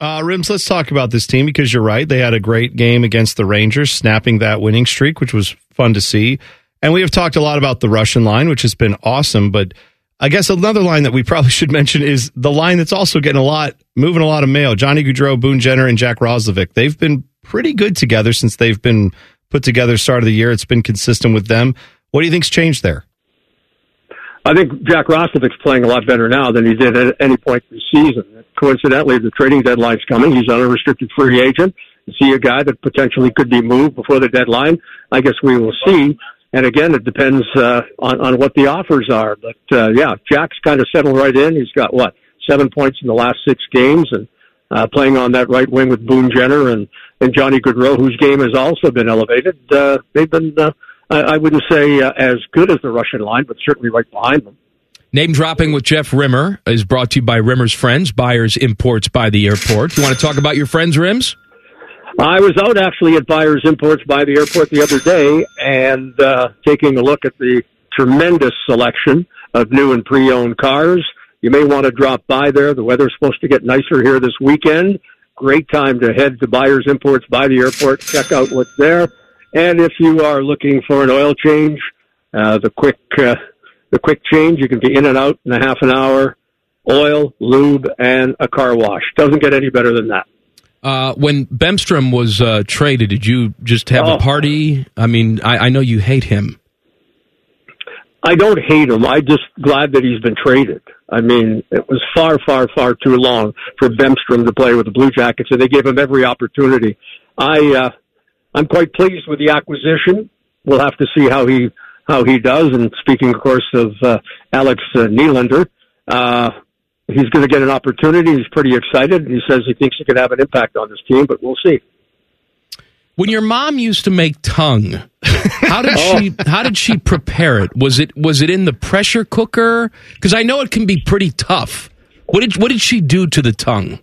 Uh, Rims, let's talk about this team because you're right. They had a great game against the Rangers, snapping that winning streak, which was fun to see. And we have talked a lot about the Russian line, which has been awesome. But I guess another line that we (laughs) probably should mention is the line that's also getting a lot, moving a lot of mail. Johnny Goudreau, Boone Jenner, and Jack Roslovic. They've been pretty good together since they've been put together start of the year. It's been consistent with them. What do you think's changed there?
I think Jack Rostovic's playing a lot better now than he did at any point this season. Coincidentally, the trading deadline's coming. He's an unrestricted free agent. Is he a guy that potentially could be moved before the deadline? I guess we will see. And again, it depends uh, on on what the offers are. But uh, yeah, Jack's kind of settled right in. He's got what seven points in the last six games, and uh, playing on that right wing with Boone Jenner and and Johnny Goodrow, whose game has also been elevated. Uh, they've been. Uh, I I wouldn't say uh, as good as the Russian line, but certainly right behind them.
Name dropping with Jeff Rimmer is brought to you by Rimmer's Friends, buyers imports by the airport. You want to talk about your friends, Rims?
I was out actually at Buyers Imports by the airport the other day and uh, taking a look at the tremendous selection of new and pre owned cars. You may want to drop by there. The weather's supposed to get nicer here this weekend. Great time to head to Buyers Imports by the airport, check out what's there. And if you are looking for an oil change, uh, the quick uh, the quick change, you can be in and out in a half an hour. Oil, lube, and a car wash. Doesn't get any better than that.
Uh, when Bemstrom was uh, traded, did you just have
Oh.
a party? I mean, I, I know you hate him.
I don't hate him. I'm just glad that he's been traded. I mean, it was far, far, far too long for Bemstrom to play with the Blue Jackets, and they gave him every opportunity. I, uh, I'm quite pleased with the acquisition. We'll have to see how he how he does. And speaking, of course, of uh, Alex uh, Nylander, uh, he's going to get an opportunity. He's pretty excited. He says he thinks he could have an impact on this team, but we'll see.
When your mom used to make tongue, how
(laughs)
did she
Oh.
how did she prepare it? Was it was it in the pressure cooker? Because I know it can be pretty tough. What did what did she do to the tongue?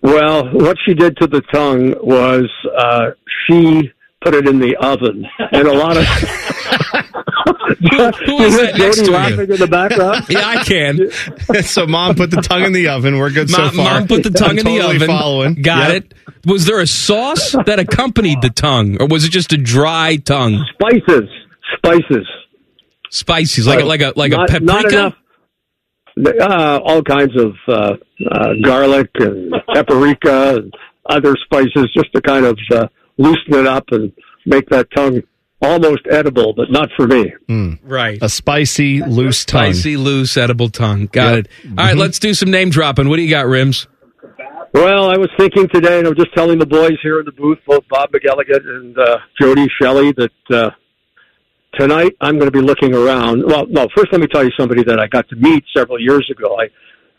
Well, what she did to the tongue was uh, she put it in the oven, and a lot of
(laughs) Who was
(laughs) You hear
that next
Jody
to you?
laughing in the
(laughs)
background.
(laughs) yeah, I can.
so mom put the tongue in the oven. We're good
mom,
so far.
mom put the tongue
I'm
in
totally
the oven.
Following.
Got
Yep.
it. Was there a sauce that accompanied the tongue, or was it just a dry tongue?
Spices, spices,
spices like a, like a like
Not-
a paprika.
not enough. Uh, all kinds of uh, uh, garlic and paprika and other spices, just to kind of uh, loosen it up and make that tongue almost edible, but not for me.
Right.
A spicy, loose tongue.
Spicy, loose, edible tongue. Got
Yep. Mm-hmm.
it. All right, let's do some name dropping. What do you got, Rims?
Well, I was thinking today, and I was just telling the boys here in the booth, both Bob McElligan and uh, Jody Shelley, that uh, tonight I'm going to be looking around. Well, no, first let me tell you somebody that I got to meet several years ago. I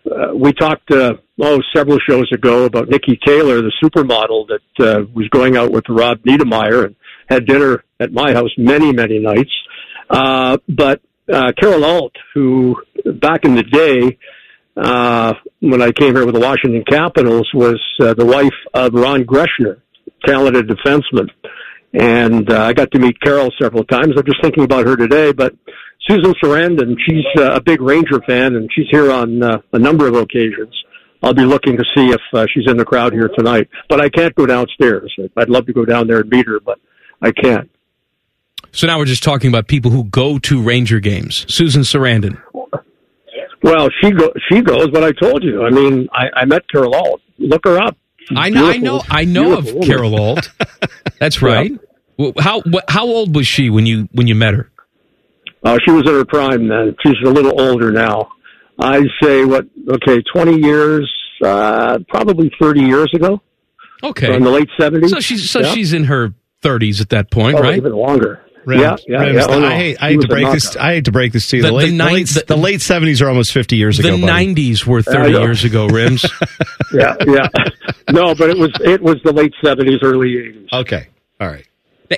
uh, we talked uh, oh several shows ago about Nikki Taylor, the supermodel that uh, was going out with Rob Niedermeyer and had dinner at my house many many nights. Uh, but uh, Carol Alt, who back in the day uh, when I came here with the Washington Capitals, was uh, the wife of Ron Greshner, talented defenseman. And uh, I got to meet Carol several times. I'm just thinking about her today, but Susan Sarandon, she's uh, a big Ranger fan, and she's here on uh, a number of occasions. I'll be looking to see if uh, she's in the crowd here tonight, but I can't go downstairs. I'd love to go down there and meet her, but I can't.
So now we're just talking about people who go to Ranger games. Susan Sarandon.
Well, she go, she goes, but I told you. I mean, I, I met Carol Alt. Look her up.
I know, I know, I know of
Beautiful woman.
Carol Alt. That's right. Well, How wh- how old was she when you when you met her?
(laughs) Uh, she was in her prime then. She's a little older now. I'd say what? Okay, twenty years, uh, probably thirty years ago.
Okay,
So in the late seventies.
So she's so she's in her thirties at that point,
Oh,
right?
even longer.
Rams-
yeah, yeah,
Rams-
yeah. Oh, no.
I hate, I
He
hate
was
to
a
break this.
knockout.
I hate to break this to you. The,
The- the
late,
nine-
late- the late seventies are almost fifty years ago.
The nineties were thirty
Yeah.
years ago, Rims.
yeah, yeah. No, but it was it was the late seventies, early eighties.
Okay, all right.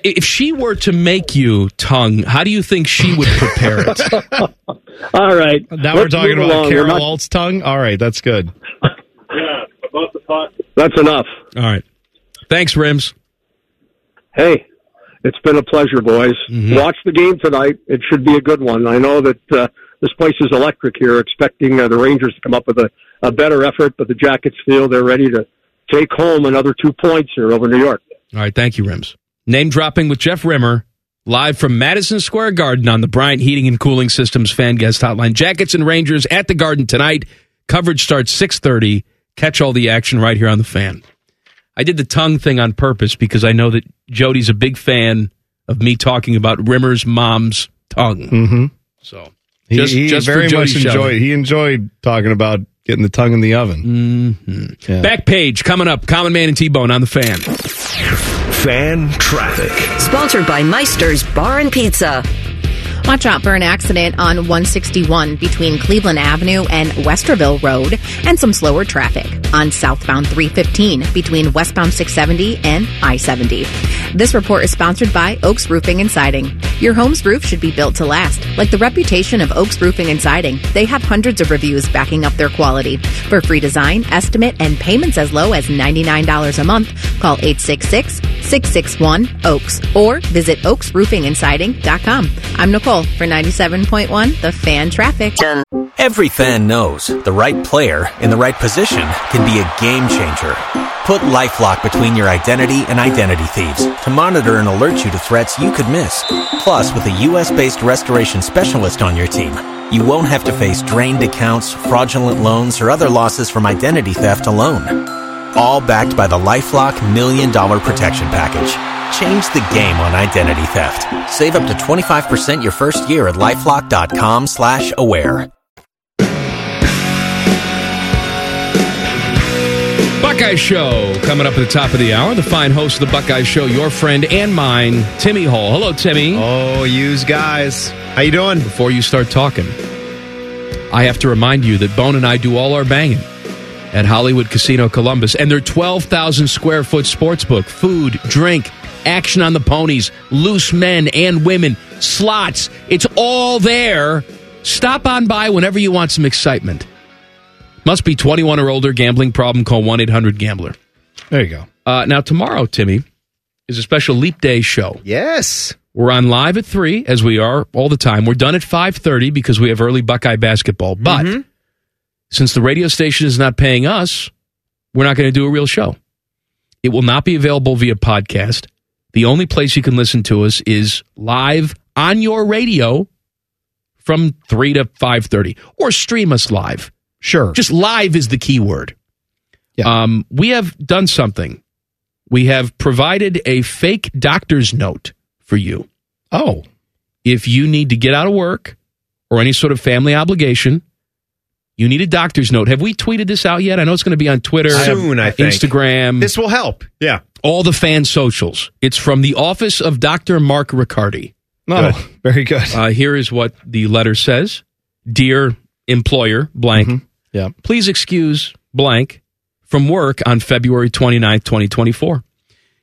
if she were to make you tongue, how do you think she would prepare it?
(laughs) All right.
Now we're
Let's
talking
move
about
along. We're
Carol
not-
Alt's tongue. (laughs) All right, that's good.
Yeah, about the pot.
That's enough.
All right. Thanks, Rims.
Hey, it's been a pleasure, boys.
Mm-hmm.
Watch the game tonight. It should be a good one. I know that uh, this place is electric here, expecting uh, the Rangers to come up with a, a better effort, but the Jackets feel they're ready to take home another two points here over New York.
All right, thank you, Rims. Name dropping with Jeff Rimmer, live from Madison Square Garden on the Bryant Heating and Cooling Systems Fan Guest Hotline. Jackets and Rangers at the Garden tonight. Coverage starts six thirty. Catch all the action right here on the Fan. I did the tongue thing on purpose because I know that Jody's a big fan of me talking about Rimmer's mom's tongue.
Mm-hmm.
So
He,
just-
he
just for
very
Jody
much
Sheldon.
enjoyed. He enjoyed talking about getting the tongue in the oven. Mm-hmm.
Back page coming up. Common Man and T Bone on the Fan.
Fan traffic.
Sponsored by Meister's Bar and Pizza.
Watch out for an accident on 161 between Cleveland Avenue and Westerville Road and some slower traffic on southbound 315 between westbound 670 and I 70. This report is sponsored by Oaks Roofing and Siding. Your home's roof should be built to last, like the reputation of Oaks Roofing and Siding. They have hundreds of reviews backing up their quality. For free design, estimate, and payments as low as $99 a month, call 866 661 Oaks or visit oaksroofingandsiding.com. I'm Nicole for 97.1 The Fan Traffic.
Every fan knows the right player in the right position can be a game changer. Put LifeLock between your identity and identity thieves to monitor and alert you to threats you could miss. Plus, with a U.S.-based restoration specialist on your team, you won't have to face drained accounts, fraudulent loans, or other losses from identity theft alone. All backed by the LifeLock Million Dollar Protection Package. Change the game on identity theft. Save up to 25% your first year at LifeLock.com slash aware.
Buckeye Show coming up at the top of the hour. The fine host of the Buckeye Show, your friend and mine, Timmy Hall. Hello, Timmy.
Oh, yous guys, how you doing?
Before you start talking, I have to remind you that Bone and I do all our banging at Hollywood Casino Columbus and their twelve thousand square foot sports book, food, drink, action on the ponies, loose men and women, slots. It's all there. Stop on by whenever you want some excitement. Must be 21 or older. Gambling problem? Call 1 800 Gambler.
There you go.
Uh, now, tomorrow, Timmy, is a special Leap Day show.
Yes.
We're on live at 3, as we are all the time. We're done at 5.30 because we have early Buckeye basketball. But since the radio station is not paying us, we're not going to do a real show. It will not be available via podcast. The only place you can listen to us is live on your radio from 3 to 5.30 or stream us live.
Sure.
Just live is the key word. Um, we have done something. We have provided a fake doctor's note for you.
Oh.
If you need to get out of work or any sort of family obligation, you need a doctor's note. Have we tweeted this out yet? I know it's going to be on Twitter,
Soon, I think.
Instagram.
This will help. Yeah.
All the fan socials. It's from the office of Dr. Mark Riccardi.
Oh,
No, very good.
Uh, here is what the letter says Dear employer, blank,
Mm-hmm.
Yeah.
please excuse blank from work on February 29th, 2024.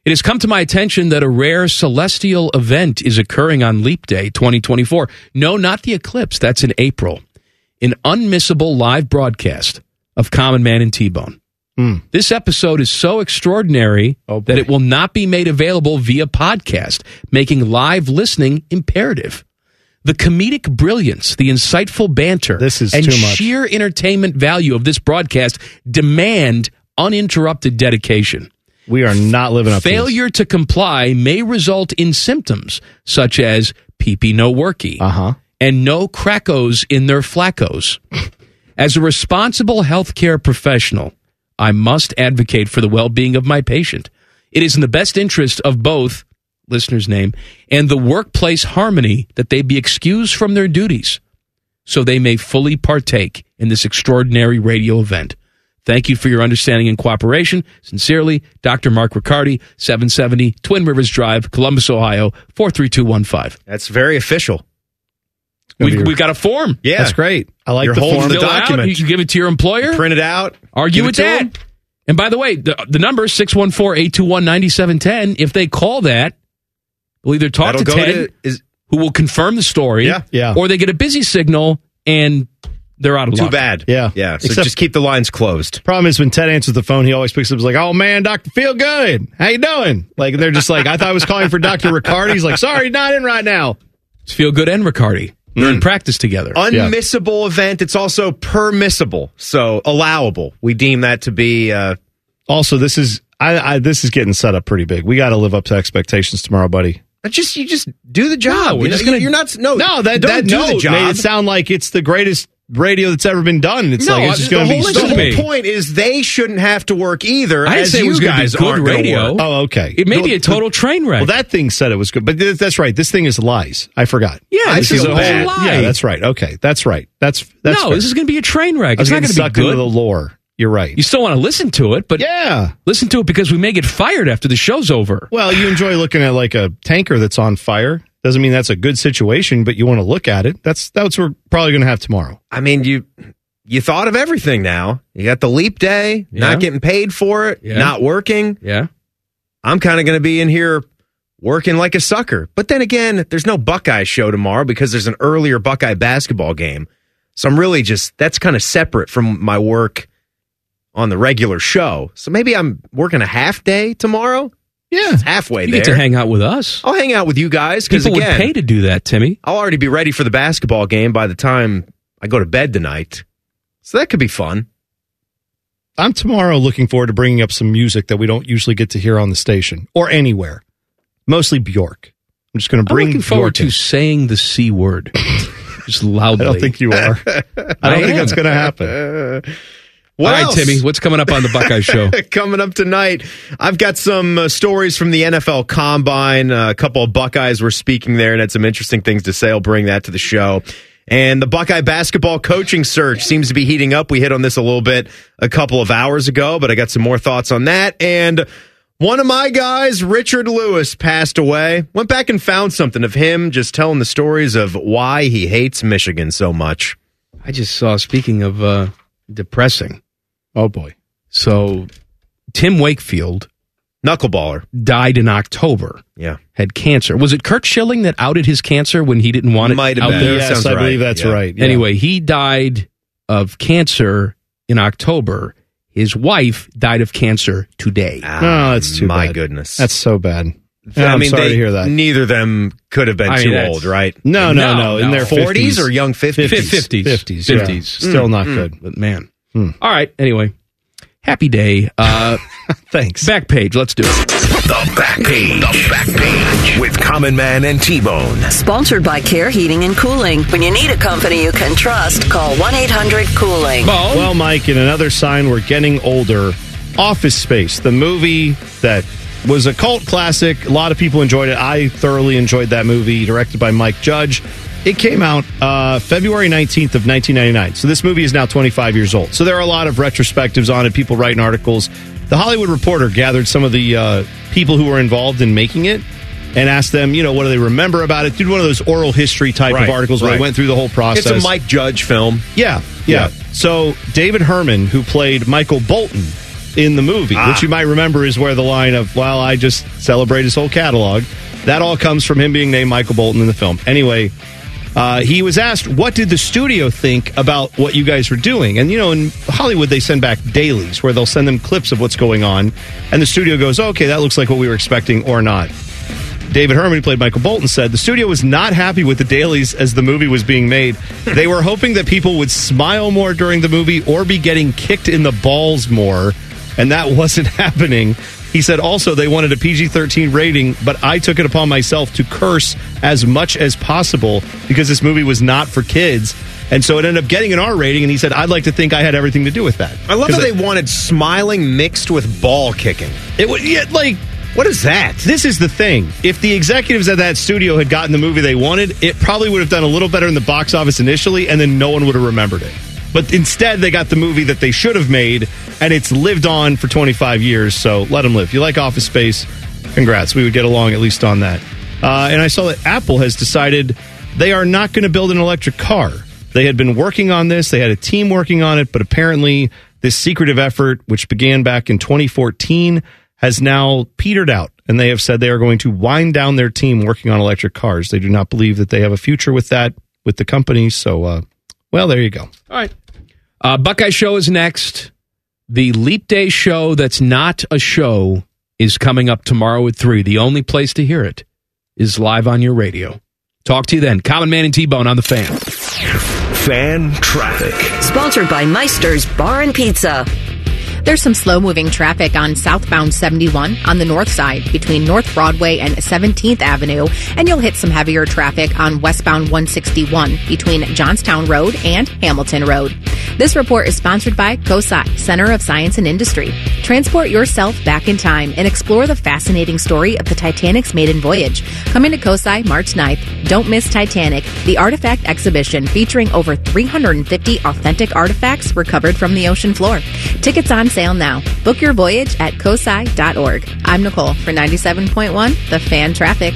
It has come to my attention that a rare celestial event is occurring on Leap Day 2024. No, not the eclipse. That's in April. An unmissable live broadcast of Common Man and T Bone. This episode is so extraordinary
Oh,
that it will not be made available via podcast, making live listening imperative. The comedic brilliance, the insightful banter, this
is
and
too much.
sheer entertainment value of this broadcast demand uninterrupted dedication.
We are not living up. to this.
Failure to comply may result in symptoms such as peepee no worky
Uh-huh.
and no crackos in their
(laughs)
flaccos. As a responsible healthcare professional, I must advocate for the well being of my patient. It is in the best interest of both, listener's name, and the workplace harmony that they be excused from their duties so they may fully partake in this extraordinary radio event. Thank you for your understanding and cooperation. Sincerely, Dr. Mark Riccardi, 770 Twin Rivers Drive, Columbus, Ohio, 43215.
That's very official.
We, we've got a form.
Yeah.
That's great.
I like You're the holding form. the
Fill it out.
document.
You can give it to your employer.
Print it out.
Argue
Give it
with
to
that.
'em.
And by the way, the, the number is 614-821-9710. If they call that, they'll either talk
That'll
to
go
Ted,
to- is-
who will confirm the story,
Yeah, yeah.
or they get a busy signal and they're out of
Too
luck.
bad.
Yeah.
Yeah. So
Except-
just keep the lines closed.
Problem is when Ted answers the phone, he always picks up. He's like, "Oh man, Doctor Feel Good, how you doing?" Like they're just like, "I thought I was calling for Doctor Riccardi." He's like, "Sorry, not in right now."
It's Feel Good and Riccardi. They're
Mm.
in practice together.
Unmissable event. It's also permissible, so allowable. We deem that to be. Uh,
Also, this is I, I this is getting set up pretty big. We got to live up to expectations tomorrow, buddy.
just you just do the job.
we're
you
just
know,
gonna-
you're not no
No, that
don't
that
do
note
the job.
made it sound like it's the greatest radio that's ever been done. It's
no,
like it's just
the
going to be
whole-
so
the whole point is they shouldn't have to work either.
I didn't
as
say it
you
was gonna be
guys
good
aren't gonna
radio.
work.
Oh, okay.
It may
No,
be a total train wreck.
Well, that thing said it was good, but th- that's right. This thing is lies. I forgot.
Yeah,
this
I
is a
feel
whole.
bad.
Yeah, that's right. Okay, that's right. That's that's.
no,
fair.
this is going to be a train
I
wreck. It's
was
not
getting
going to
sucked
be
into
good.
the lore. You're right.
You still want to listen to it, but
yeah,
listen to it because we may get fired after the show's over.
Well, you enjoy looking at like a tanker that's on fire. Doesn't mean that's a good situation, but you want to look at it. That's that's what we're probably going to have tomorrow.
I mean, you you thought of everything now. You got the leap day,
Yeah.
not getting paid for it,
Yeah.
not working.
Yeah.
I'm kind of going to be in here working like a sucker. But then again, there's no Buckeye show tomorrow because there's an earlier Buckeye basketball game. So I'm really just that's kind of separate from my work on the regular show. So maybe I'm working a half day tomorrow.
Yeah,
it's halfway
You
there.
get to hang out with us.
I'll hang out with you guys because
People
again,
would pay to do that, Timmy.
I'll already be ready for the basketball game by the time I go to bed tonight. So that could be fun.
I'm tomorrow looking forward to bringing up some music that we don't usually get to hear on the station or anywhere. Mostly Bjork. I'm just going to
I'm
bring
looking forward
Bjork in.
to saying the c word just
I
loudly.
don't think
(laughs)
you are. I don't
I
think
am.
that's going to happen.
What
All right,
else?
Timmy, what's coming up on the Buckeye Show?
(laughs) Coming up tonight, I've got some uh, stories from the NFL Combine. Uh, a couple of Buckeyes were speaking there and had some interesting things to say. I'll bring that to the show. And the Buckeye basketball coaching search seems to be heating up. We hit on this a little bit a couple of hours ago, but I got some more thoughts on that. And one of my guys, Richard Lewis, passed away. Went back and found something of him just telling the stories of why he hates Michigan so much.
I just saw, speaking of uh, depressing,
Oh, boy.
so Tim Wakefield
Knuckleballer.
died in October,
Yeah.
had cancer. Was it Kurt Schilling that outed his cancer when he didn't want it
Might have
out
been.
there?
Yes,
sounds
I believe
right.
that's
Yeah.
right. Yeah.
Anyway, he died of cancer in October. His wife died of cancer today.
No, that's too
Ah, My
bad.
goodness.
That's so bad. Yeah,
I
I'm
mean,
sorry
they-
to hear that.
Neither of them could have been
I mean,
too
that's-
old, right?
No, no, no.
No,
In
no.
their
40s,
50s
or young Hmm, Mm. 50s?
50s. 50s.
50s. yeah. Mm. Still not good. Hmm.
But man. All right. Anyway, happy day. Uh,
(laughs) Thanks.
back page. Let's do it.
The back page. The back page with Common Man and T Bone.
Sponsored by Care Heating and Cooling. When you need a company you can trust, call 1 800 Cooling.
Well, Mike, in another sign we're getting older, Office Space, the movie that was a cult classic. A lot of people enjoyed it. I thoroughly enjoyed that movie, directed by Mike Judge. It came out uh, February 19th of 1999. So this movie is now 25 years old. So there are a lot of retrospectives on it, people writing articles. The Hollywood Reporter gathered some of the uh, people who were involved in making it and asked them, you know, what do they remember about it? Did one of those oral history type
Right,
of articles where
right.
they went through the whole process.
It's a Mike Judge film.
Yeah,
Yeah.
yeah. So David Herman, who played Michael Bolton in the movie, which you might remember is where the line of "Well, I just celebrate his whole catalog," that all comes from him being named Michael Bolton in the film. Anyway, uh, he was asked, "What did the studio think about what you guys were doing?" And you know, in Hollywood, they send back dailies where they'll send them clips of what's going on, and the studio goes, "Okay, that looks like what we were expecting," or not. David Herman, who played Michael Bolton, said the studio was not happy with the dailies as the movie was being made. They were hoping that people would smile more during the movie or be getting kicked in the balls more, and that (laughs) wasn't happening. He said also they wanted a PG 13 rating, but I took it upon myself to curse as much as possible because this movie was not for kids. And so it ended up getting an R rating, and he said, I'd like to think I had everything to do with that.
I love how
'Cause
they wanted smiling mixed with ball kicking.
It would, yeah, like,
what is that?
This is the thing. If the executives at that studio had gotten the movie they wanted, it probably would have done a little better in the box office initially, and then no one would have remembered it. But instead, they got the movie that they should have made, and it's lived on for 25 years. So let them live. If you like Office Space, congrats. We would get along at least on that. Uh, and I saw that Apple has decided they are not going to build an electric car. They had been working on this, they had a team working on it, but apparently this secretive effort, which began back in 2014, has now petered out. And they have said they are going to wind down their team working on electric cars. They do not believe that they have a future with that, with the company. So, uh, well, there you go.
All right. Uh, Buckeye Show is next. The Leap Day show that's not a show is coming up tomorrow at 3. The only place to hear it is live on your radio. Talk to you then. Common Man and T Bone on the fan.
Fan traffic.
Sponsored by Meister's Bar and Pizza.
There's some slow moving traffic on southbound 71 on the north side between North Broadway and 17th Avenue, and you'll hit some heavier traffic on westbound 161 between Johnstown Road and Hamilton Road. This report is sponsored by COSI, Center of Science and Industry. Transport yourself back in time and explore the fascinating story of the Titanic's maiden voyage. Coming to COSI March 9th, don't miss Titanic, the artifact exhibition featuring over 350 authentic artifacts recovered from the ocean floor. Tickets on sale now. Book your voyage at cosi.org. I'm Nicole for 97.1 The Fan Traffic.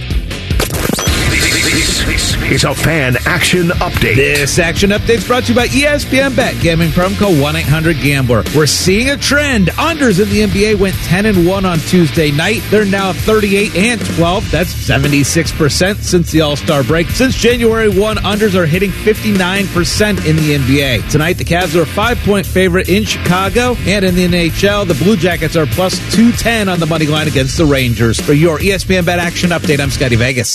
This is a fan action update.
This action update's brought to you by E ESPN Bet. Gambling promo code 1-800-GAMBLER. We're seeing a trend. Unders in the NBA went 10 and 1 on Tuesday night. They're now 38 and 12. That's 76% since the All-Star break. Since January 1, unders are hitting 59% in the NBA. Tonight, the Cavs are a 5-point favorite in Chicago and in the NHL, the Blue Jackets are plus 210 on the money line against the Rangers. For your E ESPN Bet action update, I'm Scotty Vegas.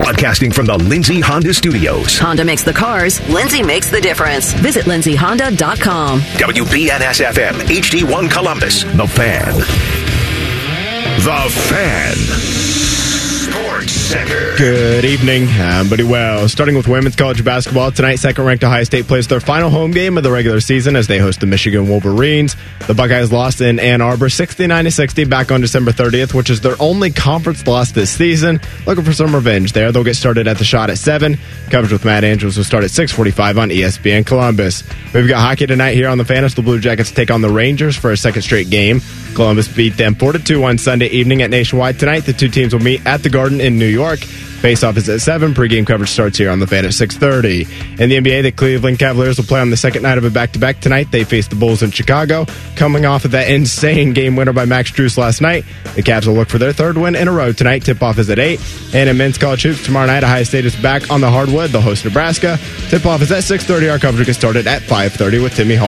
Broadcasting from the Lindsay Honda Studios.
Honda makes the cars, Lindsay makes the difference. Visit lindsayhonda.com.
WBNS FM, HD1 Columbus. The Fan. The Fan. Sports Center.
Good evening. I'm Buddy Wells. Starting with women's college basketball tonight, second-ranked Ohio State plays their final home game of the regular season as they host the Michigan Wolverines. The Buckeyes lost in Ann Arbor 69-60 back on December 30th, which is their only conference loss this season. Looking for some revenge there. They'll get started at the shot at 7. Coverage with Matt Andrews will start at 645 on E ESPN Columbus. We've got hockey tonight here on the Fan as the Blue Jackets take on the Rangers for a second straight game. Columbus beat them 4-2 on Sunday evening at Nationwide. Tonight, the two teams will meet at the Garden in New York. Face-off is at 7. Pre-game coverage starts here on The Fan at 6.30. In the NBA, the Cleveland Cavaliers will play on the second night of a back-to-back tonight. They face the Bulls in Chicago. Coming off of that (laughs) insane game winner by Max Drews last night, the Cavs will look for their third win in a row tonight. Tip-off is at 8. And in men's college hoops, tomorrow night, Ohio State is back on the hardwood. They'll host Nebraska. Tip-off is at 6.30. Our coverage gets started at 5.30 with Timmy Hall.